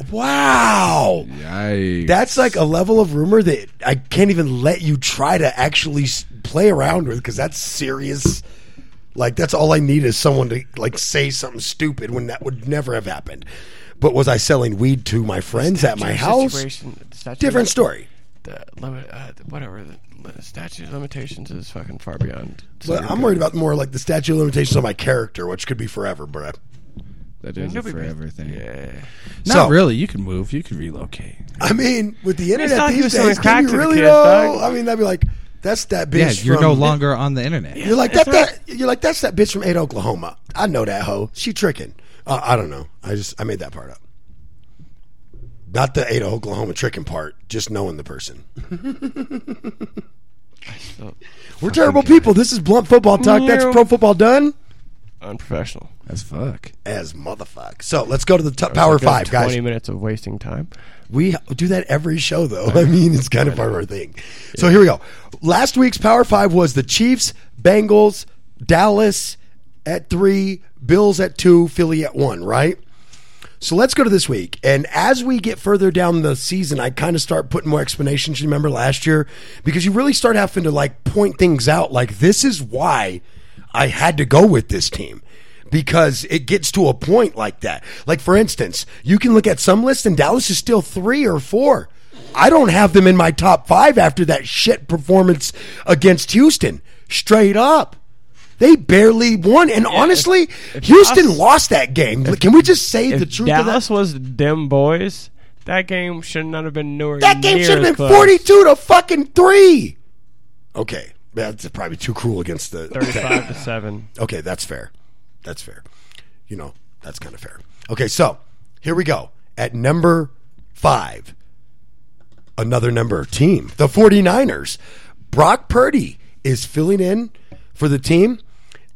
[SPEAKER 2] wow,
[SPEAKER 7] Yikes.
[SPEAKER 2] that's like a level of rumor that I can't even let you try to actually s- play around with because that's serious. Like that's all I need is someone to like say something stupid when that would never have happened. But was I selling weed to my friends at my
[SPEAKER 3] Statute of
[SPEAKER 2] house?
[SPEAKER 3] situation- the statute
[SPEAKER 2] Different
[SPEAKER 3] of-
[SPEAKER 2] story.
[SPEAKER 3] The limit, uh, the- whatever. The li- statute of limitations is fucking far beyond.
[SPEAKER 2] But I'm worried about more like the statute of limitations on my character, which could be forever, bruh.
[SPEAKER 7] that is it
[SPEAKER 3] Nobody-
[SPEAKER 7] for everything.
[SPEAKER 3] Yeah.
[SPEAKER 7] Not
[SPEAKER 2] So-
[SPEAKER 7] really. You can move. You can relocate.
[SPEAKER 2] I mean, with the internet
[SPEAKER 3] not
[SPEAKER 2] these
[SPEAKER 3] just selling
[SPEAKER 2] days,
[SPEAKER 3] crack
[SPEAKER 2] can
[SPEAKER 3] to
[SPEAKER 2] you
[SPEAKER 3] the
[SPEAKER 2] really
[SPEAKER 3] kids,
[SPEAKER 2] know?
[SPEAKER 3] dog.
[SPEAKER 2] I mean, that'd be like, that's that bitch.
[SPEAKER 7] Yeah, you're
[SPEAKER 2] from-
[SPEAKER 7] no longer on the internet. (laughs)
[SPEAKER 2] You're like that, that. You're like that's that bitch from Ada, Oklahoma. I know that hoe. She tricking. Uh, I don't know. I just I made that part up. Not the Ada Oklahoma tricking part, just knowing the person. We're terrible people. This is blunt football talk. That's pro football done
[SPEAKER 3] Unprofessional.
[SPEAKER 7] That's fuck.
[SPEAKER 2] as motherfuck. So let's go to the top power five, guys.
[SPEAKER 3] Twenty minutes of wasting time.
[SPEAKER 2] We do that every show, though. I mean, it's kind of part of our thing. So here we go. Last week's Power Five was the Chiefs, Bengals, Dallas at three, Bills at two, Philly at one, right? So let's go to this week. And as we get further down the season, I kind of start putting more explanations. You remember last year? Because you really start having to like point things out like, this is why I had to go with this team because it gets to a point like that. Like, for instance, you can look at some lists and Dallas is still three or four. I don't have them in my top five after that shit performance against Houston. Straight up. They barely won. And honestly, Houston
[SPEAKER 3] Dallas-
[SPEAKER 2] lost that game. can we just say
[SPEAKER 3] If
[SPEAKER 2] the truth of that?
[SPEAKER 3] Dallas was them boys, that game should not have been nowhere.
[SPEAKER 2] That game
[SPEAKER 3] near
[SPEAKER 2] should have
[SPEAKER 3] as
[SPEAKER 2] been
[SPEAKER 3] close.
[SPEAKER 2] 42 to fucking 3. Okay. That's probably too cruel against the.
[SPEAKER 3] Thirty-five to seven.
[SPEAKER 2] Okay, that's fair. That's fair. You know, that's kind of fair. Okay, so here we go. At number five, another number team, the 49ers. Brock Purdy is filling in for the team.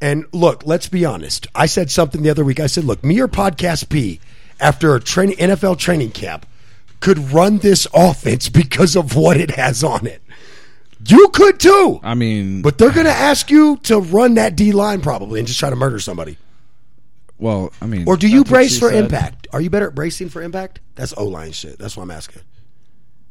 [SPEAKER 2] And look, let's be honest. I said something the other week. I said, look, me or Podcast P, after a training, NFL training camp, could run this offense (laughs) because of what it has on it. You could too.
[SPEAKER 7] I mean,
[SPEAKER 2] But they're going to ask you to run that D line probably and just try to murder somebody.
[SPEAKER 7] well, I mean,
[SPEAKER 2] Or do you
[SPEAKER 3] That's what
[SPEAKER 2] brace
[SPEAKER 3] she
[SPEAKER 2] for
[SPEAKER 3] said.
[SPEAKER 2] impact? Are you better at bracing for impact? That's O line shit. That's what I'm asking.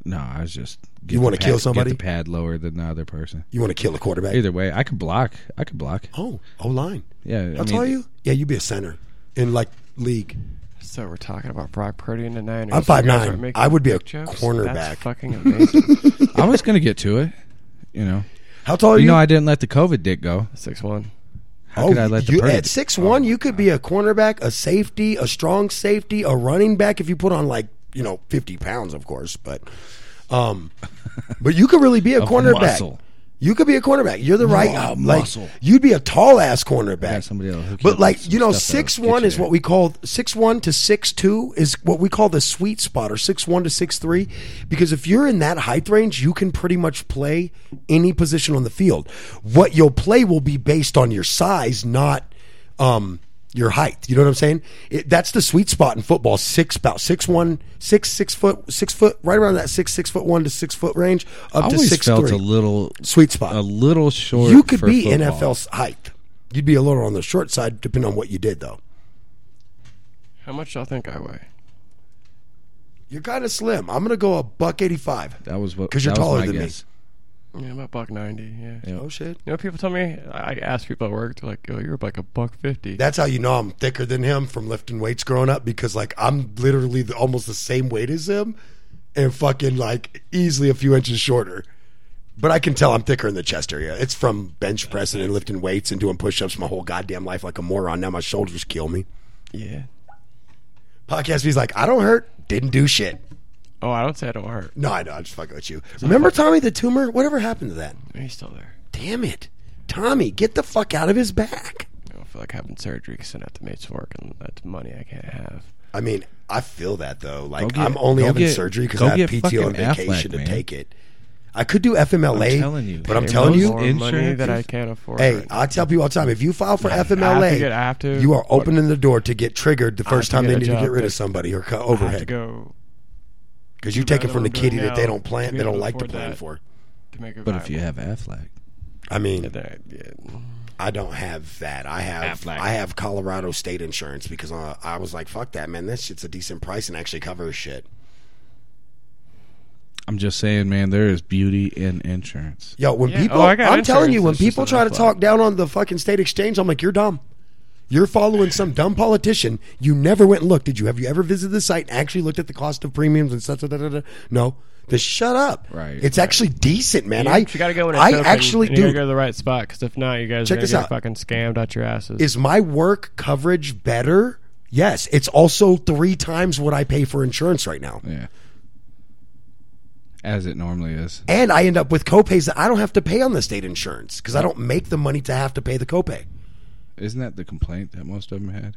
[SPEAKER 7] no, I was just.
[SPEAKER 2] You wanna
[SPEAKER 7] the pad-
[SPEAKER 2] kill somebody?
[SPEAKER 7] Get the pad lower than the other person.
[SPEAKER 2] You want to kill a quarterback?
[SPEAKER 7] Either way, I could block. I could block.
[SPEAKER 2] Oh, O line.
[SPEAKER 7] Yeah,
[SPEAKER 2] I'll tell you. Yeah, you be a center in like league.
[SPEAKER 3] (laughs) So we're talking about Brock Purdy and the Niners.
[SPEAKER 2] I'm
[SPEAKER 3] You guys
[SPEAKER 2] 5'9".
[SPEAKER 3] aren't making
[SPEAKER 2] I would be a
[SPEAKER 3] jokes?
[SPEAKER 2] cornerback.
[SPEAKER 3] That's fucking
[SPEAKER 2] (laughs)
[SPEAKER 3] amazing.
[SPEAKER 7] I was gonna get to it. You know,
[SPEAKER 2] How tall (laughs) are you? Oh,
[SPEAKER 7] you know, I didn't let the COVID dick go.
[SPEAKER 3] Six one.
[SPEAKER 7] How could I let the Oh,
[SPEAKER 2] you,
[SPEAKER 7] Purdy
[SPEAKER 2] at six one, you could be a cornerback, a safety, a strong safety, a running back if you put on like you know fifty pounds, of course. But, um, but you could really be a
[SPEAKER 7] (laughs) Of
[SPEAKER 2] cornerback.
[SPEAKER 7] muscle.
[SPEAKER 2] You could be a cornerback. You're the right
[SPEAKER 7] Mu-
[SPEAKER 2] like
[SPEAKER 7] muscle.
[SPEAKER 2] you'd be a tall ass cornerback.
[SPEAKER 7] got somebody that'll hook you up
[SPEAKER 2] but
[SPEAKER 7] with
[SPEAKER 2] like
[SPEAKER 7] some
[SPEAKER 2] you know,
[SPEAKER 7] stuff that'll
[SPEAKER 2] six one
[SPEAKER 7] get you
[SPEAKER 2] is
[SPEAKER 7] there.
[SPEAKER 2] what we call six one to six two is what we call the sweet spot, or six one to six three, because if you're in that height range, you can pretty much play any position on the field. What you'll play will be based on your size, not um, your height. You know what I'm saying? It, that's the sweet spot in football. Six about six one, six six foot, six foot, right around that six six foot one to six foot range, up
[SPEAKER 7] I
[SPEAKER 2] to
[SPEAKER 7] always
[SPEAKER 2] six
[SPEAKER 7] felt
[SPEAKER 2] three.
[SPEAKER 7] a little
[SPEAKER 2] Sweet spot.
[SPEAKER 7] a little short.
[SPEAKER 2] You could
[SPEAKER 7] for
[SPEAKER 2] be
[SPEAKER 7] football.
[SPEAKER 2] NFL 's height. You'd be a little on the short side, depending on what you did, though.
[SPEAKER 3] How much do y'all think I weigh?
[SPEAKER 2] You're kind of slim. I'm going to go a buck 85.
[SPEAKER 7] That was what
[SPEAKER 2] 'Cause you're
[SPEAKER 7] that was
[SPEAKER 2] taller
[SPEAKER 7] my
[SPEAKER 2] than me.
[SPEAKER 7] guess.
[SPEAKER 3] Yeah, I'm a buck ninety. Yeah.
[SPEAKER 2] Oh, shit.
[SPEAKER 3] You know, people tell me. I I ask people at work. They're like, "Yo, you're like a buck fifty.
[SPEAKER 2] That's how you know I'm thicker than him from lifting weights growing up because, like, I'm literally the, almost the same weight as him and fucking, like, easily a few inches shorter. But I can tell I'm thicker in the chest area. It's from bench pressing and lifting weights and doing push ups my whole goddamn life like a moron. Now my shoulders kill me.
[SPEAKER 3] Yeah.
[SPEAKER 2] Podcast B's like, I don't hurt. Didn't do shit.
[SPEAKER 3] Oh, I don't say I don't hurt.
[SPEAKER 2] No, I know. I'm just fucking with you. Remember Tommy the tumor? Whatever happened to that?
[SPEAKER 3] He's still there.
[SPEAKER 2] Damn it. Tommy, get the fuck out of his back.
[SPEAKER 3] I don't feel like having surgery because I have to make some work and that's money I can't have.
[SPEAKER 2] I mean, I feel that though. Like,
[SPEAKER 7] Go get-
[SPEAKER 2] I'm only
[SPEAKER 7] go
[SPEAKER 2] having
[SPEAKER 7] get-
[SPEAKER 2] surgery because
[SPEAKER 7] go
[SPEAKER 2] I have
[SPEAKER 7] get
[SPEAKER 2] PTO and
[SPEAKER 7] fucking Affleck,
[SPEAKER 2] vacation to
[SPEAKER 7] man.
[SPEAKER 2] take it. I could do FMLA,
[SPEAKER 7] I'm telling you.
[SPEAKER 2] but I'm
[SPEAKER 3] Pay
[SPEAKER 2] telling
[SPEAKER 3] most
[SPEAKER 2] you,
[SPEAKER 3] more money
[SPEAKER 7] insurance
[SPEAKER 3] that
[SPEAKER 7] is-
[SPEAKER 3] I can't afford.
[SPEAKER 2] hey,
[SPEAKER 3] right now.
[SPEAKER 2] I tell people all the time if you file for FMLA,
[SPEAKER 3] get- I have to-
[SPEAKER 2] you are opening the door to get triggered the first
[SPEAKER 3] to
[SPEAKER 2] time
[SPEAKER 3] get
[SPEAKER 2] they
[SPEAKER 3] a
[SPEAKER 2] need to
[SPEAKER 3] job
[SPEAKER 2] get rid of
[SPEAKER 3] that-
[SPEAKER 2] somebody or cut
[SPEAKER 3] I have to
[SPEAKER 2] overhead
[SPEAKER 3] go
[SPEAKER 2] because you
[SPEAKER 3] do
[SPEAKER 2] take it
[SPEAKER 3] better
[SPEAKER 2] from the
[SPEAKER 3] than I'm doing
[SPEAKER 2] kitty that they
[SPEAKER 3] now
[SPEAKER 2] don't plan,
[SPEAKER 3] to be
[SPEAKER 2] they
[SPEAKER 3] able
[SPEAKER 2] don't
[SPEAKER 3] to
[SPEAKER 2] like to
[SPEAKER 3] afford
[SPEAKER 2] plan
[SPEAKER 3] that.
[SPEAKER 2] for.
[SPEAKER 3] to make a.
[SPEAKER 7] But if you have Affleck,
[SPEAKER 2] I mean,
[SPEAKER 3] that, yeah.
[SPEAKER 2] I don't have that. I have
[SPEAKER 7] Aflac.
[SPEAKER 2] I have Colorado State insurance because uh, I was like, fuck that, man. That shit's a decent price and actually covers shit.
[SPEAKER 7] I'm just saying, man, there is beauty in insurance.
[SPEAKER 2] Yo, when
[SPEAKER 3] Yeah.
[SPEAKER 2] people,
[SPEAKER 3] Oh, I
[SPEAKER 2] I'm
[SPEAKER 3] got
[SPEAKER 2] telling
[SPEAKER 3] insurance.
[SPEAKER 2] you, when
[SPEAKER 3] It's just
[SPEAKER 2] people
[SPEAKER 3] an
[SPEAKER 2] try to
[SPEAKER 3] Aflac.
[SPEAKER 2] talk down on the fucking state exchange, I'm like, you're dumb. You're following some dumb politician. You never went and looked. Did you? Have you ever visited the site and actually looked at the cost of premiums and such? Da, da, da, da? No. Just shut up.
[SPEAKER 7] Right,
[SPEAKER 2] It's actually decent, man. I
[SPEAKER 3] you got to go in. a
[SPEAKER 2] I
[SPEAKER 3] token,
[SPEAKER 2] actually
[SPEAKER 3] and you
[SPEAKER 2] do.
[SPEAKER 3] gotta go to the right spot because if not, you guys
[SPEAKER 2] Check
[SPEAKER 3] are gonna
[SPEAKER 2] this
[SPEAKER 3] get
[SPEAKER 2] out.
[SPEAKER 3] fucking scammed out your asses.
[SPEAKER 2] is my work coverage better? Yes. It's also three times what I pay for insurance right now.
[SPEAKER 7] Yeah, as it normally is.
[SPEAKER 2] and I end up with copays that I don't have to pay on the state insurance because I don't make the money to have to pay the copay.
[SPEAKER 7] Isn't that the complaint that most of them had?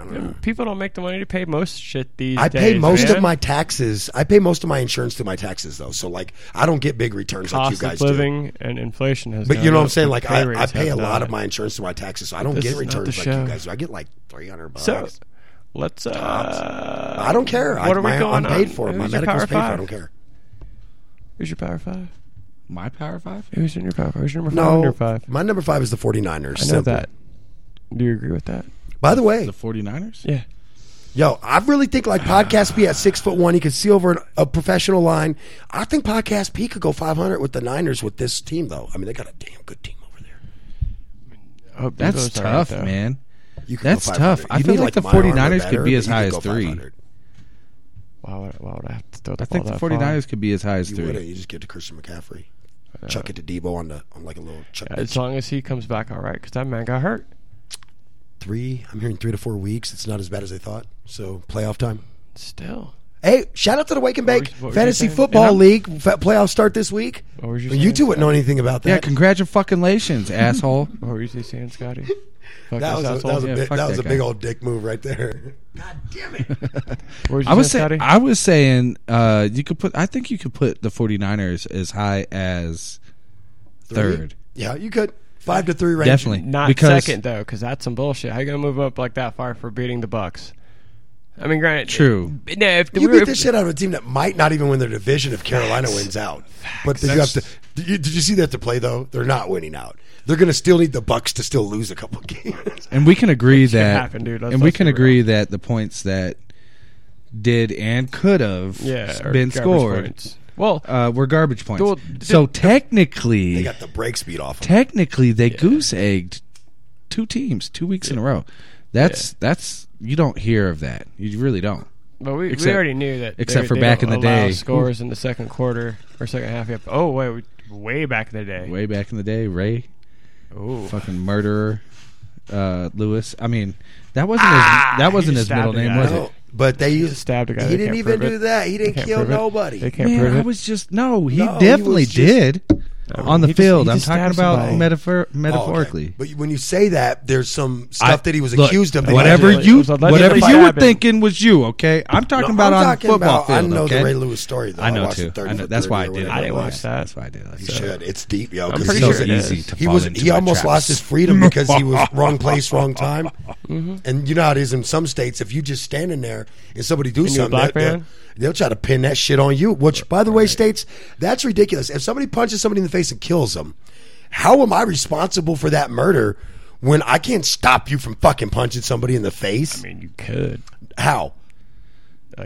[SPEAKER 2] I don't know.
[SPEAKER 3] People don't make the money to pay most shit these
[SPEAKER 2] I
[SPEAKER 3] days.
[SPEAKER 2] pay most
[SPEAKER 3] man.
[SPEAKER 2] of my taxes. I pay most of my insurance through my taxes, though. So like, I don't get big returns like
[SPEAKER 3] cost
[SPEAKER 2] you guys
[SPEAKER 3] of
[SPEAKER 2] do.
[SPEAKER 3] living and inflation has.
[SPEAKER 2] But
[SPEAKER 3] gone
[SPEAKER 2] you know what
[SPEAKER 3] up,
[SPEAKER 2] I'm saying?
[SPEAKER 3] but
[SPEAKER 2] Like,
[SPEAKER 3] pay
[SPEAKER 2] I, I
[SPEAKER 3] rates
[SPEAKER 2] pay a
[SPEAKER 3] have
[SPEAKER 2] lot
[SPEAKER 3] not.
[SPEAKER 2] of my insurance through my taxes, so I don't
[SPEAKER 3] This
[SPEAKER 2] get
[SPEAKER 3] is not the
[SPEAKER 2] returns like
[SPEAKER 3] show.
[SPEAKER 2] you guys do. I get like 300 bucks.
[SPEAKER 3] So let's. Uh,
[SPEAKER 2] I don't care.
[SPEAKER 3] What
[SPEAKER 2] I,
[SPEAKER 3] are we
[SPEAKER 2] my,
[SPEAKER 3] going
[SPEAKER 2] I'm paid
[SPEAKER 3] on?
[SPEAKER 2] for. My
[SPEAKER 3] Who's your
[SPEAKER 2] medical's
[SPEAKER 3] power
[SPEAKER 2] paid for. I
[SPEAKER 3] five?
[SPEAKER 2] don't care.
[SPEAKER 3] Who's your power five?
[SPEAKER 1] My Power Five?
[SPEAKER 3] Who's in your power five? Who's your number five?
[SPEAKER 2] No,
[SPEAKER 3] Under five.
[SPEAKER 2] my number five is the 49ers.
[SPEAKER 3] I know
[SPEAKER 2] Simple.
[SPEAKER 3] that. Do you agree with that?
[SPEAKER 2] By the way,
[SPEAKER 1] The 49ers?
[SPEAKER 3] Yeah.
[SPEAKER 2] Yo, I really think like Podcast P at six foot one, he could see over an, a professional line. I think Podcast P could go five hundred with the Niners with this team though. I mean, they got a damn good team over there.
[SPEAKER 3] I hope
[SPEAKER 7] That's
[SPEAKER 3] Debo's all right,
[SPEAKER 7] tough,
[SPEAKER 3] though.
[SPEAKER 7] man.
[SPEAKER 2] You could
[SPEAKER 7] That's
[SPEAKER 2] go
[SPEAKER 7] tough.
[SPEAKER 2] 500.
[SPEAKER 7] I
[SPEAKER 2] You
[SPEAKER 7] feel
[SPEAKER 2] need,
[SPEAKER 7] like the
[SPEAKER 2] my arm or
[SPEAKER 7] 49ers could
[SPEAKER 2] better,
[SPEAKER 7] be
[SPEAKER 2] but
[SPEAKER 7] as
[SPEAKER 2] you could
[SPEAKER 7] high as
[SPEAKER 2] go
[SPEAKER 7] three.
[SPEAKER 2] 500.
[SPEAKER 3] Why would, why would I have to throw the
[SPEAKER 7] I think the
[SPEAKER 3] ball that
[SPEAKER 7] 49ers could be as high as
[SPEAKER 2] You
[SPEAKER 7] three.
[SPEAKER 2] wouldn't. You just give it to Christian McCaffrey. Chuck it to Debo on the on like a little chuck.
[SPEAKER 3] Far? As long as he comes back all right, because that man got hurt.
[SPEAKER 2] three. I'm hearing three to four weeks. It's not as bad as they thought. So playoff time.
[SPEAKER 3] Still.
[SPEAKER 2] Hey, shout out to the Wake and Bake
[SPEAKER 3] What were you- what were you
[SPEAKER 2] Fantasy
[SPEAKER 3] saying?
[SPEAKER 2] Football
[SPEAKER 3] Yeah.
[SPEAKER 2] League fa- playoffs start this week.
[SPEAKER 3] What were you
[SPEAKER 2] You
[SPEAKER 3] saying?
[SPEAKER 2] two wouldn't know anything about that.
[SPEAKER 7] Yeah,
[SPEAKER 2] (laughs)
[SPEAKER 7] congratulations, asshole.
[SPEAKER 3] What were you saying, Scotty? Fuck
[SPEAKER 2] That was,
[SPEAKER 3] this
[SPEAKER 2] a,
[SPEAKER 3] asshole.
[SPEAKER 2] that was a,
[SPEAKER 7] Yeah,
[SPEAKER 2] big,
[SPEAKER 7] fuck
[SPEAKER 2] that was
[SPEAKER 7] that
[SPEAKER 2] a big
[SPEAKER 7] guy.
[SPEAKER 2] old dick move right there. (laughs) God damn it.
[SPEAKER 3] What were you
[SPEAKER 7] I was
[SPEAKER 3] saying,
[SPEAKER 7] saying,
[SPEAKER 3] Scotty?
[SPEAKER 7] I was saying, uh, you could put. I think you could put the 49ers as high as third,
[SPEAKER 2] yeah, you could. Five to three range.
[SPEAKER 7] definitely.
[SPEAKER 3] Not
[SPEAKER 7] because
[SPEAKER 3] second though, because that's some bullshit. How you gonna move up like that far for beating the Bucks? I mean, granted,
[SPEAKER 7] True.
[SPEAKER 3] It, no, if
[SPEAKER 2] You
[SPEAKER 3] we were,
[SPEAKER 2] beat the shit out of a team that might not even win their division if Carolina wins out. But did you have to? Did you, did you see that to play though? They're not winning out. They're going to still need the Bucks to still lose a couple (laughs) games.
[SPEAKER 7] and we can agree that
[SPEAKER 3] happen, dude. Let's-
[SPEAKER 7] and we
[SPEAKER 3] let's
[SPEAKER 7] can
[SPEAKER 3] be real.
[SPEAKER 7] agree that the points that did and could have
[SPEAKER 3] yeah, or
[SPEAKER 7] been
[SPEAKER 3] garbage
[SPEAKER 7] scored
[SPEAKER 3] points. Well,
[SPEAKER 7] Uh, were garbage points.
[SPEAKER 3] Well,
[SPEAKER 7] so
[SPEAKER 2] They
[SPEAKER 7] technically,
[SPEAKER 2] got the break speed off. 'em.
[SPEAKER 7] technically they goose egged two teams two weeks in a row. That's that's you don't hear of that. You really don't.
[SPEAKER 3] but we, we
[SPEAKER 7] except-
[SPEAKER 3] already knew that.
[SPEAKER 7] except
[SPEAKER 3] they-
[SPEAKER 7] for
[SPEAKER 3] they
[SPEAKER 7] back
[SPEAKER 3] don't
[SPEAKER 7] in the
[SPEAKER 3] allow
[SPEAKER 7] day.
[SPEAKER 3] scores in the second quarter or second half. Yep. Oh wait, we- way back in the day.
[SPEAKER 7] Way back in the day, Ray
[SPEAKER 3] Oh,
[SPEAKER 7] fucking murderer uh, Lewis. I mean, that wasn't
[SPEAKER 2] Ah,
[SPEAKER 7] his, that wasn't
[SPEAKER 3] you
[SPEAKER 7] his middle
[SPEAKER 3] stabbed a
[SPEAKER 7] name,
[SPEAKER 3] guy.
[SPEAKER 7] was it?
[SPEAKER 2] No, but they used
[SPEAKER 3] Oh. stabbed a guy.
[SPEAKER 2] He
[SPEAKER 3] They
[SPEAKER 2] didn't
[SPEAKER 3] can't
[SPEAKER 2] even
[SPEAKER 3] prove
[SPEAKER 2] do
[SPEAKER 3] it.
[SPEAKER 2] that. He
[SPEAKER 3] They
[SPEAKER 2] didn't
[SPEAKER 3] can't
[SPEAKER 2] kill
[SPEAKER 3] prove it.
[SPEAKER 2] nobody.
[SPEAKER 3] They can't prove
[SPEAKER 7] Man,
[SPEAKER 3] it.
[SPEAKER 7] I was just no. He
[SPEAKER 2] No, he
[SPEAKER 7] definitely
[SPEAKER 2] was just-
[SPEAKER 7] did on the
[SPEAKER 3] he just-
[SPEAKER 7] field.
[SPEAKER 3] he
[SPEAKER 7] I'm
[SPEAKER 3] just
[SPEAKER 7] talking
[SPEAKER 3] stabbed
[SPEAKER 7] about
[SPEAKER 3] somebody.
[SPEAKER 7] metaphor,
[SPEAKER 2] Oh, okay.
[SPEAKER 7] metaphorically.
[SPEAKER 2] But when you say that, there's some
[SPEAKER 7] I-
[SPEAKER 2] stuff that he was
[SPEAKER 7] look,
[SPEAKER 2] accused of. that he
[SPEAKER 7] Whatever
[SPEAKER 3] allegedly-
[SPEAKER 7] you,
[SPEAKER 3] it was allegedly
[SPEAKER 7] whatever you were
[SPEAKER 3] stabbing.
[SPEAKER 7] thinking was you. Okay, I'm talking about
[SPEAKER 2] I'm
[SPEAKER 7] on
[SPEAKER 2] talking
[SPEAKER 7] the football
[SPEAKER 2] about-
[SPEAKER 7] field.
[SPEAKER 2] I know
[SPEAKER 7] okay?
[SPEAKER 2] the Ray Lewis story. Though.
[SPEAKER 7] I know
[SPEAKER 2] watched
[SPEAKER 7] too.
[SPEAKER 2] the
[SPEAKER 7] I
[SPEAKER 2] 30
[SPEAKER 7] know. That's
[SPEAKER 2] for
[SPEAKER 7] why I
[SPEAKER 2] 30 or
[SPEAKER 7] did it.
[SPEAKER 3] I
[SPEAKER 2] whatever
[SPEAKER 3] didn't
[SPEAKER 2] it
[SPEAKER 3] watch
[SPEAKER 2] was.
[SPEAKER 3] that.
[SPEAKER 7] That's why I did it.
[SPEAKER 2] You should. It's deep, yo.
[SPEAKER 3] I'm
[SPEAKER 2] 'cause
[SPEAKER 3] pretty
[SPEAKER 2] he
[SPEAKER 7] so
[SPEAKER 3] sure it
[SPEAKER 2] was-
[SPEAKER 7] easy
[SPEAKER 3] is.
[SPEAKER 7] to
[SPEAKER 2] He
[SPEAKER 7] fall
[SPEAKER 2] was.
[SPEAKER 7] into
[SPEAKER 2] He
[SPEAKER 7] my
[SPEAKER 2] almost
[SPEAKER 7] traps.
[SPEAKER 2] lost his freedom
[SPEAKER 7] (laughs)
[SPEAKER 2] because he was wrong place, wrong time.
[SPEAKER 3] Mm-hmm.
[SPEAKER 2] And you know how it is in some states. If you just standing there and somebody do
[SPEAKER 3] a
[SPEAKER 2] something,
[SPEAKER 3] black
[SPEAKER 2] they'll, they'll,
[SPEAKER 3] man?
[SPEAKER 2] they'll try to pin that shit on you. Which, by the way, states that's ridiculous. If somebody punches somebody in the face and kills them, how am I responsible for that murder when I can't stop you from fucking punching somebody in the face?
[SPEAKER 3] I mean, you could.
[SPEAKER 2] how?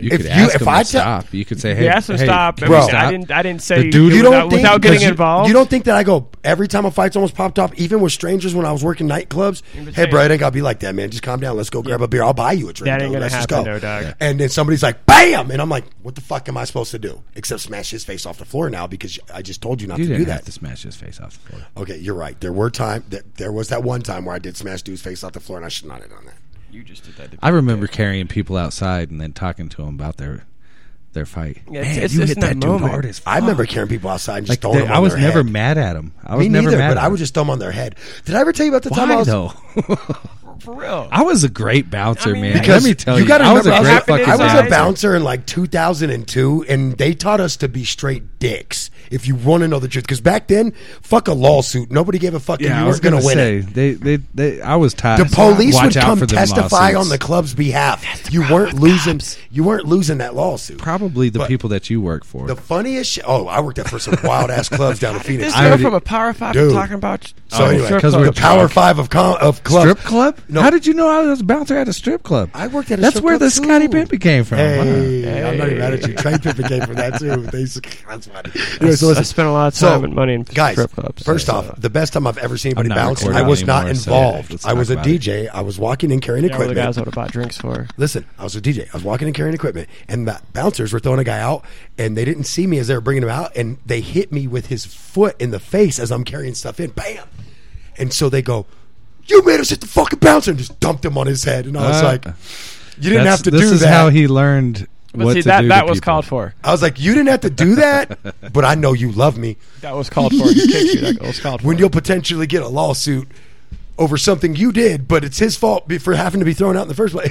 [SPEAKER 7] You
[SPEAKER 2] If
[SPEAKER 7] could
[SPEAKER 2] you-
[SPEAKER 7] ask
[SPEAKER 2] if
[SPEAKER 7] him
[SPEAKER 2] I
[SPEAKER 7] to
[SPEAKER 2] tell-
[SPEAKER 7] stop. You could say, "Hey,
[SPEAKER 3] You asked him to
[SPEAKER 7] hey,
[SPEAKER 3] stop.
[SPEAKER 7] can
[SPEAKER 3] Bro,
[SPEAKER 7] you
[SPEAKER 3] I
[SPEAKER 7] stop?
[SPEAKER 3] didn't- I didn't say
[SPEAKER 7] the dude.
[SPEAKER 3] you
[SPEAKER 2] You
[SPEAKER 3] without-
[SPEAKER 2] don't think,
[SPEAKER 3] without getting
[SPEAKER 2] 'cause you-
[SPEAKER 3] involved?
[SPEAKER 2] You don't think that I go every time a fight's almost popped off, even with strangers when I was working nightclubs. Hey,
[SPEAKER 3] saying-
[SPEAKER 2] bro, it ain't gotta be like that, man. Just calm down. Let's go grab a beer. I'll buy you a drink.
[SPEAKER 3] That
[SPEAKER 2] though.
[SPEAKER 3] ain't gonna
[SPEAKER 2] Let's just
[SPEAKER 3] happen,
[SPEAKER 2] go.
[SPEAKER 3] though, dog. Yeah.
[SPEAKER 2] And then somebody's like, "Bam!" And I'm like, "What the fuck am I supposed to do? Except smash his face off the floor now because I just told you not
[SPEAKER 7] You
[SPEAKER 2] to
[SPEAKER 7] didn't
[SPEAKER 2] do
[SPEAKER 7] have
[SPEAKER 2] that."
[SPEAKER 7] to smash his face off the floor.
[SPEAKER 2] Okay, you're right. There were time that there was that one time where I did smash dude's face off the floor, and I should not have done that.
[SPEAKER 3] You just did that. To
[SPEAKER 7] I remember carrying people outside and then talking to them about their their fight.
[SPEAKER 3] Yeah,
[SPEAKER 7] Man,
[SPEAKER 3] it's- it's-
[SPEAKER 7] you
[SPEAKER 3] it's
[SPEAKER 7] hit
[SPEAKER 3] in that
[SPEAKER 7] that dude
[SPEAKER 3] moment.
[SPEAKER 7] hard as fuck.
[SPEAKER 2] I remember carrying people outside and just
[SPEAKER 7] Like
[SPEAKER 2] throwing
[SPEAKER 7] they,
[SPEAKER 2] them.
[SPEAKER 7] I
[SPEAKER 2] on
[SPEAKER 7] was
[SPEAKER 2] their
[SPEAKER 7] never
[SPEAKER 2] head.
[SPEAKER 7] mad at him. I was
[SPEAKER 2] Me
[SPEAKER 7] never
[SPEAKER 2] neither,
[SPEAKER 7] mad.
[SPEAKER 2] but
[SPEAKER 7] at
[SPEAKER 2] I
[SPEAKER 7] him.
[SPEAKER 2] would just throw them on their head. Did I ever tell you about the time I
[SPEAKER 7] Why
[SPEAKER 2] was?
[SPEAKER 7] though?
[SPEAKER 3] for real.
[SPEAKER 7] I was a great bouncer,
[SPEAKER 3] I mean,
[SPEAKER 7] man.
[SPEAKER 2] Because
[SPEAKER 7] Let me tell you,
[SPEAKER 2] gotta
[SPEAKER 7] I was a
[SPEAKER 2] remember,
[SPEAKER 7] great
[SPEAKER 3] happened
[SPEAKER 7] fucking.
[SPEAKER 2] I was a
[SPEAKER 3] inside.
[SPEAKER 2] bouncer in like 2002, and they taught us to be straight dicks. If you want to know the truth, because back then, fuck a lawsuit. Nobody gave a fuck. and
[SPEAKER 7] Yeah,
[SPEAKER 2] you
[SPEAKER 7] I
[SPEAKER 2] weren't
[SPEAKER 7] was
[SPEAKER 2] going to win
[SPEAKER 7] say
[SPEAKER 2] it.
[SPEAKER 7] they, they, they. I was tired.
[SPEAKER 2] The police
[SPEAKER 7] Watch
[SPEAKER 2] would
[SPEAKER 7] out
[SPEAKER 2] come
[SPEAKER 7] for them
[SPEAKER 2] testify on
[SPEAKER 7] lawsuits.
[SPEAKER 2] the club's behalf. You weren't losing. You weren't losing that lawsuit.
[SPEAKER 7] probably the
[SPEAKER 2] But-
[SPEAKER 7] people that you work for.
[SPEAKER 2] The funniest shit. Oh, I worked at for some wild ass clubs
[SPEAKER 7] (laughs)
[SPEAKER 2] down in Phoenix.
[SPEAKER 3] This
[SPEAKER 7] I
[SPEAKER 3] girl
[SPEAKER 7] already-
[SPEAKER 3] from a Power Five
[SPEAKER 2] Dude.
[SPEAKER 3] I'm talking about.
[SPEAKER 2] so
[SPEAKER 7] Oh,
[SPEAKER 2] anyway,
[SPEAKER 7] strip 'cause club. we're
[SPEAKER 2] the Power
[SPEAKER 7] drunk.
[SPEAKER 2] Five of com- of clubs.
[SPEAKER 7] strip club?
[SPEAKER 2] No.
[SPEAKER 7] How did you know I was a bouncer at a strip club?
[SPEAKER 2] I worked at a
[SPEAKER 7] That's
[SPEAKER 2] strip
[SPEAKER 7] where
[SPEAKER 2] club,
[SPEAKER 7] the Scotty
[SPEAKER 2] too.
[SPEAKER 7] Pimpin came from. Wow.
[SPEAKER 2] Hey, I'm not even mad
[SPEAKER 7] (laughs)
[SPEAKER 2] at you. Trey Pippen came from that too. They, that's funny. Anyway, so
[SPEAKER 3] I
[SPEAKER 2] listen.
[SPEAKER 3] spent a lot of
[SPEAKER 2] So,
[SPEAKER 3] time and money in
[SPEAKER 2] guys,
[SPEAKER 3] strip clubs. uh,
[SPEAKER 2] First
[SPEAKER 3] So-
[SPEAKER 2] off, the best time I've ever seen anybody
[SPEAKER 7] I'm not
[SPEAKER 2] bounce. I
[SPEAKER 7] recording
[SPEAKER 2] was not
[SPEAKER 7] anymore, so
[SPEAKER 2] involved.
[SPEAKER 7] let's
[SPEAKER 2] I was a
[SPEAKER 7] talk about it.
[SPEAKER 2] DJ. I was walking in carrying
[SPEAKER 3] yeah, we're the
[SPEAKER 2] equipment.
[SPEAKER 3] guys would have bought drinks for.
[SPEAKER 2] Listen, I was a DJ. I was walking and carrying equipment, and the bouncers were throwing a guy out, and they didn't see me as they were bringing him out, and they hit me with his foot in the face as I'm carrying stuff in. Bam! And so they go, "You made us hit the fucking bouncer!" and just dumped him on his head. And I was
[SPEAKER 7] Uh,
[SPEAKER 2] like, "You didn't
[SPEAKER 7] That's-
[SPEAKER 2] have to
[SPEAKER 7] this
[SPEAKER 2] do
[SPEAKER 7] is
[SPEAKER 2] that."
[SPEAKER 7] how he learned
[SPEAKER 3] But
[SPEAKER 7] what
[SPEAKER 3] see,
[SPEAKER 7] to
[SPEAKER 3] that
[SPEAKER 7] do.
[SPEAKER 3] that
[SPEAKER 7] to
[SPEAKER 3] was
[SPEAKER 7] people.
[SPEAKER 3] called for.
[SPEAKER 2] I was like, "You didn't have to do that," but I know you love me. (laughs)
[SPEAKER 3] That was called for. You can't do that. It was called for.
[SPEAKER 2] When you'll potentially get a lawsuit over something you did, but it's his fault be- for having to be thrown out in the first place.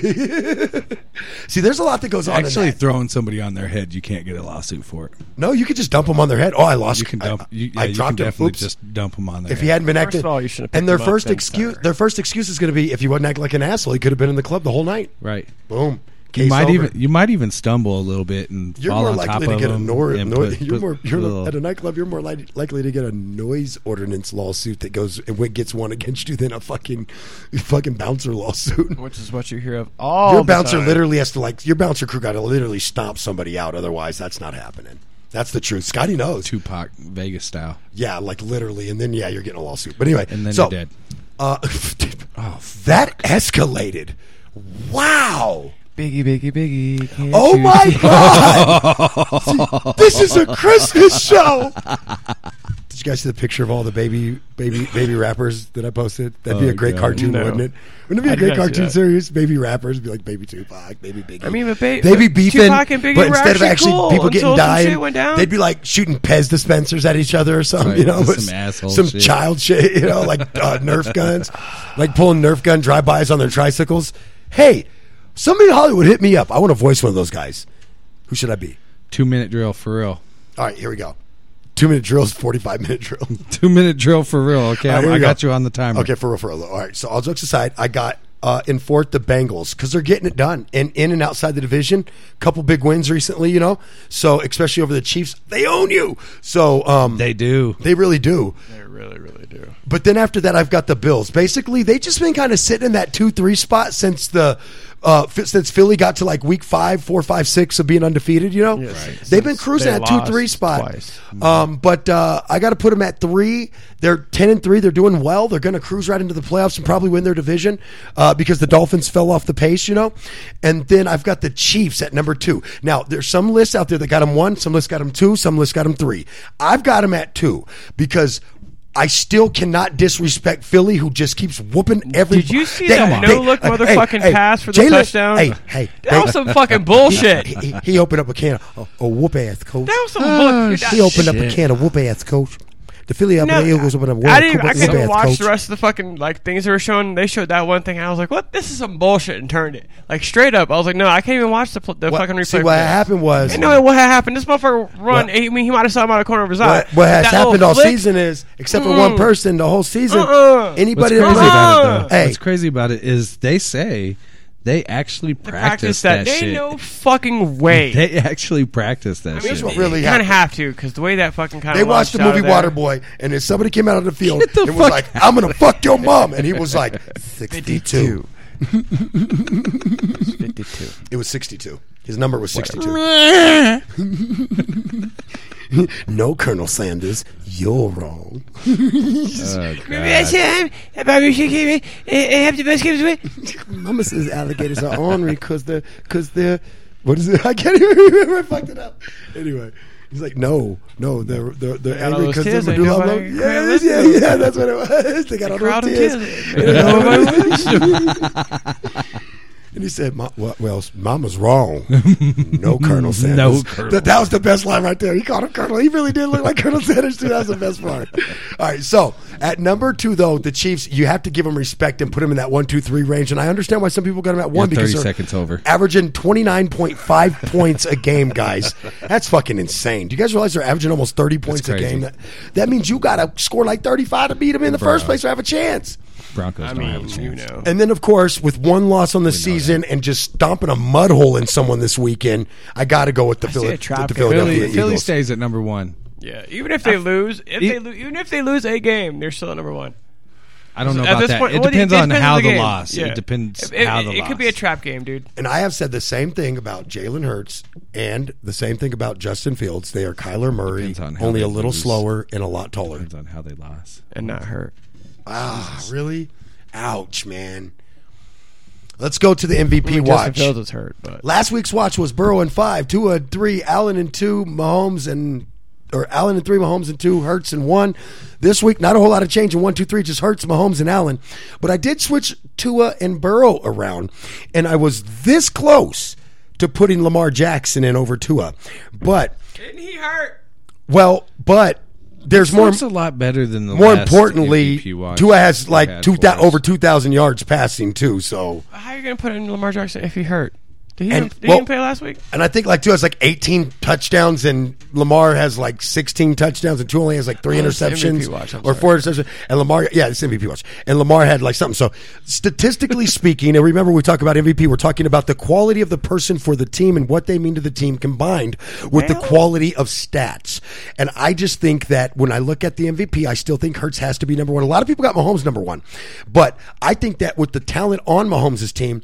[SPEAKER 2] (laughs) See, there's a lot that goes on. in
[SPEAKER 7] Actually,
[SPEAKER 2] that.
[SPEAKER 7] throwing somebody on their head, you can't get a lawsuit for it.
[SPEAKER 2] no, you could just dump them on their head. Oh, I lost.
[SPEAKER 7] You can
[SPEAKER 2] I-
[SPEAKER 7] dump.
[SPEAKER 2] I,
[SPEAKER 7] you, yeah,
[SPEAKER 2] I
[SPEAKER 7] you
[SPEAKER 2] dropped
[SPEAKER 7] can
[SPEAKER 2] him.
[SPEAKER 7] definitely
[SPEAKER 2] Oops.
[SPEAKER 7] just dump them on their
[SPEAKER 2] if
[SPEAKER 7] head.
[SPEAKER 2] he hadn't been
[SPEAKER 3] First
[SPEAKER 2] active,
[SPEAKER 3] of all, you should've picked
[SPEAKER 2] and their
[SPEAKER 3] him up,
[SPEAKER 2] first
[SPEAKER 3] then
[SPEAKER 2] excuse,
[SPEAKER 3] fire.
[SPEAKER 2] their first excuse is going to be if he wasn't acting like an asshole, he could have been in the club the whole night.
[SPEAKER 7] right.
[SPEAKER 2] Boom. Case
[SPEAKER 7] You might
[SPEAKER 2] over.
[SPEAKER 7] even you might even stumble a little bit and
[SPEAKER 2] You're
[SPEAKER 7] fall
[SPEAKER 2] more
[SPEAKER 7] on top
[SPEAKER 2] likely to
[SPEAKER 7] of
[SPEAKER 2] get a
[SPEAKER 7] them
[SPEAKER 2] nor-
[SPEAKER 7] and
[SPEAKER 2] nor-
[SPEAKER 7] put-
[SPEAKER 2] you're
[SPEAKER 7] put
[SPEAKER 2] more you're
[SPEAKER 7] little-
[SPEAKER 2] at a nightclub. You're more li- likely to get a noise ordinance lawsuit that goes and wi- gets one against you than a fucking fucking bouncer
[SPEAKER 7] (laughs)
[SPEAKER 2] lawsuit.
[SPEAKER 3] which is what you hear of all.
[SPEAKER 2] your
[SPEAKER 3] the
[SPEAKER 2] bouncer
[SPEAKER 3] time.
[SPEAKER 2] literally has to like your bouncer crew got to literally stomp somebody out. Otherwise, that's not happening. That's the truth. Scotty knows.
[SPEAKER 7] Tupac Vegas style,
[SPEAKER 2] Yeah, like literally, and then yeah, you're getting a lawsuit. But anyway,
[SPEAKER 7] and then
[SPEAKER 2] so,
[SPEAKER 7] you're dead. Oh,
[SPEAKER 2] Uh, (laughs) that escalated. Wow.
[SPEAKER 3] Biggie, biggie, biggie. can't
[SPEAKER 2] Oh
[SPEAKER 3] you
[SPEAKER 2] my god! (laughs) See, this is a Christmas show. Did you guys see the picture of all the baby, baby, baby rappers that I posted? That'd be
[SPEAKER 7] Oh,
[SPEAKER 2] a great
[SPEAKER 7] God.
[SPEAKER 2] cartoon,
[SPEAKER 3] No.
[SPEAKER 2] wouldn't it? Wouldn't it be
[SPEAKER 3] I
[SPEAKER 2] a
[SPEAKER 3] did
[SPEAKER 2] great
[SPEAKER 3] not see
[SPEAKER 2] cartoon
[SPEAKER 3] that.
[SPEAKER 2] series? Baby rappers be like Baby Tupac, Baby Biggie.
[SPEAKER 3] I mean, but ba-
[SPEAKER 2] they'd be
[SPEAKER 3] but
[SPEAKER 2] beefing,
[SPEAKER 3] Tupac and Biggie
[SPEAKER 2] but
[SPEAKER 3] were
[SPEAKER 2] instead of
[SPEAKER 3] actually
[SPEAKER 2] actually
[SPEAKER 3] cool
[SPEAKER 2] people
[SPEAKER 3] until
[SPEAKER 2] getting
[SPEAKER 3] some shit
[SPEAKER 2] dying,
[SPEAKER 3] went down.
[SPEAKER 2] they'd be like shooting Pez dispensers at each other or something.
[SPEAKER 7] Right,
[SPEAKER 2] you know,
[SPEAKER 7] just
[SPEAKER 2] It's
[SPEAKER 7] some asshole
[SPEAKER 2] some
[SPEAKER 7] shit.
[SPEAKER 2] child shit. You know, like
[SPEAKER 7] (laughs)
[SPEAKER 2] uh, Nerf guns, like pulling Nerf gun drive bys on their tricycles. Hey, somebody in Hollywood hit me up. I want to voice one of those guys. Who should I be?
[SPEAKER 7] Two minute drill for real. (laughs)
[SPEAKER 2] All right, here we go. Two minute drills, forty five minute drill. (laughs)
[SPEAKER 7] Two minute drill for real. Okay,
[SPEAKER 2] All right,
[SPEAKER 7] I,
[SPEAKER 2] here we
[SPEAKER 7] I got
[SPEAKER 2] go.
[SPEAKER 7] you on the timer.
[SPEAKER 2] Okay, for real, for real. All right, so all jokes aside, I got uh, in fourth the Bengals because they're getting it done and in and outside the division. Couple big wins recently, you know. So especially over the Chiefs, they own you. So um,
[SPEAKER 7] they do.
[SPEAKER 2] they really do.
[SPEAKER 3] They really, really do.
[SPEAKER 2] But then after that, I've got the Bills. Basically, they just been kind of sitting in that two three spot since the uh, fi- since Philly got to like week five, four, five, six of being undefeated. You know,
[SPEAKER 3] Right.
[SPEAKER 2] they've been
[SPEAKER 3] Since
[SPEAKER 2] cruising
[SPEAKER 3] they
[SPEAKER 2] at two three
[SPEAKER 3] lost
[SPEAKER 2] spot.
[SPEAKER 3] twice.
[SPEAKER 2] Um, but uh, I got to put them at three. They're ten and three. They're doing well. They're going to cruise right into the playoffs and probably win their division uh, because the Dolphins fell off the pace. You know, and then I've got the Chiefs at number two. Now there's some lists out there that got them one, some lists got them two, some lists got them three. I've got them at two because. I still cannot disrespect Philly, who just keeps whooping every.
[SPEAKER 3] Did you see that no look
[SPEAKER 2] like,
[SPEAKER 3] motherfucking
[SPEAKER 2] hey, hey,
[SPEAKER 3] pass for the
[SPEAKER 2] Jalen-
[SPEAKER 3] touchdown?
[SPEAKER 2] Hey, hey,
[SPEAKER 3] that was
[SPEAKER 2] they-
[SPEAKER 3] some
[SPEAKER 2] (laughs)
[SPEAKER 3] fucking bullshit.
[SPEAKER 2] He, he- he opened up a can of a, whoop ass coach.
[SPEAKER 3] That was some
[SPEAKER 2] Oh,
[SPEAKER 3] bullshit.
[SPEAKER 2] he opened up a can of whoop ass coach. The Philly
[SPEAKER 3] No,
[SPEAKER 2] Avenue Eagles opened up a
[SPEAKER 3] I didn't. I
[SPEAKER 2] whoop
[SPEAKER 3] couldn't
[SPEAKER 2] ass
[SPEAKER 3] watch
[SPEAKER 2] coach.
[SPEAKER 3] the rest of the fucking like things they were showing. They showed that one thing. And I was like, "What? This is some bullshit," and turned it like straight up. I was like, "No, I can't even watch the, pl- the fucking
[SPEAKER 2] What,
[SPEAKER 3] replay."
[SPEAKER 2] see
[SPEAKER 3] for
[SPEAKER 2] what
[SPEAKER 3] this.
[SPEAKER 2] happened was
[SPEAKER 3] I know what happened. This motherfucker run.
[SPEAKER 2] What-
[SPEAKER 3] I mean, he might have saw him out of the corner of his eye.
[SPEAKER 2] what, what has
[SPEAKER 3] That little
[SPEAKER 2] happened all
[SPEAKER 3] flick-
[SPEAKER 2] season is except for one person the whole season.
[SPEAKER 3] Uh-uh.
[SPEAKER 7] What's
[SPEAKER 2] Anybody
[SPEAKER 7] crazy
[SPEAKER 2] that
[SPEAKER 7] about it, though?
[SPEAKER 2] Hey.
[SPEAKER 7] What's crazy about it is they say they actually
[SPEAKER 3] Practice
[SPEAKER 7] practice,
[SPEAKER 3] that. They
[SPEAKER 7] shit. (laughs)
[SPEAKER 3] no fucking way.
[SPEAKER 7] They actually practice that
[SPEAKER 3] I mean,
[SPEAKER 7] shit.
[SPEAKER 2] what really
[SPEAKER 3] you
[SPEAKER 2] happened.
[SPEAKER 3] kind of have to because the way that fucking kind
[SPEAKER 2] They
[SPEAKER 3] of
[SPEAKER 2] watched the movie Waterboy, and then somebody came out on the field
[SPEAKER 7] Get the
[SPEAKER 2] and was
[SPEAKER 7] fuck
[SPEAKER 2] like, "I'm gonna fuck your mom," and he was
[SPEAKER 3] (laughs)
[SPEAKER 2] like, "62." (laughs)
[SPEAKER 3] Fifty two.
[SPEAKER 2] It was 62. His number was 62.
[SPEAKER 3] (laughs)
[SPEAKER 2] no, Colonel Sanders, you're wrong.
[SPEAKER 7] uh,
[SPEAKER 3] Remember that time that Bobby Shea came in and, and have the best games win?
[SPEAKER 2] Mama says alligators are ornery because they're, because they're, what is it? (laughs) I can't even remember. I fucked it up. Anyway. He's like, no, no, they're they're, they're
[SPEAKER 3] all
[SPEAKER 2] angry
[SPEAKER 3] those
[SPEAKER 2] because they're
[SPEAKER 3] tears that
[SPEAKER 2] Medulla
[SPEAKER 3] nobody
[SPEAKER 2] Oblong-
[SPEAKER 3] can
[SPEAKER 2] Yeah,
[SPEAKER 3] listen
[SPEAKER 2] yeah,
[SPEAKER 3] to.
[SPEAKER 2] yeah, that's what it was. They got all
[SPEAKER 3] Crowd
[SPEAKER 2] those
[SPEAKER 3] of
[SPEAKER 2] tears. (laughs)
[SPEAKER 3] tears.
[SPEAKER 2] And he said, Ma- well, well, Mama's wrong. No Colonel Sanders.
[SPEAKER 7] No Colonel.
[SPEAKER 2] That, that was the best line right there. He called him Colonel. He really did look like Colonel Sanders, too. That was the best part. All right. So at number two, though, the Chiefs, you have to give them respect and put them in that one, two, three range. And I understand why some people got them at one
[SPEAKER 7] You're 30
[SPEAKER 2] because they're
[SPEAKER 7] seconds over.
[SPEAKER 2] averaging
[SPEAKER 7] (laughs)
[SPEAKER 2] 29.5 points a game, guys. That's fucking insane. Do you guys realize they're averaging almost 30 points a
[SPEAKER 7] crazy.
[SPEAKER 2] game? That, that means you got to score like 35 to beat them in the
[SPEAKER 7] Bro.
[SPEAKER 2] first place or have a chance.
[SPEAKER 7] Broncos
[SPEAKER 3] I
[SPEAKER 7] don't have a
[SPEAKER 3] mean,
[SPEAKER 7] chance.
[SPEAKER 3] you know.
[SPEAKER 2] And then, of course, with one loss on the season and just stomping a mud hole in someone this weekend, I got to go with the,
[SPEAKER 3] see
[SPEAKER 2] Phila-
[SPEAKER 3] a trap
[SPEAKER 2] with the
[SPEAKER 3] game.
[SPEAKER 2] Philadelphia
[SPEAKER 7] Philly, Philly
[SPEAKER 2] Eagles.
[SPEAKER 7] stays at number one.
[SPEAKER 3] Yeah, even if they lose, if they lo- even if they lose a game, they're still at number one.
[SPEAKER 7] I don't know
[SPEAKER 3] At
[SPEAKER 7] about
[SPEAKER 3] this
[SPEAKER 7] that.
[SPEAKER 3] point-
[SPEAKER 7] it
[SPEAKER 3] well,
[SPEAKER 7] depends on how the,
[SPEAKER 3] game.
[SPEAKER 7] loss.
[SPEAKER 3] Yeah.
[SPEAKER 7] It depends
[SPEAKER 3] It- it-
[SPEAKER 7] how the
[SPEAKER 3] it
[SPEAKER 7] loss.
[SPEAKER 3] could be a trap game, dude.
[SPEAKER 2] And I have said the same thing about Jalen Hurts and the same thing about Justin Fields. They are Kyler Murray,
[SPEAKER 7] Depends on how
[SPEAKER 2] only
[SPEAKER 7] they
[SPEAKER 2] a little
[SPEAKER 7] lose.
[SPEAKER 2] slower and a lot taller.
[SPEAKER 7] Depends on how they lost.
[SPEAKER 3] And not hurt.
[SPEAKER 2] Ah, really? Ouch, man. Let's go to the MVP watch.
[SPEAKER 3] Justin Fields is hurt, but
[SPEAKER 2] Last week's watch was Burrow in five, Tua in three, Allen in two, Mahomes and or Allen in three, Mahomes in two, Hurts in one. This week, not a whole lot of change in one, two, three, just Hurts, Mahomes, and Allen. But I did switch Tua and Burrow around, and I was this close to putting Lamar Jackson in over Tua. But
[SPEAKER 3] didn't he hurt?
[SPEAKER 2] well, but there's more.
[SPEAKER 7] Looks a lot better than the
[SPEAKER 2] More
[SPEAKER 7] last
[SPEAKER 2] importantly,
[SPEAKER 7] MVP watch
[SPEAKER 2] Tua has
[SPEAKER 7] we
[SPEAKER 2] like
[SPEAKER 7] had
[SPEAKER 2] two
[SPEAKER 7] for
[SPEAKER 2] thou-
[SPEAKER 7] us.
[SPEAKER 2] over two thousand yards passing too. So,
[SPEAKER 3] How are you going to put in Lamar Jackson if he hurt? Did he,
[SPEAKER 2] And-
[SPEAKER 3] even, did
[SPEAKER 2] well-
[SPEAKER 3] he even play last week?
[SPEAKER 2] and I think like Tua has like eighteen touchdowns, and Lamar has like sixteen touchdowns, and Tua only has like three
[SPEAKER 3] Oh, it's
[SPEAKER 2] interceptions
[SPEAKER 3] MVP watch, I'm
[SPEAKER 2] or four interceptions. And Lamar, yeah, it's MVP watch, and Lamar had like something. So,
[SPEAKER 3] (laughs)
[SPEAKER 2] statistically speaking, and remember we talk about MVP, we're talking about the quality of the person for the team and what they mean to the team combined with the quality of stats. And I just think that when I look at the MVP, I still think Hurts has to be number one. A lot of people got Mahomes number one, but I think that with the talent on Mahomes' team.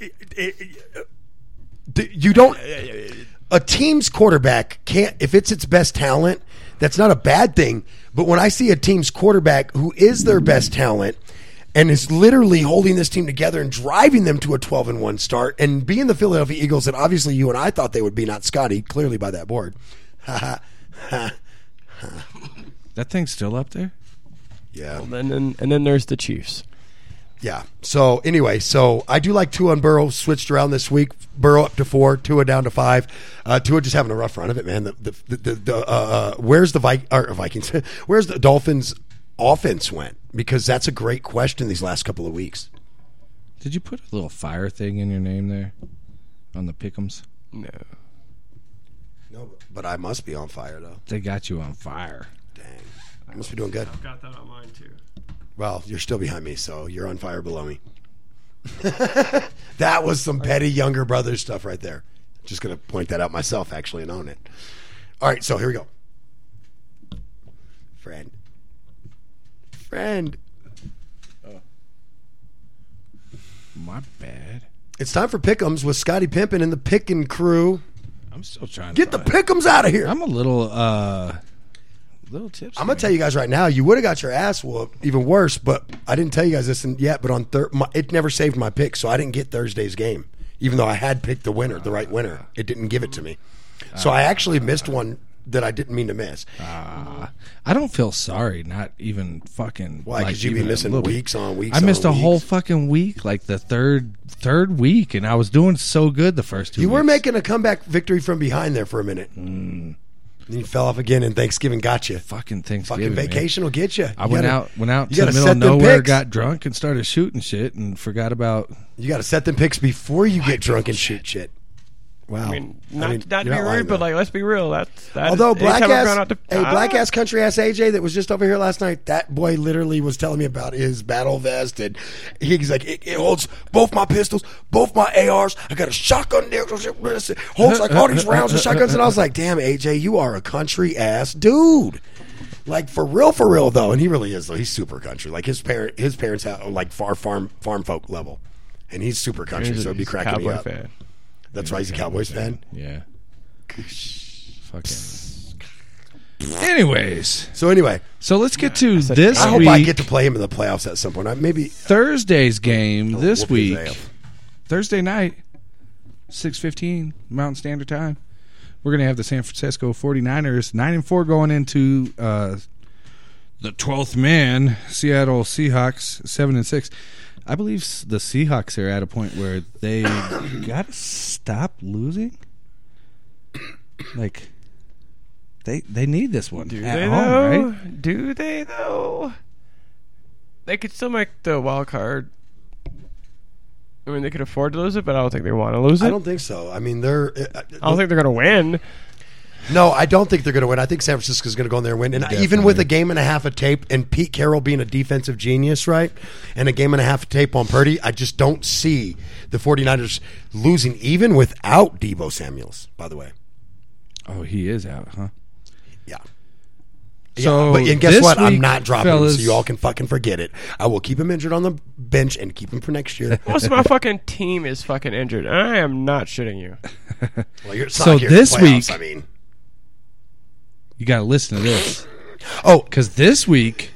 [SPEAKER 2] it- it- D- you don't a team's quarterback can't if it's its best talent that's not a bad thing but when i see a team's quarterback who is their best talent and is literally holding this team together and driving them to a 12 and 1 start and being the philadelphia eagles that obviously you and i thought they would be not scotty clearly by that board
[SPEAKER 7] That thing's still up there.
[SPEAKER 2] yeah
[SPEAKER 3] And then, and then there's the Chiefs.
[SPEAKER 2] Yeah. So anyway, so I do like Tua and Burrow switched around this week. Burrow up to four, Tua down to five. Uh, Tua just having a rough run of it, man. The the, the, the, the uh, uh, where's the Vi- or Vikings? (laughs) where's the Dolphins offense went? Because that's a great question these last couple of weeks.
[SPEAKER 7] Did you put a little fire thing in your name there on the pickums?
[SPEAKER 3] No.
[SPEAKER 2] No, but I must be on fire though.
[SPEAKER 7] They got you on fire.
[SPEAKER 2] Dang, I must be doing good.
[SPEAKER 3] Got that on mine too.
[SPEAKER 2] Well, you're still behind me, so you're on fire below me. (laughs) that was some petty younger brother stuff right there. Just gonna point that out myself, actually, and own it. All right, so here we go. Friend, friend,
[SPEAKER 7] My bad.
[SPEAKER 2] it's time for Pickums with Scotty Pimpin and the Pickin' Crew.
[SPEAKER 7] I'm still trying.
[SPEAKER 2] Get
[SPEAKER 7] to
[SPEAKER 2] the Pickums out of here. I'm,
[SPEAKER 7] I'm a little uh, little tips.
[SPEAKER 2] gonna tell you guys right now, you would have got your ass whooped, even worse. But I didn't tell you guys this yet. But on thir- my, it never saved my pick, so I didn't get Thursday's game, even though I had picked the winner, the right winner. It didn't give it to me, so I actually missed one that I didn't mean to miss.
[SPEAKER 7] Ah, I don't feel sorry. Not even fucking.
[SPEAKER 2] Why?
[SPEAKER 7] like,
[SPEAKER 2] Because you'd be
[SPEAKER 7] even a
[SPEAKER 2] missing
[SPEAKER 7] little bit.
[SPEAKER 2] weeks on weeks.
[SPEAKER 7] I missed
[SPEAKER 2] on
[SPEAKER 7] a whole
[SPEAKER 2] weeks.
[SPEAKER 7] fucking week, like the third third week, and I was doing so good the first two.
[SPEAKER 2] you were
[SPEAKER 7] weeks.
[SPEAKER 2] making a comeback victory from behind there for a minute.
[SPEAKER 7] Hmm.
[SPEAKER 2] Then you fell off again, and Thanksgiving got you. Fucking
[SPEAKER 7] fucking Thanksgiving. man.
[SPEAKER 2] vacation will get you.
[SPEAKER 7] I went out went out to the middle of nowhere, got drunk, and started shooting shit, and forgot about.
[SPEAKER 2] You got to set them picks before you get drunk and shoot shit. Wow.
[SPEAKER 3] I mean, not,
[SPEAKER 2] Oh. I mean,
[SPEAKER 3] not to
[SPEAKER 2] you're
[SPEAKER 3] be
[SPEAKER 2] not lying,
[SPEAKER 3] rude, but
[SPEAKER 2] though.
[SPEAKER 3] like, let's be real. That's that
[SPEAKER 2] although
[SPEAKER 3] is-
[SPEAKER 2] black
[SPEAKER 3] anytime I've
[SPEAKER 2] ass,
[SPEAKER 3] gone out to-
[SPEAKER 2] hey, black
[SPEAKER 3] Ah.
[SPEAKER 2] ass country ass AJ that was just over here last night. That boy literally was telling me about his battle vest, and he's like, it, it holds both my pistols, both my ARs. I got a shotgun there, listen, holds like all these rounds of shotguns. And I was like, damn, AJ, you are a country ass dude. Like for real, for real though, and he really is though. He's super country. Like his parent, his parents have like far farm farm folk level, and he's super country.
[SPEAKER 3] He's a-
[SPEAKER 2] so it'd be
[SPEAKER 3] he's a
[SPEAKER 2] cracking me
[SPEAKER 3] Cowboy
[SPEAKER 2] up.
[SPEAKER 3] fan.
[SPEAKER 2] That's right, he's a Cowboys fan.
[SPEAKER 7] Yeah. fucking. Anyways,
[SPEAKER 2] So anyway,
[SPEAKER 7] so let's get to
[SPEAKER 3] said-
[SPEAKER 7] this
[SPEAKER 2] I hope
[SPEAKER 7] week.
[SPEAKER 2] I get to play him in the playoffs at some point. I, maybe
[SPEAKER 7] Thursday's game
[SPEAKER 2] whoop his
[SPEAKER 7] this week.
[SPEAKER 2] ass.
[SPEAKER 7] Thursday night, 6:15 Mountain Standard Time. We're going to have the San Francisco 49ers 9 and 4 going into uh, the 12th man, Seattle Seahawks 7 and 6. I believe s- the Seahawks are at a point where they (coughs) got to stop losing. Like they they need this one
[SPEAKER 3] Do
[SPEAKER 7] at
[SPEAKER 3] they
[SPEAKER 7] home,
[SPEAKER 3] though?
[SPEAKER 7] right?
[SPEAKER 3] Do they though? They could still make the wild card. I mean, they could afford to lose it, but I don't think they want to lose it.
[SPEAKER 2] I don't think so. I mean, they're uh,
[SPEAKER 3] I don't think they're going to win.
[SPEAKER 2] no. I don't think they're going to win. I think San Francisco's going to go in there and win. And even with a game and a half of tape and Pete Carroll being a defensive genius, right, and a game and a half of tape on Purdy, I just don't see the 49ers losing even without Debo Samuel's. By the way,
[SPEAKER 7] Oh, he is out, huh?
[SPEAKER 2] yeah.
[SPEAKER 7] So
[SPEAKER 2] but and guess
[SPEAKER 7] this
[SPEAKER 2] what? I'm
[SPEAKER 7] week,
[SPEAKER 2] not dropping him,
[SPEAKER 7] fellas-
[SPEAKER 2] so you all can fucking forget it. I will keep him injured on the bench and keep him for next
[SPEAKER 7] (laughs)
[SPEAKER 2] year.
[SPEAKER 3] Most of my fucking team is fucking injured. I am not shitting you.
[SPEAKER 2] well, you're, it's
[SPEAKER 7] So
[SPEAKER 2] not here in the
[SPEAKER 7] this
[SPEAKER 2] playoffs,
[SPEAKER 7] week-
[SPEAKER 2] I mean,
[SPEAKER 7] You got to listen to this.
[SPEAKER 2] oh,
[SPEAKER 7] Because this week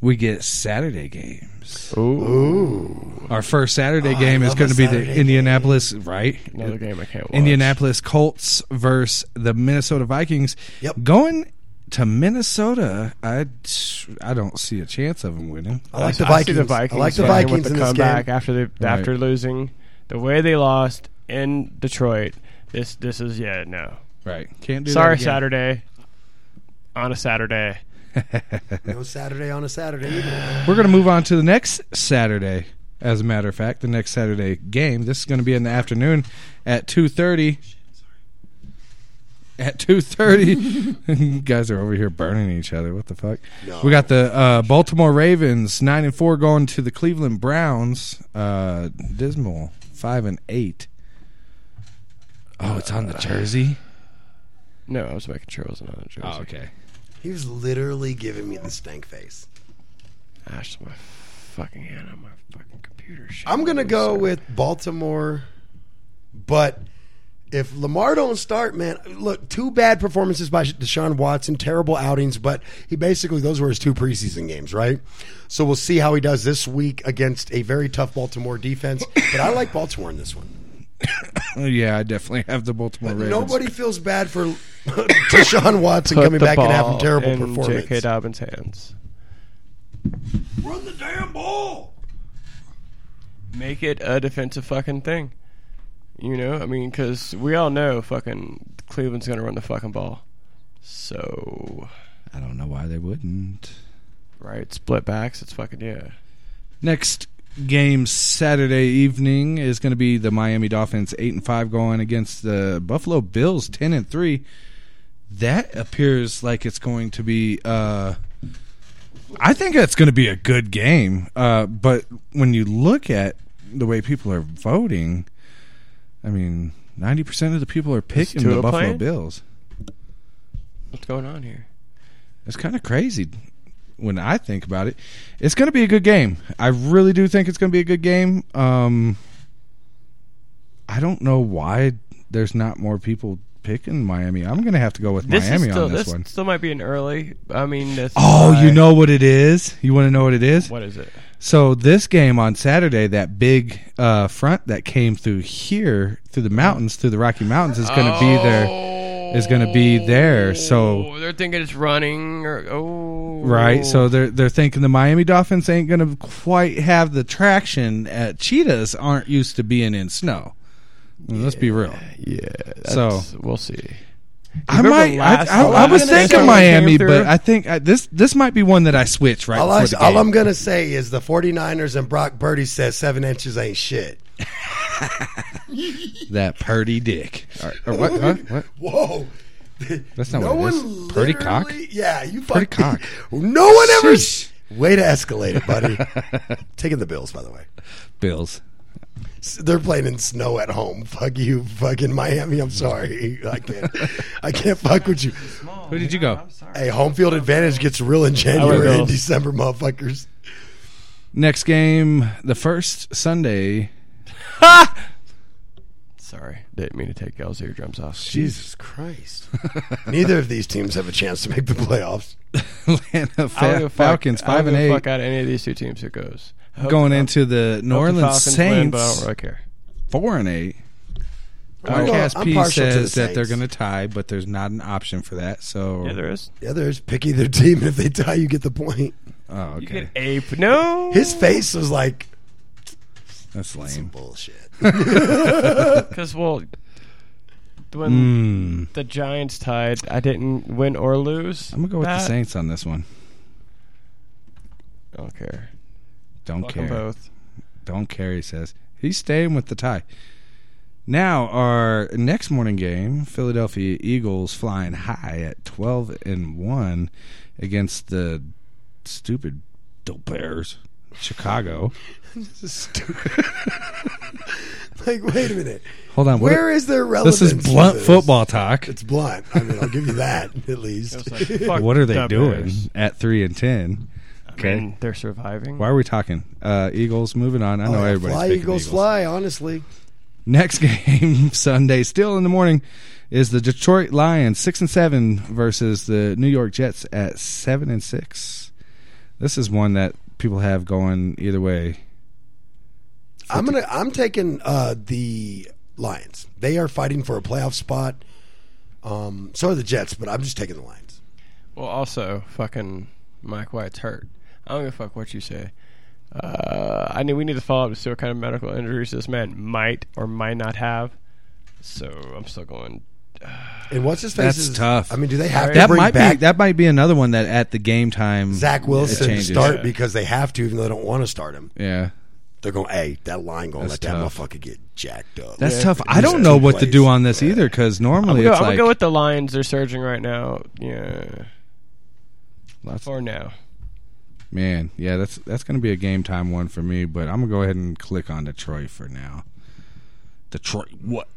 [SPEAKER 7] we get Saturday games. Our first Saturday game is
[SPEAKER 2] love
[SPEAKER 7] going
[SPEAKER 2] a
[SPEAKER 7] to be the
[SPEAKER 2] Saturday
[SPEAKER 7] Indianapolis, right?
[SPEAKER 3] Another game I can't watch.
[SPEAKER 7] Indianapolis Colts versus the Minnesota Vikings.
[SPEAKER 2] Yep.
[SPEAKER 7] Going to Minnesota, I, I don't see a chance of them winning.
[SPEAKER 2] I like the
[SPEAKER 3] I see
[SPEAKER 2] Vikings. I,
[SPEAKER 3] the Vikings.
[SPEAKER 2] like the
[SPEAKER 3] fucking with
[SPEAKER 2] Vikings
[SPEAKER 3] the
[SPEAKER 2] in this
[SPEAKER 3] comeback
[SPEAKER 2] game.
[SPEAKER 3] after the
[SPEAKER 7] Right.
[SPEAKER 3] after losing the way they lost in Detroit. This this is yeah no.
[SPEAKER 7] Right. Can't do
[SPEAKER 3] Sorry
[SPEAKER 7] that again.
[SPEAKER 3] Saturday. on a Saturday.
[SPEAKER 2] No Saturday on a Saturday either.
[SPEAKER 7] We're going to move on to the next Saturday. As a matter of fact, the next Saturday game. This is going to be in the afternoon at two thirty. At two thirty, (laughs) guys are over here burning each other. What the fuck? We got the uh, Baltimore Ravens nine and four going to the Cleveland Browns. Uh, dismal five and eight. Oh, it's on the jersey.
[SPEAKER 3] No, I was making sure it wasn't on a jersey.
[SPEAKER 7] okay.
[SPEAKER 2] He was literally giving me the stank face.
[SPEAKER 3] Gosh, my fucking hand on my fucking computer. Shit.
[SPEAKER 2] I'm gonna go with Baltimore, but if Lamar don't start, man, look, two bad performances by Deshaun Watson, terrible outings, but he basically those were his two preseason games, right? So we'll see how he does this week against a very tough Baltimore defense. But I like Baltimore in this one.
[SPEAKER 7] Yeah, I definitely have the Baltimore Ravens.
[SPEAKER 2] Nobody feels bad for (laughs) Deshaun Watson coming back and having terrible
[SPEAKER 3] in
[SPEAKER 2] performance.
[SPEAKER 3] J.K. Dobbins' hands.
[SPEAKER 2] Run the damn ball.
[SPEAKER 3] Make it a defensive fucking thing. You know, I mean, because we all know fucking Cleveland's gonna run the fucking ball. So,
[SPEAKER 7] I don't know why they wouldn't.
[SPEAKER 3] right, split backs. It's fucking yeah.
[SPEAKER 7] Next game Saturday evening is going to be the Miami Dolphins eight and five going against the Buffalo Bills ten and three. That appears like it's going to be. Uh, I think it's going to be a good game, uh, but when you look at the way people are voting, I mean, ninety percent of the people are picking the
[SPEAKER 3] Tua
[SPEAKER 7] Buffalo
[SPEAKER 3] playing?
[SPEAKER 7] Bills.
[SPEAKER 3] What's going on here?
[SPEAKER 7] It's kind of crazy when I think about it. It's going to be a good game. I really do think it's going to be a good game. Um, I don't know why there's not more people picking Miami. I'm going to have to go with
[SPEAKER 3] This
[SPEAKER 7] Miami
[SPEAKER 3] is still
[SPEAKER 7] on this, one.
[SPEAKER 3] still might be an early. I mean, this
[SPEAKER 7] Oh,
[SPEAKER 3] is
[SPEAKER 7] you
[SPEAKER 3] why-
[SPEAKER 7] know what it is? You want to know what it is?
[SPEAKER 3] what is it?
[SPEAKER 7] So this game on Saturday, that big uh, front that came through here, through the mountains, through the Rocky Mountains, is going to be there. Is going to be there. So
[SPEAKER 3] Oh, they're thinking it's running. Or, oh,
[SPEAKER 7] Right, so they're they're thinking the Miami Dolphins ain't going to quite have the traction. Uh, cheetahs aren't used to being in snow. And Let's be real.
[SPEAKER 3] yeah.
[SPEAKER 7] So-
[SPEAKER 3] that's- we'll see.
[SPEAKER 7] I
[SPEAKER 3] remember
[SPEAKER 7] might. I,
[SPEAKER 3] last-
[SPEAKER 7] I, I
[SPEAKER 3] I'm
[SPEAKER 7] was
[SPEAKER 3] gonna
[SPEAKER 7] thinking
[SPEAKER 3] say-
[SPEAKER 7] Miami,
[SPEAKER 3] came through-
[SPEAKER 7] but I think I, this this might be one that I switch right
[SPEAKER 2] All,
[SPEAKER 7] before
[SPEAKER 2] I,
[SPEAKER 7] the
[SPEAKER 2] all
[SPEAKER 7] game.
[SPEAKER 2] I'm going to say is the 49ers and Brock Purdy says seven inches ain't shit.
[SPEAKER 7] that Purdy dick. Or, or what, huh? what?
[SPEAKER 2] Whoa.
[SPEAKER 7] That's not what it is. Purdy cock.
[SPEAKER 2] literally- Yeah, you
[SPEAKER 7] Purdy
[SPEAKER 2] fucking.
[SPEAKER 7] cock.
[SPEAKER 2] (laughs) No one ever.
[SPEAKER 7] Sheesh.
[SPEAKER 2] Way to escalate it, buddy.
[SPEAKER 7] (laughs)
[SPEAKER 2] Taking the Bills, by the way.
[SPEAKER 7] Bills.
[SPEAKER 2] S- They're playing in snow at home. Fuck you, fucking Miami. I'm sorry. I can't. I can't fuck with you.
[SPEAKER 3] Oh,
[SPEAKER 7] Who did you go?
[SPEAKER 2] Hey, home field advantage gets real in
[SPEAKER 3] I
[SPEAKER 2] January
[SPEAKER 3] went
[SPEAKER 2] and
[SPEAKER 3] Bills.
[SPEAKER 2] December, motherfuckers.
[SPEAKER 7] Next game, the first Sunday. (laughs)
[SPEAKER 3] Sorry, didn't mean to take y'all's eardrums off.
[SPEAKER 2] Jesus Christ. Neither of these teams have a chance to make the playoffs.
[SPEAKER 7] Atlanta
[SPEAKER 3] I don't give
[SPEAKER 7] Fa-
[SPEAKER 3] a fuck.
[SPEAKER 7] Falcons
[SPEAKER 3] I don't
[SPEAKER 7] five and
[SPEAKER 3] give a
[SPEAKER 7] eight
[SPEAKER 3] Fuck out of any of these two teams who goes. I hope-
[SPEAKER 7] going
[SPEAKER 3] I
[SPEAKER 7] into the
[SPEAKER 3] hope
[SPEAKER 7] New
[SPEAKER 3] the
[SPEAKER 7] Orleans
[SPEAKER 3] Falcons
[SPEAKER 7] Saints.
[SPEAKER 3] win, but I don't really care.
[SPEAKER 7] four and eight.
[SPEAKER 2] I'm
[SPEAKER 7] Podcast
[SPEAKER 2] going- I'm
[SPEAKER 7] P
[SPEAKER 2] partial to the
[SPEAKER 7] says that they're
[SPEAKER 2] Saints.
[SPEAKER 7] going to tie, but there's not an option for that. So,
[SPEAKER 3] Yeah, there is.
[SPEAKER 2] The others pick either (laughs) team, and if they tie, you get the point.
[SPEAKER 7] oh,
[SPEAKER 3] You
[SPEAKER 7] okay,
[SPEAKER 3] get ape. No,
[SPEAKER 2] His face was like
[SPEAKER 7] that's lame.
[SPEAKER 2] bullshit.
[SPEAKER 3] because well, when the Giants tied, I didn't win or lose.
[SPEAKER 7] Hmm. I'm gonna go with the
[SPEAKER 3] that.
[SPEAKER 7] Saints on this one.
[SPEAKER 3] I don't care.
[SPEAKER 7] Don't
[SPEAKER 3] Fuck 'em
[SPEAKER 7] care. (laughs)
[SPEAKER 3] both.
[SPEAKER 7] Don't care. He says he's staying with the tie. Now our next morning game: Philadelphia Eagles flying high at 12 and one against the stupid dope Bears, Chicago.
[SPEAKER 2] (laughs) like, wait a minute.
[SPEAKER 7] Hold on, (laughs) what-
[SPEAKER 2] Where is their relevance?
[SPEAKER 7] this is
[SPEAKER 2] to
[SPEAKER 7] blunt
[SPEAKER 2] this?
[SPEAKER 7] football talk.
[SPEAKER 2] It's blunt. I mean, I'll give you that (laughs) at least.
[SPEAKER 3] Fuck
[SPEAKER 7] what are they
[SPEAKER 3] the
[SPEAKER 7] doing
[SPEAKER 3] Bears.
[SPEAKER 7] at three and ten? Okay.
[SPEAKER 3] And they're surviving.
[SPEAKER 7] Why are we talking? Uh, Eagles moving on. I know
[SPEAKER 2] Oh, yeah,
[SPEAKER 7] everybody's
[SPEAKER 2] fly
[SPEAKER 7] picking
[SPEAKER 2] Eagles,
[SPEAKER 7] Eagles.
[SPEAKER 2] fly. Honestly,
[SPEAKER 7] Next (laughs) game Sunday, still in the morning, is the Detroit Lions six and seven versus the New York Jets at seven and six. This is one that people have going either way.
[SPEAKER 2] I'm gonna. I'm taking uh, the Lions. They are fighting for a playoff spot. Um, so are the Jets, but I'm just taking the Lions.
[SPEAKER 3] Well, also, fucking Mike White's hurt. I don't give a fuck what you say. Uh, I mean, we need to follow up to see what kind of medical injuries this man might or might not have. So I'm still going
[SPEAKER 2] And what's his face?
[SPEAKER 7] That's
[SPEAKER 2] is-
[SPEAKER 7] tough.
[SPEAKER 2] I mean, do they have to
[SPEAKER 7] That
[SPEAKER 2] bring
[SPEAKER 7] might
[SPEAKER 2] back
[SPEAKER 7] be that might be another one that at the game time
[SPEAKER 2] Zach
[SPEAKER 7] it
[SPEAKER 2] Wilson to
[SPEAKER 7] changes.
[SPEAKER 2] start because they have to, even though they don't want to start him?
[SPEAKER 7] Yeah.
[SPEAKER 2] They're going, hey, that line going to let
[SPEAKER 7] That's
[SPEAKER 2] that
[SPEAKER 7] tough.
[SPEAKER 2] motherfucker get jacked up.
[SPEAKER 7] That's
[SPEAKER 2] Yeah.
[SPEAKER 7] tough. I
[SPEAKER 2] He's
[SPEAKER 7] don't
[SPEAKER 2] two
[SPEAKER 7] know what to
[SPEAKER 2] plays.
[SPEAKER 7] do on this e- either because
[SPEAKER 3] I'm
[SPEAKER 7] normally
[SPEAKER 3] gonna,
[SPEAKER 7] it's
[SPEAKER 3] I'm gonna
[SPEAKER 7] like
[SPEAKER 3] go with the lines they're surging right now. Yeah,
[SPEAKER 7] Lots-
[SPEAKER 3] for now.
[SPEAKER 7] man, yeah, that's that's gonna be a game time one for me. But I'm gonna go ahead and click on Detroit for now. Detroit, what?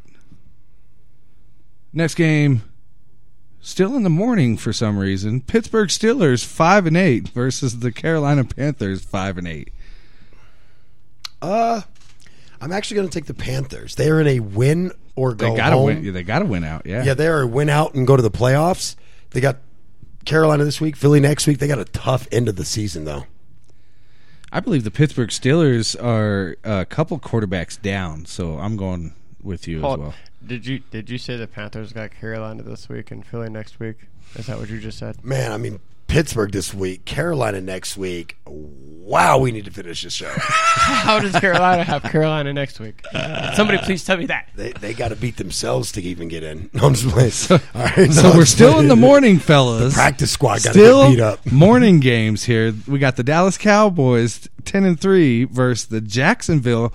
[SPEAKER 7] Next game, still in the morning for some reason. Pittsburgh Steelers five and eight versus the Carolina Panthers five and eight.
[SPEAKER 2] Uh, I'm actually going to take the Panthers. They are in a win or go
[SPEAKER 7] They gotta
[SPEAKER 2] home.
[SPEAKER 7] win. yeah, They gotta win out. Yeah.
[SPEAKER 2] Yeah, they are a win out and go to the playoffs. They got Carolina this week, Philly next week. They got a tough end of the season though.
[SPEAKER 7] I believe the Pittsburgh Steelers are a couple quarterbacks down, so I'm going with you as well.
[SPEAKER 3] Did you did you say the Panthers got Carolina this week and Philly next week? Is that what you just said?
[SPEAKER 2] Man, I mean Pittsburgh this week, Carolina next week. Wow, we need to finish this
[SPEAKER 7] (laughs)
[SPEAKER 2] show.
[SPEAKER 3] How does Carolina have Carolina next week? (laughs) Somebody please tell me that.
[SPEAKER 2] they they got to beat themselves to even get in. (laughs) No, I'm just playing. All right,
[SPEAKER 7] So we're still in the morning, fellas.
[SPEAKER 2] Practice squad got to
[SPEAKER 7] Still
[SPEAKER 2] get beat up.
[SPEAKER 7] morning games here. We got the Dallas Cowboys ten and three versus the Jacksonville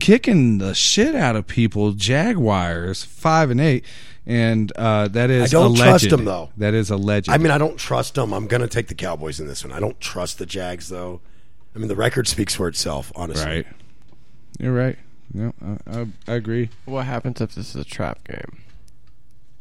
[SPEAKER 7] kicking the shit out of people. Jaguars five and eight, and uh, that is
[SPEAKER 2] I don't
[SPEAKER 7] alleged.
[SPEAKER 2] trust them, though.
[SPEAKER 7] That is alleged.
[SPEAKER 2] I mean, I don't trust them. I'm going to take the Cowboys in this one. I don't trust the Jags though. I mean, the record speaks for itself, honestly.
[SPEAKER 7] right. You're right. No, I, I, I agree.
[SPEAKER 3] What happens if this is a trap game?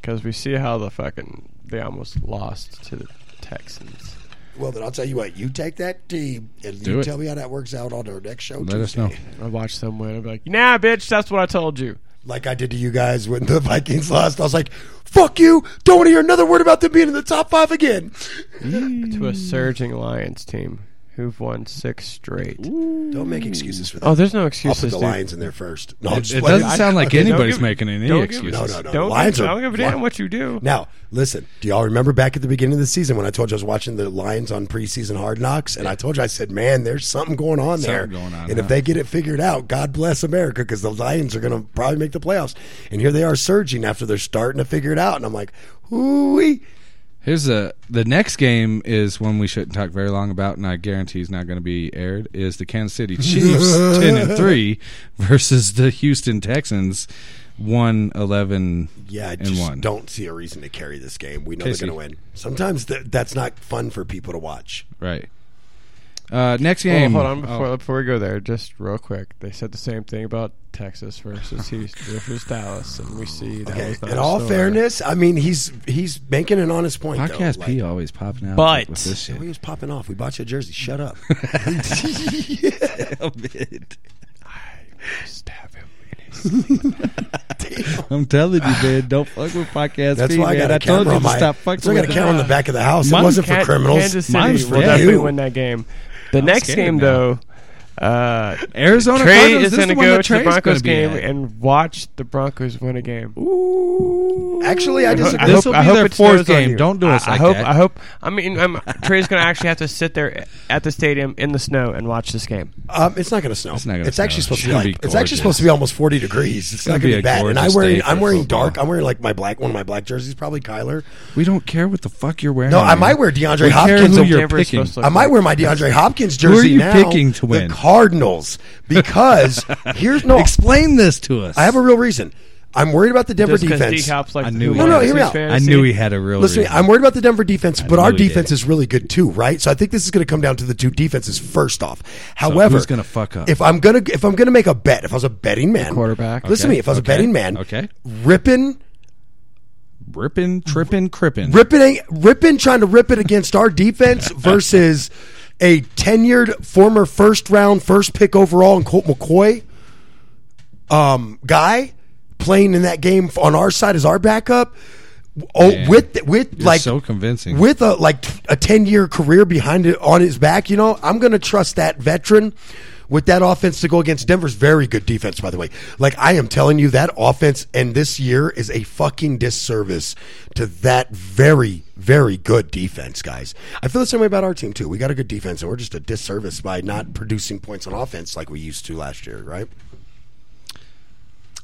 [SPEAKER 3] Because we see how the fucking they almost lost to the Texans.
[SPEAKER 2] Well, then I'll tell you what. You take that team and
[SPEAKER 7] Do
[SPEAKER 2] you
[SPEAKER 7] it.
[SPEAKER 2] tell me how that works out on our next show.
[SPEAKER 7] Let us know.
[SPEAKER 3] I watch them win. I'm like, nah, bitch, that's what I told you.
[SPEAKER 2] Like I did to you guys when the (laughs) Vikings lost. I was like, "Fuck you! Don't want to hear another word about them being in the top five again."
[SPEAKER 3] To a surging Lions team who've won six straight.
[SPEAKER 2] Don't make excuses for that.
[SPEAKER 3] Oh, there's no
[SPEAKER 2] I'll
[SPEAKER 3] excuses.
[SPEAKER 2] put the
[SPEAKER 3] dude.
[SPEAKER 2] Lions in there first. No, I'm just
[SPEAKER 7] It
[SPEAKER 2] playing.
[SPEAKER 7] doesn't sound like
[SPEAKER 2] Okay,
[SPEAKER 7] anybody's
[SPEAKER 3] give-
[SPEAKER 7] making any
[SPEAKER 3] don't give-
[SPEAKER 7] excuses.
[SPEAKER 2] No, no, no.
[SPEAKER 3] Don't,
[SPEAKER 2] the Lions
[SPEAKER 3] give,
[SPEAKER 2] are.
[SPEAKER 3] don't give a damn what you do.
[SPEAKER 2] Now, listen, do y'all remember back at the beginning of the season when I told you I was watching the Lions on preseason hard knocks? And I told you, I said, man, there's something going on there.
[SPEAKER 7] going on,
[SPEAKER 2] and
[SPEAKER 7] huh?
[SPEAKER 2] if they get it figured out, God bless America because the Lions are going to probably make the playoffs. And here they are surging after they're starting to figure it out. And I'm like, ooh,
[SPEAKER 7] Here's a the next game is one we shouldn't talk very long about, and I guarantee is not going to be aired. Is the
[SPEAKER 2] (laughs)
[SPEAKER 7] Kansas City Chiefs ten and three versus the Houston Texans one eleven
[SPEAKER 2] yeah, I
[SPEAKER 7] and
[SPEAKER 2] just
[SPEAKER 7] one.
[SPEAKER 2] don't see a reason to carry this game. We know
[SPEAKER 7] Casey.
[SPEAKER 2] they're going to win. Sometimes th- that's not fun for people to watch.
[SPEAKER 7] right. Uh, next
[SPEAKER 3] Well,
[SPEAKER 7] game.
[SPEAKER 3] hold on before,
[SPEAKER 7] Oh,
[SPEAKER 3] before we go there, just real quick. They said the same thing about Texas versus Houston versus Dallas, and we see
[SPEAKER 7] Oh,
[SPEAKER 3] that
[SPEAKER 2] Okay.
[SPEAKER 3] was not
[SPEAKER 2] In all
[SPEAKER 3] so-
[SPEAKER 2] fairness, I mean, he's he's making an honest point. though.
[SPEAKER 7] podcast
[SPEAKER 2] Like,
[SPEAKER 7] P always popping out.
[SPEAKER 3] But-
[SPEAKER 7] with this shit.
[SPEAKER 2] We was popping off. We bought you a jersey. Shut
[SPEAKER 7] (laughs)
[SPEAKER 2] up.
[SPEAKER 3] Stab him.
[SPEAKER 7] I'm telling you,
[SPEAKER 2] (laughs)
[SPEAKER 7] man, don't fuck with podcast
[SPEAKER 2] That's
[SPEAKER 7] P.
[SPEAKER 2] why I
[SPEAKER 7] man.
[SPEAKER 2] got a
[SPEAKER 7] I told
[SPEAKER 2] camera
[SPEAKER 7] you
[SPEAKER 2] on
[SPEAKER 7] to
[SPEAKER 2] my.
[SPEAKER 7] stop fucking
[SPEAKER 2] so I
[SPEAKER 7] with
[SPEAKER 2] got a
[SPEAKER 7] it.
[SPEAKER 2] camera on the back of the house.
[SPEAKER 3] Mine-
[SPEAKER 2] it wasn't for
[SPEAKER 3] Can-
[SPEAKER 2] criminals.
[SPEAKER 3] Kansas City
[SPEAKER 7] Mine's
[SPEAKER 3] will
[SPEAKER 7] for
[SPEAKER 3] definitely
[SPEAKER 2] you.
[SPEAKER 3] win that game. The next
[SPEAKER 7] scared
[SPEAKER 3] game,
[SPEAKER 7] now.
[SPEAKER 3] though, uh,
[SPEAKER 7] Arizona
[SPEAKER 3] Trey
[SPEAKER 7] Cardinals,
[SPEAKER 3] is
[SPEAKER 7] this
[SPEAKER 3] going to
[SPEAKER 7] the one
[SPEAKER 3] go
[SPEAKER 7] that
[SPEAKER 3] to the
[SPEAKER 7] Trey's gonna
[SPEAKER 3] Broncos
[SPEAKER 7] be
[SPEAKER 3] game
[SPEAKER 7] at.
[SPEAKER 3] and watch the Broncos win a game.
[SPEAKER 2] Actually, I disagree.
[SPEAKER 7] This will
[SPEAKER 3] I
[SPEAKER 7] be
[SPEAKER 3] hope
[SPEAKER 7] their
[SPEAKER 3] it snows
[SPEAKER 7] fourth
[SPEAKER 3] on
[SPEAKER 7] game.
[SPEAKER 3] you.
[SPEAKER 7] Don't do
[SPEAKER 3] I-
[SPEAKER 7] us
[SPEAKER 3] I
[SPEAKER 7] like
[SPEAKER 3] hope.
[SPEAKER 7] that.
[SPEAKER 3] I hope. I mean, I'm, Trey's going to actually have to sit there at the stadium in the snow and watch this game.
[SPEAKER 2] Um, it's not going to snow. It's,
[SPEAKER 7] not gonna
[SPEAKER 2] actually
[SPEAKER 7] snow.
[SPEAKER 2] supposed to be,
[SPEAKER 7] It's gonna
[SPEAKER 2] like,
[SPEAKER 7] be
[SPEAKER 2] it's actually
[SPEAKER 7] gorgeous.
[SPEAKER 2] supposed to be almost forty degrees. It's,
[SPEAKER 7] gonna
[SPEAKER 2] not going
[SPEAKER 7] be
[SPEAKER 2] to
[SPEAKER 7] a
[SPEAKER 2] be bad. And I'm
[SPEAKER 7] gorgeous day
[SPEAKER 2] wearing
[SPEAKER 7] for
[SPEAKER 2] I'm wearing
[SPEAKER 7] football.
[SPEAKER 2] dark. I'm wearing like my black one of my black jerseys. Probably Kyler.
[SPEAKER 7] We don't care what the fuck you're wearing.
[SPEAKER 2] No, I
[SPEAKER 7] man.
[SPEAKER 2] might wear DeAndre
[SPEAKER 7] We care
[SPEAKER 2] Hopkins
[SPEAKER 7] who
[SPEAKER 2] over
[SPEAKER 7] you're
[SPEAKER 3] Denver's
[SPEAKER 7] picking.
[SPEAKER 3] supposed to
[SPEAKER 2] I might wear my DeAndre Hopkins
[SPEAKER 7] Who are
[SPEAKER 2] jersey
[SPEAKER 7] you
[SPEAKER 2] now.
[SPEAKER 7] picking to win?
[SPEAKER 2] The Cardinals
[SPEAKER 7] (laughs)
[SPEAKER 2] because here's no.
[SPEAKER 7] Explain this to us.
[SPEAKER 2] I have a real reason. I'm worried about the Denver
[SPEAKER 3] Just because
[SPEAKER 2] defense.
[SPEAKER 3] D-Hop's like
[SPEAKER 7] I
[SPEAKER 3] the
[SPEAKER 7] knew it. No, no,
[SPEAKER 2] hear me
[SPEAKER 3] Fantasy
[SPEAKER 2] out.
[SPEAKER 7] I knew he had a real.
[SPEAKER 2] Listen,
[SPEAKER 7] reason.
[SPEAKER 2] I'm worried about the Denver defense, but our
[SPEAKER 7] knew he
[SPEAKER 2] defense
[SPEAKER 7] did.
[SPEAKER 2] is really good too, right? So I think this is going to come down to the two defenses first off. However,
[SPEAKER 7] who's gonna fuck up?
[SPEAKER 2] If I'm gonna if I'm gonna make a bet, if I was a betting man,
[SPEAKER 3] quarterback.
[SPEAKER 2] Listen to me. If I was
[SPEAKER 7] Okay.
[SPEAKER 2] a betting man,
[SPEAKER 7] Okay.
[SPEAKER 2] ripping,
[SPEAKER 7] ripping, tripping, cripping.
[SPEAKER 2] ripping, ripping, trying to rip it against our
[SPEAKER 7] (laughs)
[SPEAKER 2] defense versus a tenured former first round, first pick overall, and Colt McCoy, um, guy playing in that game on our side as our backup. Oh,
[SPEAKER 7] Man,
[SPEAKER 2] with with
[SPEAKER 7] You're
[SPEAKER 2] like
[SPEAKER 7] so convincing.
[SPEAKER 2] with a like t- a 10 year career behind it on his back, you know, I'm going to trust that veteran with that offense to go against Denver's very good defense, by the way. Like, I am telling you, that offense and this year is a fucking disservice to that very, very good defense, guys. I feel the same way about our team, too. We got a good defense, and we're just a disservice by not producing points on offense like we used to last year, right?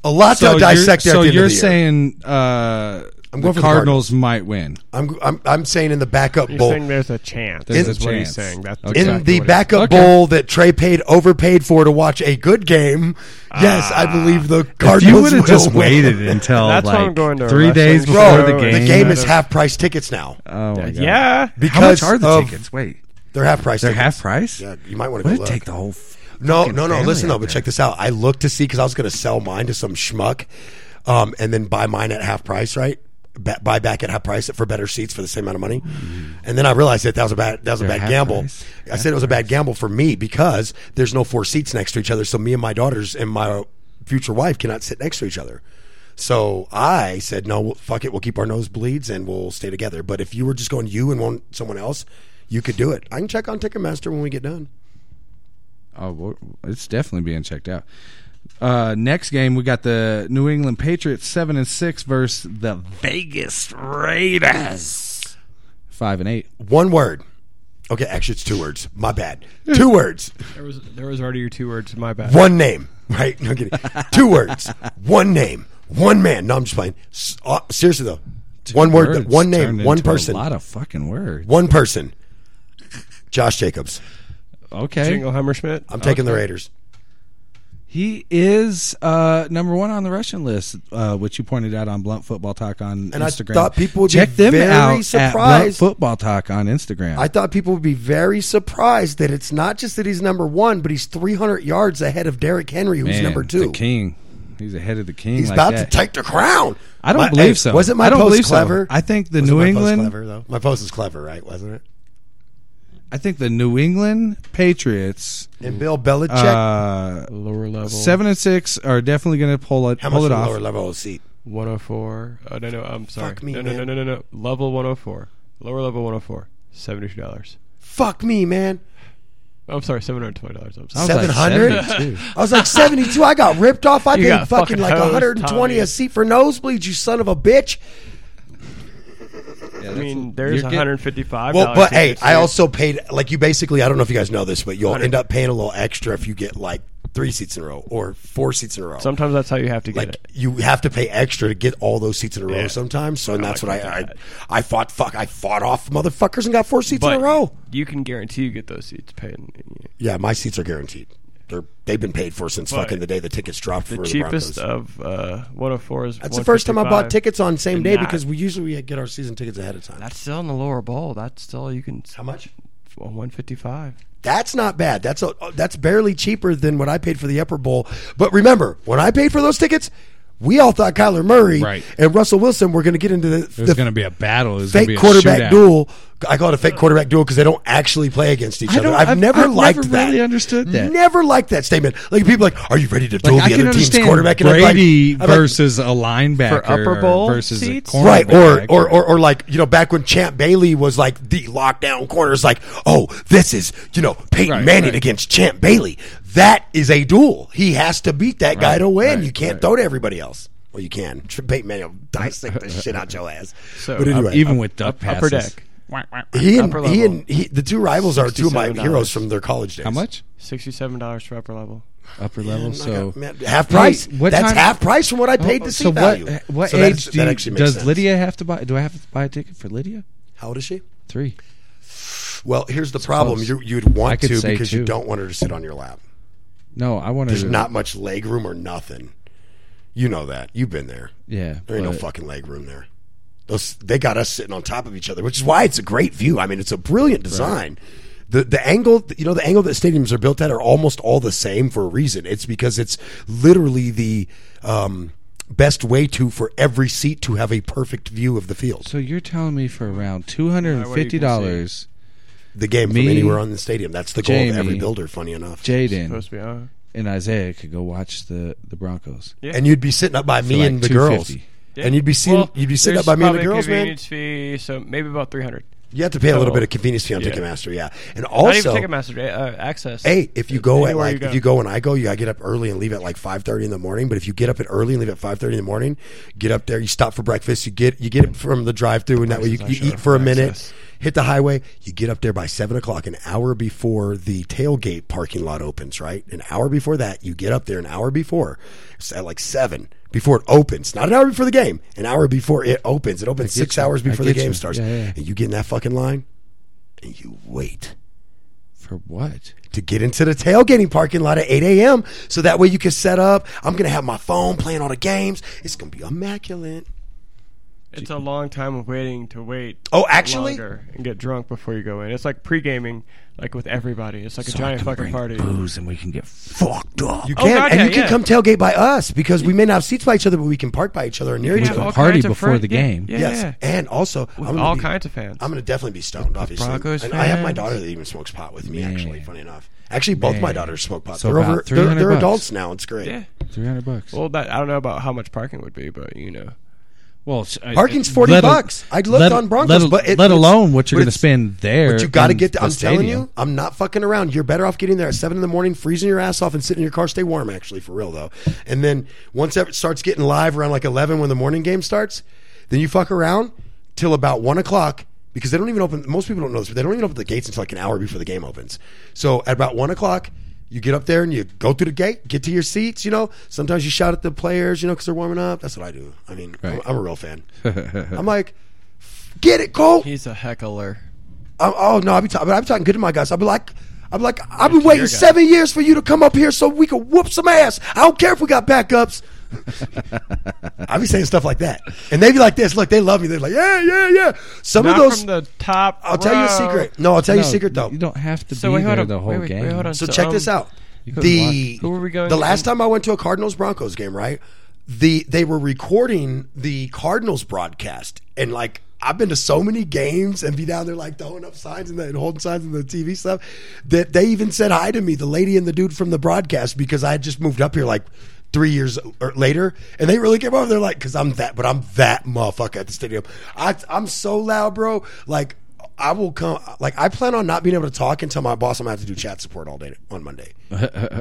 [SPEAKER 2] A lot to dissect.
[SPEAKER 7] You're,
[SPEAKER 2] there at
[SPEAKER 7] so
[SPEAKER 2] the end
[SPEAKER 7] you're
[SPEAKER 2] of the year.
[SPEAKER 7] saying uh,
[SPEAKER 2] I'm
[SPEAKER 7] the
[SPEAKER 2] going for the
[SPEAKER 7] Cardinals might win.
[SPEAKER 2] I'm, I'm I'm saying in the backup
[SPEAKER 10] You're
[SPEAKER 2] bowl.
[SPEAKER 10] saying there's a chance.
[SPEAKER 7] There's
[SPEAKER 2] a
[SPEAKER 10] That's what he's
[SPEAKER 7] chance.
[SPEAKER 10] saying. That's
[SPEAKER 7] Okay.
[SPEAKER 2] in
[SPEAKER 10] exactly
[SPEAKER 2] the
[SPEAKER 10] what he-
[SPEAKER 2] backup
[SPEAKER 7] Okay.
[SPEAKER 2] bowl that Trey paid overpaid for to watch a good game. Yes, I believe the
[SPEAKER 7] Ah. If
[SPEAKER 2] Cardinals
[SPEAKER 7] you would have
[SPEAKER 2] will
[SPEAKER 7] just
[SPEAKER 2] win. (laughs)
[SPEAKER 7] waited until
[SPEAKER 10] That's why I'm
[SPEAKER 7] like
[SPEAKER 10] going to a
[SPEAKER 7] three
[SPEAKER 10] wrestling
[SPEAKER 7] days
[SPEAKER 10] show
[SPEAKER 7] before the
[SPEAKER 10] and-
[SPEAKER 7] game.
[SPEAKER 2] The game is
[SPEAKER 10] Yeah.
[SPEAKER 2] half price tickets now.
[SPEAKER 7] Oh my god!
[SPEAKER 10] Yeah.
[SPEAKER 7] How much
[SPEAKER 2] Because
[SPEAKER 7] are the
[SPEAKER 2] of-
[SPEAKER 7] tickets? Wait,
[SPEAKER 2] They're half price.
[SPEAKER 7] they're
[SPEAKER 2] tickets.
[SPEAKER 7] half price.
[SPEAKER 2] Yeah, you might want to
[SPEAKER 7] What
[SPEAKER 2] go look.
[SPEAKER 7] did it take the whole? f-
[SPEAKER 2] No,
[SPEAKER 7] fucking
[SPEAKER 2] no, no.
[SPEAKER 7] family
[SPEAKER 2] Listen though,
[SPEAKER 7] out
[SPEAKER 2] but
[SPEAKER 7] there?
[SPEAKER 2] check this out. I looked to see because I was going to sell mine to some schmuck, um, and then buy mine at half price, right? Ba- buy back at half price for better seats for the same amount of money, and then I realized that that was a bad that was a
[SPEAKER 7] Mm-hmm. They're
[SPEAKER 2] bad
[SPEAKER 7] half
[SPEAKER 2] gamble.
[SPEAKER 7] price.
[SPEAKER 2] I said it was a bad gamble for me because there's no four seats next to each other, so me and my daughters and my future wife cannot sit next to each other. So I said, no, well, fuck it. We'll keep our nosebleeds and we'll stay together. But if you were just going you and one someone else, you could do it. I can check on Ticketmaster when we get done.
[SPEAKER 7] Oh, well, it's definitely being checked out. Uh, next game, we got the New England Patriots seven and six versus the Vegas Raiders five and eight.
[SPEAKER 2] One word. Okay, actually, it's two words. My bad. Two words.
[SPEAKER 3] There was there was already your two words. My bad.
[SPEAKER 2] One name. Right? No I'm kidding. Two words. One name. One man. No, I'm just playing. S- uh, seriously though. one word.
[SPEAKER 7] Words
[SPEAKER 2] One
[SPEAKER 7] turned
[SPEAKER 2] name. One
[SPEAKER 7] into
[SPEAKER 2] person.
[SPEAKER 7] A lot of fucking words.
[SPEAKER 2] One person. Josh Jacobs.
[SPEAKER 7] Okay,
[SPEAKER 3] Jingle Hammerschmidt.
[SPEAKER 2] I'm taking the Raiders.
[SPEAKER 7] he is uh, number one on the Russian list, uh, which you pointed out on Blunt Football Talk on
[SPEAKER 2] And I
[SPEAKER 7] Instagram.
[SPEAKER 2] thought people would be
[SPEAKER 7] check them
[SPEAKER 2] very
[SPEAKER 7] out at Blunt
[SPEAKER 2] surprised.
[SPEAKER 7] Football Talk on Instagram.
[SPEAKER 2] I thought people would be very surprised that it's not just that he's number one, but he's 300 yards ahead of Derrick Henry, who's
[SPEAKER 7] Man,
[SPEAKER 2] number two.
[SPEAKER 7] the king. He's ahead of the king.
[SPEAKER 2] He's
[SPEAKER 7] like
[SPEAKER 2] about
[SPEAKER 7] that.
[SPEAKER 2] to take the crown.
[SPEAKER 7] I don't
[SPEAKER 2] My-
[SPEAKER 7] believe
[SPEAKER 2] hey,
[SPEAKER 7] so.
[SPEAKER 2] Wasn't my
[SPEAKER 7] I don't
[SPEAKER 2] post
[SPEAKER 7] believe so.
[SPEAKER 2] clever?
[SPEAKER 7] I think the
[SPEAKER 2] Wasn't
[SPEAKER 7] New
[SPEAKER 2] my post
[SPEAKER 7] England-
[SPEAKER 2] clever, though? My post was clever, right? Wasn't it?
[SPEAKER 7] I think the New England Patriots
[SPEAKER 2] And Bill Belichick.
[SPEAKER 7] uh,
[SPEAKER 3] Lower level.
[SPEAKER 7] seven and six are definitely going to pull it
[SPEAKER 2] How
[SPEAKER 7] pull
[SPEAKER 2] much
[SPEAKER 7] it
[SPEAKER 2] the lower
[SPEAKER 7] off.
[SPEAKER 2] level of seat?
[SPEAKER 3] 104. Oh, no, no, I'm sorry.
[SPEAKER 2] Fuck me,
[SPEAKER 3] no, no,
[SPEAKER 2] man.
[SPEAKER 3] no, no, no, no. Level 104. Lower level 104. $72.
[SPEAKER 2] Fuck me, man.
[SPEAKER 3] Oh, I'm sorry, $720. I'm
[SPEAKER 7] I
[SPEAKER 3] sorry.
[SPEAKER 7] was like,
[SPEAKER 2] 700?
[SPEAKER 7] 72.
[SPEAKER 2] I was like (laughs) 72. I got ripped off. I
[SPEAKER 3] You
[SPEAKER 2] paid
[SPEAKER 3] got
[SPEAKER 2] fucking
[SPEAKER 3] fucking
[SPEAKER 2] like
[SPEAKER 3] hosed,
[SPEAKER 2] 120 a
[SPEAKER 3] Tommy.
[SPEAKER 2] seat for nosebleeds, you son of a bitch.
[SPEAKER 3] I mean, there's
[SPEAKER 7] You're getting-
[SPEAKER 3] 155
[SPEAKER 2] Well, but hey, I also paid, like, you basically, I don't know if you guys know this, but you'll end up paying a little extra if you get like three seats in a row or four seats in a row.
[SPEAKER 3] Sometimes that's how you have to get
[SPEAKER 2] like
[SPEAKER 3] it.
[SPEAKER 2] you have to pay extra to get all those seats in a row
[SPEAKER 3] Yeah.
[SPEAKER 2] sometimes. So and that's
[SPEAKER 3] like
[SPEAKER 2] what I, I
[SPEAKER 3] that.
[SPEAKER 2] I fought fuck I fought off motherfuckers and got four seats in a row.
[SPEAKER 3] you can guarantee you get those seats paid. The
[SPEAKER 2] Yeah, my seats are guaranteed. They're they've been paid for since fucking the day the tickets dropped for the
[SPEAKER 3] cheapest
[SPEAKER 2] Broncos.
[SPEAKER 3] of uh, 104 is
[SPEAKER 2] That's the first time I bought
[SPEAKER 3] 155.
[SPEAKER 2] tickets on same day
[SPEAKER 3] Nah.
[SPEAKER 2] because we usually get our season tickets ahead of time.
[SPEAKER 3] That's still in the lower bowl. That's still, you can.
[SPEAKER 2] How much?
[SPEAKER 3] 155.
[SPEAKER 2] That's not bad. That's a, that's barely cheaper than what I paid for the upper bowl. But remember, when I paid for those tickets, we all thought Kyler Murray
[SPEAKER 7] Right.
[SPEAKER 2] and Russell Wilson were going to get into the,
[SPEAKER 7] It's
[SPEAKER 2] the
[SPEAKER 7] going to be a battle. It's gonna be
[SPEAKER 2] fake
[SPEAKER 7] a
[SPEAKER 2] quarterback
[SPEAKER 7] shootout.
[SPEAKER 2] duel. I call it a fake quarterback duel because they don't actually play against each
[SPEAKER 7] I
[SPEAKER 2] other.
[SPEAKER 7] don't-
[SPEAKER 2] I've,
[SPEAKER 7] I've-
[SPEAKER 2] never
[SPEAKER 7] I've
[SPEAKER 2] liked
[SPEAKER 7] never
[SPEAKER 2] that.
[SPEAKER 7] really understood that.
[SPEAKER 2] Never liked that statement. Like people are like, are you ready to duel
[SPEAKER 7] Like, I
[SPEAKER 2] the
[SPEAKER 7] can
[SPEAKER 2] other team's
[SPEAKER 7] understand
[SPEAKER 2] quarterback? And I'm like-
[SPEAKER 7] Brady
[SPEAKER 2] I'm like,
[SPEAKER 7] versus a linebacker
[SPEAKER 3] For upper
[SPEAKER 7] or
[SPEAKER 3] bowl
[SPEAKER 7] versus
[SPEAKER 3] seats?
[SPEAKER 7] a cornerback.
[SPEAKER 2] Right or, or or or like you know back when Champ Bailey was like the lockdown corner is like oh this is you know Peyton
[SPEAKER 7] Right,
[SPEAKER 2] Manning
[SPEAKER 7] right.
[SPEAKER 2] against Champ Bailey that is a duel he has to beat that guy
[SPEAKER 7] Right,
[SPEAKER 2] to win
[SPEAKER 7] right,
[SPEAKER 2] you can't
[SPEAKER 7] right.
[SPEAKER 2] throw to everybody else well you can (laughs) Peyton Manning will dissect the shit out your ass
[SPEAKER 3] So,
[SPEAKER 2] but anyway
[SPEAKER 7] uh, even with duck
[SPEAKER 3] Upper
[SPEAKER 7] passes.
[SPEAKER 3] deck.
[SPEAKER 2] He and,
[SPEAKER 3] Upper
[SPEAKER 2] he
[SPEAKER 3] level.
[SPEAKER 2] and he, the two rivals are two of my
[SPEAKER 3] $67.
[SPEAKER 2] heroes from their college days.
[SPEAKER 7] How much?
[SPEAKER 3] $67 for upper level.
[SPEAKER 7] Upper level.
[SPEAKER 2] And I
[SPEAKER 7] So
[SPEAKER 2] got- man, half price.
[SPEAKER 7] Wait, what
[SPEAKER 2] That's
[SPEAKER 7] time- Oh,
[SPEAKER 2] half price from what I paid to see
[SPEAKER 7] so what? uh, eh,
[SPEAKER 2] value.
[SPEAKER 7] What
[SPEAKER 2] So that's-
[SPEAKER 7] age do
[SPEAKER 2] that
[SPEAKER 7] you-
[SPEAKER 2] actually makes
[SPEAKER 7] does
[SPEAKER 2] sense.
[SPEAKER 7] Lydia have to buy? Do I have to buy a ticket for Lydia?
[SPEAKER 2] How old is she?
[SPEAKER 7] Three.
[SPEAKER 2] Well, here's the problem.
[SPEAKER 7] close.
[SPEAKER 2] You, you'd
[SPEAKER 7] I
[SPEAKER 2] want
[SPEAKER 7] could
[SPEAKER 2] to
[SPEAKER 7] say
[SPEAKER 2] because
[SPEAKER 7] two.
[SPEAKER 2] you don't want her to sit on your lap.
[SPEAKER 7] No, I wanted
[SPEAKER 2] There's
[SPEAKER 7] to.
[SPEAKER 2] not much leg room or nothing. You know that. You've been there.
[SPEAKER 7] Yeah,
[SPEAKER 2] There ain't no
[SPEAKER 7] but-
[SPEAKER 2] fucking leg room there. Those they got us sitting on top of each other, which is why it's a great view. I mean, it's a brilliant design. The the angle, you know, the angle that stadiums are built at are almost all the same for a reason. It's because it's literally the um, best way to for every seat to have a perfect view of the field.
[SPEAKER 7] So you're telling me for around two hundred and fifty dollars,
[SPEAKER 2] The game
[SPEAKER 7] Me,
[SPEAKER 2] from anywhere on the stadium. That's the goal of every
[SPEAKER 7] Jamie,
[SPEAKER 2] builder. Funny enough,
[SPEAKER 7] Jaden
[SPEAKER 3] Supposed to be, uh,
[SPEAKER 7] and Isaiah could go watch the the Broncos.
[SPEAKER 3] yeah.
[SPEAKER 2] and you'd be sitting up by me
[SPEAKER 7] like
[SPEAKER 2] and the girls,
[SPEAKER 7] $250.
[SPEAKER 2] and you'd be sitting
[SPEAKER 3] Well,
[SPEAKER 2] you'd be sitting up
[SPEAKER 3] there's
[SPEAKER 2] by me and the
[SPEAKER 3] probably a
[SPEAKER 2] girls, man.
[SPEAKER 3] convenience fee, so maybe about 300
[SPEAKER 2] You have to pay a little
[SPEAKER 3] So-
[SPEAKER 2] bit of convenience fee on
[SPEAKER 3] Yeah.
[SPEAKER 2] Ticketmaster, yeah. And
[SPEAKER 3] Not
[SPEAKER 2] also,
[SPEAKER 3] even Ticketmaster, uh, Access.
[SPEAKER 2] hey, if you go at
[SPEAKER 3] Anywhere
[SPEAKER 2] like
[SPEAKER 3] you go.
[SPEAKER 2] if you go when I go, you gotta get up early and leave at like five thirty in the morning. But if you get up at early and leave at five thirty in the morning, get up there, you stop for breakfast, you get you get it from the drive through, and that way you, you eat for a minute, hit the highway. You get up there by seven o'clock, an hour before the tailgate parking lot opens, right? An hour before that, you get up there an hour before. It's at like seven before it opens, not an hour before the game, an hour before it opens. It opens six
[SPEAKER 7] you.
[SPEAKER 2] hours
[SPEAKER 7] I
[SPEAKER 2] before the
[SPEAKER 7] get
[SPEAKER 2] game
[SPEAKER 7] you.
[SPEAKER 2] starts.
[SPEAKER 7] Yeah, yeah.
[SPEAKER 2] And you get in that fucking line and you wait
[SPEAKER 7] For what?
[SPEAKER 2] to get into the tailgating parking lot at 8 a.m. So that way you can set up. I'm going to have my phone playing all the games. It's going to be immaculate.
[SPEAKER 3] It's a long time of waiting to wait.
[SPEAKER 2] Oh, actually-
[SPEAKER 3] longer and get drunk before you go in. It's like pre-gaming, like with everybody. It's like a giant fucking party.
[SPEAKER 7] Booze and we can get
[SPEAKER 2] Fucked up. You
[SPEAKER 3] Oh,
[SPEAKER 2] can.
[SPEAKER 3] God,
[SPEAKER 2] and
[SPEAKER 3] yeah,
[SPEAKER 2] you can
[SPEAKER 3] yeah.
[SPEAKER 2] come tailgate by us because we may not have seats by each other, but we can park by each other and near each
[SPEAKER 3] Yeah,
[SPEAKER 2] other.
[SPEAKER 3] all
[SPEAKER 7] party
[SPEAKER 3] kinds of
[SPEAKER 7] before
[SPEAKER 3] friends-
[SPEAKER 7] the
[SPEAKER 3] yeah,
[SPEAKER 7] game.
[SPEAKER 3] Yeah,
[SPEAKER 2] yes.
[SPEAKER 3] yeah.
[SPEAKER 2] And also,
[SPEAKER 3] With
[SPEAKER 2] I'm gonna
[SPEAKER 3] all
[SPEAKER 2] be-
[SPEAKER 3] kinds of fans.
[SPEAKER 2] I'm going to definitely be stoned, obviously.
[SPEAKER 3] Broncos
[SPEAKER 2] and I have my
[SPEAKER 3] fans.
[SPEAKER 2] daughter that even smokes pot with me,
[SPEAKER 7] Man.
[SPEAKER 2] actually, funny enough. Actually, both my daughters smoke pot.
[SPEAKER 7] So
[SPEAKER 2] they're
[SPEAKER 7] about
[SPEAKER 2] over, they're,
[SPEAKER 7] 300
[SPEAKER 2] they're
[SPEAKER 7] bucks.
[SPEAKER 2] adults now. It's great.
[SPEAKER 3] yeah.
[SPEAKER 7] three hundred bucks.
[SPEAKER 3] Well, that, I don't know about how much parking would be, but you know,
[SPEAKER 7] Well, s- I-
[SPEAKER 2] Parking's
[SPEAKER 7] I-
[SPEAKER 2] 40
[SPEAKER 7] let al-
[SPEAKER 2] bucks. I looked
[SPEAKER 7] let-
[SPEAKER 2] on Broncos,
[SPEAKER 7] let,
[SPEAKER 2] but it-
[SPEAKER 7] let
[SPEAKER 2] it's-
[SPEAKER 7] alone what you're
[SPEAKER 2] but
[SPEAKER 7] going to
[SPEAKER 2] it's-
[SPEAKER 7] spend there.
[SPEAKER 2] But you got to
[SPEAKER 7] in
[SPEAKER 2] get. To,
[SPEAKER 7] the
[SPEAKER 2] I'm telling
[SPEAKER 7] stadium.
[SPEAKER 2] you, I'm not fucking around. You're better off getting there at seven in the morning, freezing your ass off, and sitting in your car. Stay warm, actually, for real though. And then once it starts getting live around like eleven when the morning game starts, then you fuck around till about one o'clock because they don't even open. Most people don't know this, but they don't even open the gates until like an hour before the game opens. So at about one o'clock. You get up there and you go through the gate, get to your seats. You know, sometimes you shout at the players, you know, because they're warming up. That's what I do. I mean, I'm, I'm a real fan. (laughs) I'm like, get it, Colt.
[SPEAKER 3] he's a heckler.
[SPEAKER 2] I'm, oh no, I'll be talking. I'm talking good to my guys. I'll be like, I'll be like, I've been waiting seven years for you to come up here so we can whoop some ass. I don't care if we got
[SPEAKER 3] (laughs)
[SPEAKER 2] backups. I'll be saying stuff like that, and they be like this. Look, they love me. They're like, yeah, yeah, yeah. Some
[SPEAKER 3] Not
[SPEAKER 2] of those.
[SPEAKER 3] from the top.
[SPEAKER 2] I'll tell you a
[SPEAKER 3] row.
[SPEAKER 2] secret. No, I'll tell you
[SPEAKER 7] No,
[SPEAKER 2] a secret though.
[SPEAKER 7] You don't have to
[SPEAKER 3] So
[SPEAKER 7] be
[SPEAKER 3] wait, hold
[SPEAKER 7] there
[SPEAKER 3] on.
[SPEAKER 7] the whole
[SPEAKER 3] Wait, wait,
[SPEAKER 7] game.
[SPEAKER 3] wait, hold on.
[SPEAKER 2] So,
[SPEAKER 3] So,
[SPEAKER 2] check this
[SPEAKER 3] um,
[SPEAKER 2] out.
[SPEAKER 7] could
[SPEAKER 2] The
[SPEAKER 7] watch-
[SPEAKER 3] Who were we going
[SPEAKER 2] The
[SPEAKER 3] against?
[SPEAKER 2] last time I went to a Cardinals Broncos game, right? The they were recording the Cardinals broadcast, and like I've been to so many games and be down there like throwing up signs and, the, and holding signs and the TV stuff that they even said hi to me, the lady and the dude from the broadcast, because I had just moved up here like. Three years or later, and they really came over. They're like, "Cause I'm that, but I'm that motherfucker at the stadium. I, I'm so loud, bro. Like, I will come. Like, I plan on not being able to talk and tell my boss I'm gonna have to do chat support all day on Monday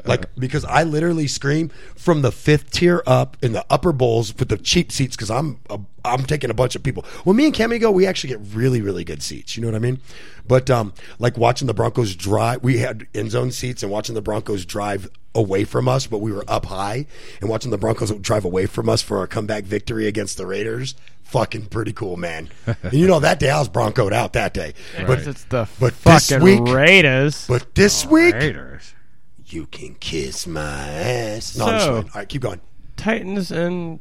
[SPEAKER 2] like because I literally scream from the fifth tier up in the upper bowls with the cheap seats because I'm i I'm taking a bunch of people. When me and Cammy go, we actually get really really good seats. You know what I mean? But um, like watching the Broncos drive, we had end zone seats and watching the Broncos drive away from us, but we were up high and watching the Broncos drive away from us for our comeback victory against the Raiders. Fucking pretty cool, man. and you know that day I was Broncoed out that day, but
[SPEAKER 3] It's the
[SPEAKER 2] but this
[SPEAKER 3] fucking
[SPEAKER 2] week.
[SPEAKER 3] Raiders.
[SPEAKER 2] but this week,
[SPEAKER 3] Raiders.
[SPEAKER 2] you can kiss my ass. No,
[SPEAKER 3] So-
[SPEAKER 2] I'm just playing. All right, keep going.
[SPEAKER 3] Titans and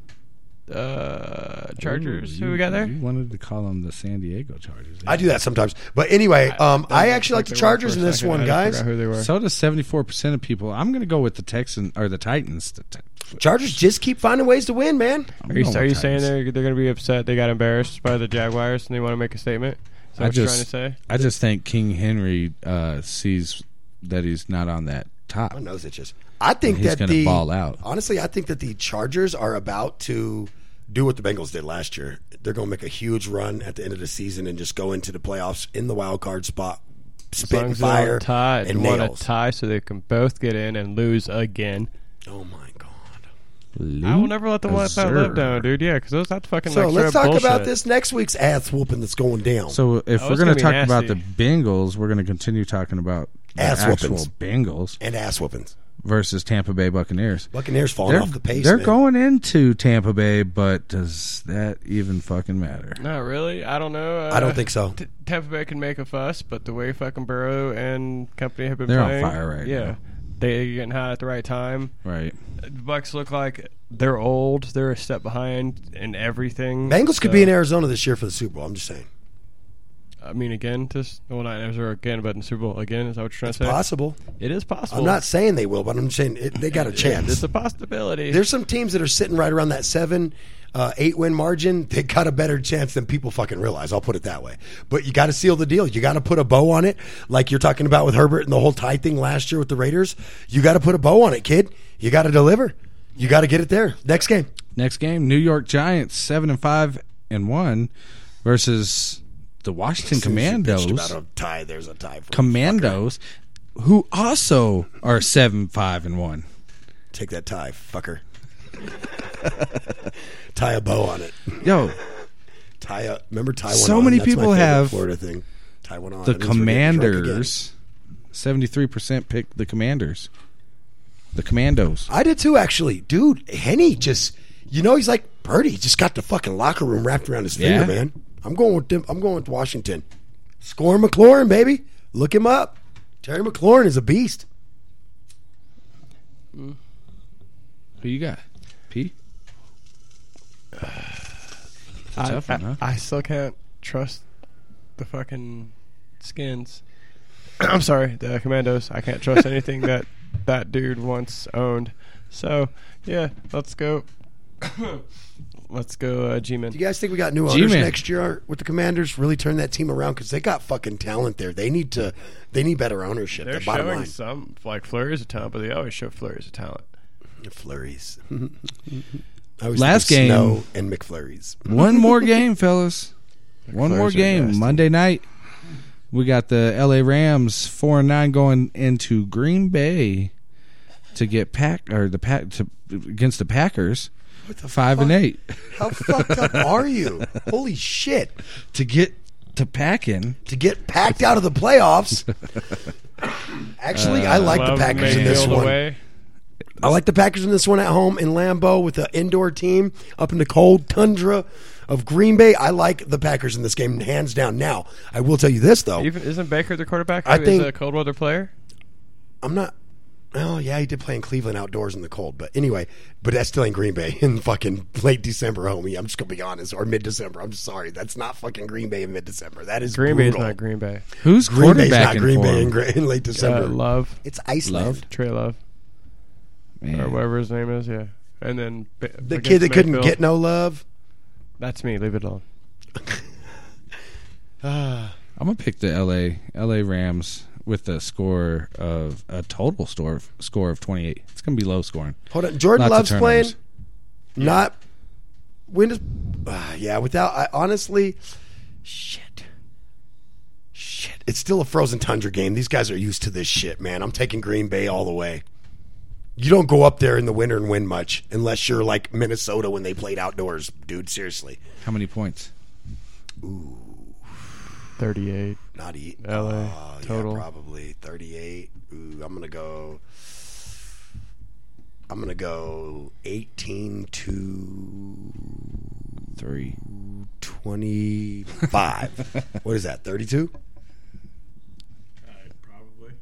[SPEAKER 3] uh, Chargers. Who we got there?
[SPEAKER 7] You wanted to call them the San Diego Chargers. eh?
[SPEAKER 2] I do that sometimes. But anyway, um, I actually like the Chargers in this one, guys.
[SPEAKER 3] Who they were?
[SPEAKER 7] So does seventy four percent of people. I'm going to go with the Texans or the Titans. The Ti-
[SPEAKER 2] Chargers just keep finding ways to win, man.
[SPEAKER 7] I'm
[SPEAKER 3] Are you,
[SPEAKER 7] going
[SPEAKER 3] are
[SPEAKER 7] with
[SPEAKER 3] you saying
[SPEAKER 7] Titans.
[SPEAKER 3] they're, they're going to be upset they got embarrassed by the Jaguars and they want to make a statement? Is that
[SPEAKER 7] I
[SPEAKER 3] what you're trying to
[SPEAKER 7] just-
[SPEAKER 3] say?
[SPEAKER 7] I just think King Henry uh, sees that he's not on that top.
[SPEAKER 2] My nose itches. I think
[SPEAKER 7] He's
[SPEAKER 2] that
[SPEAKER 7] gonna
[SPEAKER 2] the
[SPEAKER 7] ball out.
[SPEAKER 2] honestly, I think that the Chargers are about to do what the Bengals did last year. They're going to make a huge run at the end of the season and just go into the playoffs in the wild card spot,
[SPEAKER 3] As long
[SPEAKER 2] spitting
[SPEAKER 3] as they don't
[SPEAKER 2] fire
[SPEAKER 3] tie,
[SPEAKER 2] and
[SPEAKER 3] want
[SPEAKER 2] nails.
[SPEAKER 3] to tie so they can both get in and lose again.
[SPEAKER 2] oh my god!
[SPEAKER 3] I will never let the let that live
[SPEAKER 7] Azure.
[SPEAKER 3] down, dude. Yeah, because that's fucking.
[SPEAKER 2] So
[SPEAKER 3] like,
[SPEAKER 2] let's
[SPEAKER 3] straight
[SPEAKER 2] talk
[SPEAKER 3] bullshit.
[SPEAKER 2] about this next week's ass whooping that's going down.
[SPEAKER 7] So
[SPEAKER 3] Oh,
[SPEAKER 7] if we're
[SPEAKER 3] it's
[SPEAKER 7] going
[SPEAKER 3] gonna
[SPEAKER 7] to
[SPEAKER 3] be
[SPEAKER 7] talk about the
[SPEAKER 3] nasty.
[SPEAKER 7] Bengals, we're going to continue talking about the
[SPEAKER 2] Ass
[SPEAKER 7] actual
[SPEAKER 2] whoopings.
[SPEAKER 7] Bengals
[SPEAKER 2] and ass whoopings.
[SPEAKER 7] versus Tampa Bay Buccaneers.
[SPEAKER 2] Buccaneers falling
[SPEAKER 7] They're,
[SPEAKER 2] off the pace.
[SPEAKER 7] they're
[SPEAKER 2] man.
[SPEAKER 7] going into Tampa Bay, but does that even fucking matter?
[SPEAKER 3] Not really. I don't know. Uh,
[SPEAKER 2] I don't think so.
[SPEAKER 3] T- Tampa Bay can make a fuss, but the way fucking Burrow and company have been
[SPEAKER 7] They're on
[SPEAKER 3] playing,
[SPEAKER 7] fire right
[SPEAKER 3] yeah,
[SPEAKER 7] now.
[SPEAKER 3] they're getting hot at the right time.
[SPEAKER 7] Right.
[SPEAKER 3] The Bucks look like they're old. They're a step behind in everything.
[SPEAKER 2] Bengals could
[SPEAKER 3] So,
[SPEAKER 2] be in Arizona this year for the Super Bowl. I'm just saying.
[SPEAKER 3] I mean, again, just well, not in Arizona again, but in Super Bowl again. Is that what you're trying to say?
[SPEAKER 2] Possible.
[SPEAKER 3] It is possible.
[SPEAKER 2] I'm not saying they will, but I'm saying it, they got a
[SPEAKER 3] It's
[SPEAKER 2] chance.
[SPEAKER 3] a possibility.
[SPEAKER 2] There's some teams that are sitting right around that seven, uh, eight win margin. They got a better chance than people fucking realize. I'll put it that way. But you got to seal the deal. You got to put a bow on it, like you're talking about with Herbert and the whole tie thing last year with the Raiders. You got to put a bow on it, kid. You got to deliver. You got to get it there. Next game.
[SPEAKER 7] Next game, New York Giants seven and five and one versus the Washington
[SPEAKER 2] Bitched
[SPEAKER 7] Commandos.
[SPEAKER 2] About a tie. There's a tie. For
[SPEAKER 7] Commandos, who also are seven five and one.
[SPEAKER 2] Take that tie, fucker. (laughs) tie a bow on it.
[SPEAKER 7] Yo,
[SPEAKER 2] Tie a. Remember tie. One
[SPEAKER 7] So
[SPEAKER 2] on?
[SPEAKER 7] many
[SPEAKER 2] That's my
[SPEAKER 7] people
[SPEAKER 2] favorite
[SPEAKER 7] have-
[SPEAKER 2] Florida thing. I went on. It
[SPEAKER 7] The
[SPEAKER 2] is ridiculous.
[SPEAKER 7] Commanders. Seventy-three percent picked the Commanders. The Commandos.
[SPEAKER 2] I did too, actually, dude. Henny just, you know, he's like Birdie. He just got the fucking locker room wrapped around his
[SPEAKER 7] Yeah.
[SPEAKER 2] finger, man. I'm going with them. I'm going with Washington. Score McLaurin, baby. Look him up. Terry McLaurin is a beast.
[SPEAKER 7] Who you got? P.
[SPEAKER 3] I,
[SPEAKER 7] tough
[SPEAKER 3] I-
[SPEAKER 7] one, huh?
[SPEAKER 3] I still can't trust the fucking skins. (clears throat) I'm sorry, the commandos. I can't
[SPEAKER 7] (laughs)
[SPEAKER 3] trust anything that that dude once owned. So yeah, let's go. (coughs) let's go, uh, G-Man.
[SPEAKER 2] Do you guys think we got new owners
[SPEAKER 7] G-Man.
[SPEAKER 2] next year with the Commanders? Really turn that team around because they got fucking talent there. They need to. They need better ownership.
[SPEAKER 3] They're
[SPEAKER 2] the bottom
[SPEAKER 3] showing
[SPEAKER 2] line,
[SPEAKER 3] some like flurries of talent, but they always show flurries of talent.
[SPEAKER 7] (laughs)
[SPEAKER 2] flurries. I always
[SPEAKER 7] Last
[SPEAKER 2] think of Snow
[SPEAKER 7] game-
[SPEAKER 2] and McFlurries.
[SPEAKER 7] One more game, (laughs) fellas. One more
[SPEAKER 3] Clippers are
[SPEAKER 7] game.
[SPEAKER 3] nasty.
[SPEAKER 7] Monday night, we got the L.A. Rams four and nine going into Green Bay to get pack or the pack to against the Packers. five and eight (laughs)
[SPEAKER 2] How fucked (laughs) up are you? Holy shit!
[SPEAKER 7] to get to packing.
[SPEAKER 2] to get packed out of the (laughs) playoffs. Actually, I like the
[SPEAKER 3] Love
[SPEAKER 2] Packers in this
[SPEAKER 3] Mayfield
[SPEAKER 2] one.
[SPEAKER 3] away.
[SPEAKER 2] I like the Packers in this one at home in Lambeau with an indoor team up in the cold tundra of Green Bay. I like the Packers in this game, hands down. Now, I will tell you this though,
[SPEAKER 3] Even isn't Baker the quarterback?
[SPEAKER 2] I
[SPEAKER 3] who is
[SPEAKER 2] think-
[SPEAKER 3] a cold weather player.
[SPEAKER 2] I'm not. Oh yeah, he did play in Cleveland outdoors in the cold, but anyway, but that's still in Green Bay (laughs) in fucking late December, homie. I'm just gonna be honest, or mid December. I'm sorry, that's not fucking Green Bay in mid December. That is
[SPEAKER 3] Green Bay is
[SPEAKER 2] brutal.
[SPEAKER 3] not Green Bay.
[SPEAKER 7] Who's
[SPEAKER 2] Green Bay's not
[SPEAKER 7] quarterbacking
[SPEAKER 2] Green
[SPEAKER 7] for
[SPEAKER 2] Bay in,
[SPEAKER 7] him?
[SPEAKER 2] gra- in late
[SPEAKER 3] Uh,
[SPEAKER 2] December.
[SPEAKER 3] love
[SPEAKER 2] it's Iceland.
[SPEAKER 3] Trey Love or
[SPEAKER 7] Man.
[SPEAKER 3] whatever his name is. Yeah, and then Ba-
[SPEAKER 2] The
[SPEAKER 3] against
[SPEAKER 2] kid that couldn't
[SPEAKER 3] Mayfield.
[SPEAKER 2] get no love.
[SPEAKER 3] That's me. Leave it alone.
[SPEAKER 7] I'm gonna pick the L.A. L.A. Rams with a score of a total store score of 28. It's gonna be low scoring.
[SPEAKER 2] Hold on, Jordan Love's
[SPEAKER 7] Lots of
[SPEAKER 2] playing.
[SPEAKER 7] turnovers.
[SPEAKER 2] Not when does? ah, yeah, without I honestly, shit, shit. It's still a frozen tundra game. These guys are used to this shit, man. I'm taking Green Bay all the way. You don't go up there in the winter and win much unless you're like Minnesota when they played outdoors, dude. Seriously,
[SPEAKER 7] How many points?
[SPEAKER 3] Thirty-eight.
[SPEAKER 2] not eat.
[SPEAKER 3] LA
[SPEAKER 2] Oh, yeah,
[SPEAKER 3] total.
[SPEAKER 2] probably 38. Ooh, I'm gonna go. I'm gonna go 18 to
[SPEAKER 7] Three.
[SPEAKER 3] (laughs)
[SPEAKER 2] 25. what is that? 32?
[SPEAKER 3] Probably.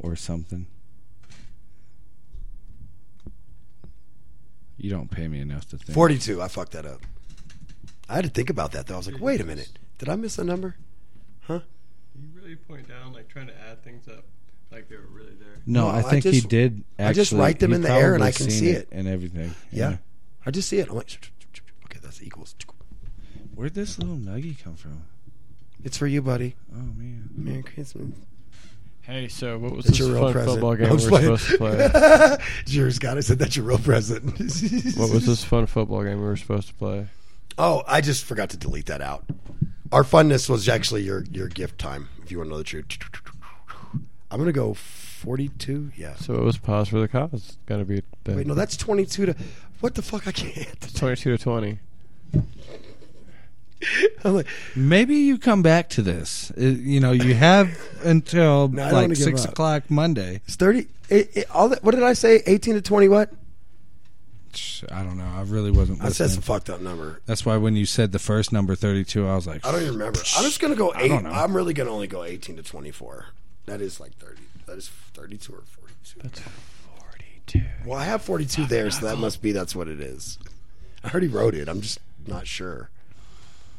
[SPEAKER 7] or something. You don't pay me enough to think.
[SPEAKER 2] 42. I fucked that up. I had to think about that though. I was like, wait a minute, did I miss a number?
[SPEAKER 3] You really point down like trying to add things up, like they were really there.
[SPEAKER 7] No,
[SPEAKER 2] No,
[SPEAKER 7] I
[SPEAKER 2] I
[SPEAKER 7] think he
[SPEAKER 2] just-
[SPEAKER 7] did. Actually,
[SPEAKER 2] I just write them
[SPEAKER 7] he
[SPEAKER 2] in the air and
[SPEAKER 7] probably
[SPEAKER 2] I can
[SPEAKER 7] seen
[SPEAKER 2] see it.
[SPEAKER 7] and everything.
[SPEAKER 2] Yeah. I just see it. I'm like, okay, that's equals.
[SPEAKER 7] Where'd this little nuggie come from?
[SPEAKER 2] It's for you, buddy.
[SPEAKER 7] Oh man,
[SPEAKER 2] Merry Christmas.
[SPEAKER 3] Hey, so what was
[SPEAKER 2] That's
[SPEAKER 3] this
[SPEAKER 2] your real
[SPEAKER 3] fun
[SPEAKER 2] present.
[SPEAKER 3] football game
[SPEAKER 2] I'm
[SPEAKER 3] we were
[SPEAKER 2] just
[SPEAKER 3] supposed
[SPEAKER 2] (laughs)
[SPEAKER 3] to play?
[SPEAKER 2] Jurors got it. Said that's your real present. (laughs)
[SPEAKER 3] what was this fun football game we were supposed to play?
[SPEAKER 2] Oh, I just forgot to delete that out. Our funness was actually your your gift time. If you want to know the truth, I'm gonna go 42. Yeah.
[SPEAKER 3] So it was pause for the cops. It's gotta be the
[SPEAKER 2] Wait, no, that's 22 to. What the fuck? I can't. (laughs)
[SPEAKER 3] twenty-two to twenty.
[SPEAKER 2] I'm like,
[SPEAKER 7] maybe you come back to this. Uh, you know, you have (laughs) until
[SPEAKER 2] No, I don't wanna
[SPEAKER 7] like
[SPEAKER 2] give
[SPEAKER 7] six
[SPEAKER 2] up.
[SPEAKER 7] o'clock Monday.
[SPEAKER 2] it's 30. It, it, all that, what did I say? 18 to 20. What?
[SPEAKER 7] I don't know. I really wasn't.
[SPEAKER 2] I said
[SPEAKER 7] listening.
[SPEAKER 2] some fucked up number.
[SPEAKER 7] That's why when you said the first number thirty-two, I was like,
[SPEAKER 2] I don't even remember. I'm just gonna go eight.
[SPEAKER 7] don't know.
[SPEAKER 2] I'm really gonna only go 18 to 24. That is like 30. That is 32 or 42.
[SPEAKER 3] That's forty-two.
[SPEAKER 2] Well, I have 42 there, so that must be that's what it is. I already wrote it. I'm just not sure.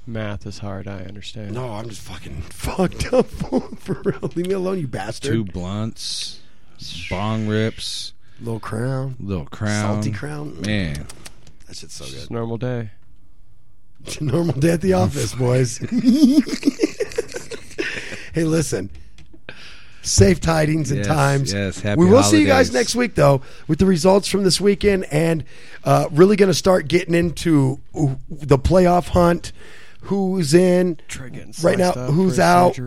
[SPEAKER 3] Math is hard. I understand.
[SPEAKER 2] No, I'm just fucking (laughs) fucked up for real. Leave me alone, you bastard.
[SPEAKER 7] two blunts, bong rips,
[SPEAKER 2] Little crown,
[SPEAKER 7] little crown,
[SPEAKER 2] salty crown.
[SPEAKER 7] man.
[SPEAKER 2] That shit's so
[SPEAKER 3] It's
[SPEAKER 2] good.
[SPEAKER 3] a normal day.
[SPEAKER 2] (laughs) It's a normal day at the office,
[SPEAKER 7] (laughs)
[SPEAKER 2] boys. hey, listen. Safe tidings and
[SPEAKER 7] Yes,
[SPEAKER 2] times.
[SPEAKER 7] yes, happy
[SPEAKER 2] we will see you guys
[SPEAKER 7] holidays.
[SPEAKER 2] next week, though, with the results from this weekend, and uh, really going to start getting into uh, the playoff hunt. Who's in? Right now, who's out?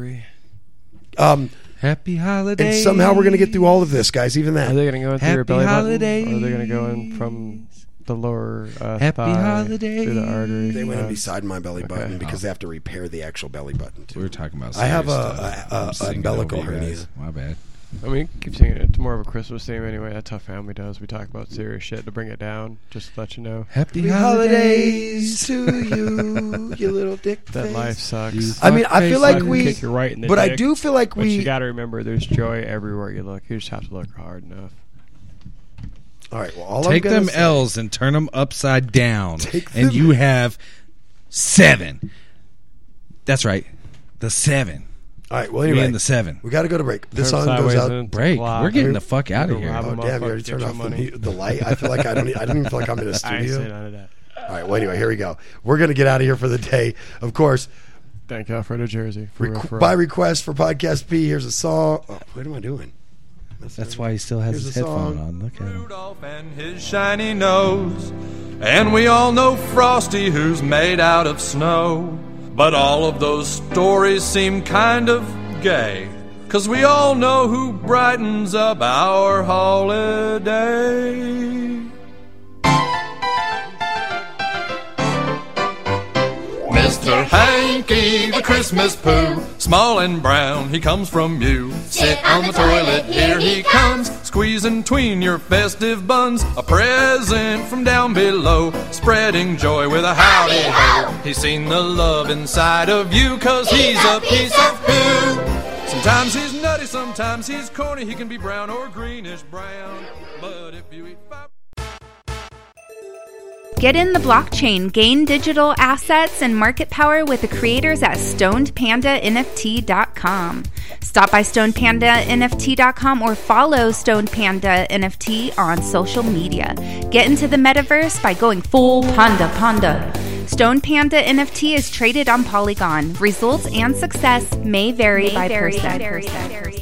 [SPEAKER 2] Um,
[SPEAKER 7] Happy
[SPEAKER 2] and
[SPEAKER 7] holidays.
[SPEAKER 2] somehow we're going to get through all of this, guys. Even that.
[SPEAKER 3] Are they going to go in through your
[SPEAKER 7] Happy
[SPEAKER 3] belly button? Or
[SPEAKER 7] holidays.
[SPEAKER 3] are they going to go in from
[SPEAKER 10] the lower uh,
[SPEAKER 7] Happy
[SPEAKER 10] thigh through the
[SPEAKER 7] holidays.
[SPEAKER 10] artery.
[SPEAKER 2] They went
[SPEAKER 10] uh,
[SPEAKER 2] in beside my belly button because they have to repair the actual belly button
[SPEAKER 7] We
[SPEAKER 2] too.
[SPEAKER 7] were talking about.
[SPEAKER 2] I have
[SPEAKER 7] serious
[SPEAKER 2] a-
[SPEAKER 7] stuff.
[SPEAKER 2] a- a-
[SPEAKER 7] I'm singing
[SPEAKER 2] umbilical
[SPEAKER 7] over you
[SPEAKER 2] hernia.
[SPEAKER 7] guys. My bad.
[SPEAKER 10] I mean, keep saying it. It's more of a Christmas theme anyway. That's how family does. We talk about serious shit to bring it down. Just to let you know
[SPEAKER 7] Happy (laughs)
[SPEAKER 2] holidays to you, you little dick.
[SPEAKER 10] that
[SPEAKER 2] face.
[SPEAKER 10] life sucks.
[SPEAKER 7] You
[SPEAKER 2] I mean, I
[SPEAKER 7] fuckface
[SPEAKER 2] feel like
[SPEAKER 7] fucker.
[SPEAKER 3] Fucking
[SPEAKER 2] we.
[SPEAKER 3] kick you right in the
[SPEAKER 2] But I
[SPEAKER 3] dick.
[SPEAKER 2] do feel like
[SPEAKER 10] But you
[SPEAKER 2] we.
[SPEAKER 10] got to remember, there's joy everywhere you look. You just have to look hard enough.
[SPEAKER 2] All right. Well, all
[SPEAKER 7] (laughs) Take
[SPEAKER 2] I'm gonna
[SPEAKER 7] them
[SPEAKER 2] say-
[SPEAKER 7] L's and turn them upside down,
[SPEAKER 2] Take
[SPEAKER 7] and
[SPEAKER 2] them-
[SPEAKER 7] you have seven. That's right, the seven.
[SPEAKER 2] All right. Well,
[SPEAKER 7] We
[SPEAKER 2] anyway,
[SPEAKER 7] in the seven.
[SPEAKER 2] we got to go to break. This
[SPEAKER 10] Turn
[SPEAKER 2] song goes
[SPEAKER 10] sideways
[SPEAKER 2] out.
[SPEAKER 10] and it's a
[SPEAKER 7] Break.
[SPEAKER 10] block.
[SPEAKER 7] We're getting the fuck out of
[SPEAKER 10] Go
[SPEAKER 7] here.
[SPEAKER 10] rob
[SPEAKER 2] Oh,
[SPEAKER 10] 'em off,
[SPEAKER 2] damn! You
[SPEAKER 10] fuck,
[SPEAKER 2] already
[SPEAKER 10] get
[SPEAKER 2] turned
[SPEAKER 10] your
[SPEAKER 2] off the,
[SPEAKER 10] money.
[SPEAKER 2] mu- the light. I feel like I don't. e- I don't even feel like I'm
[SPEAKER 10] (laughs)
[SPEAKER 2] in
[SPEAKER 10] I
[SPEAKER 2] a
[SPEAKER 10] ain't say
[SPEAKER 2] studio.
[SPEAKER 10] none of that.
[SPEAKER 2] All right. Well, anyway, here we go. We're gonna get out of here for the day. Of course,
[SPEAKER 10] Thank Alfredo Jersey. For real,
[SPEAKER 2] requ-
[SPEAKER 10] for real.
[SPEAKER 2] by request for podcast P. Here's a song. Oh, what am I doing?
[SPEAKER 7] That's why he still has
[SPEAKER 2] Here's
[SPEAKER 7] his
[SPEAKER 2] a
[SPEAKER 7] headphone
[SPEAKER 2] song.
[SPEAKER 7] on. Look at him.
[SPEAKER 4] Rudolph and his shiny nose. And we all know Frosty, who's made out of snow. But all of those stories seem kind of gay. Cause we all know who brightens up our holiday. Mr. Hanky, the Christmas poo. Small and brown, he comes from you. Sit on the toilet, here he comes. Squeezing tween your festive buns. A present from down below. Spreading joy with a howdy ho. He's seen the love inside of you, cause he's a piece of poo. Sometimes he's nutty, sometimes he's corny. He can be brown or greenish brown. But if you eat five.
[SPEAKER 5] Get in the blockchain, gain digital assets, and market power with the creators at StonedPandaNFT.com. Stop by StonedPandaNFT.com or follow Stoned Panda NFT on social media. Get into the metaverse by going full Panda Panda. Stone Panda NFT is traded on Polygon. Results and success may vary, by, person.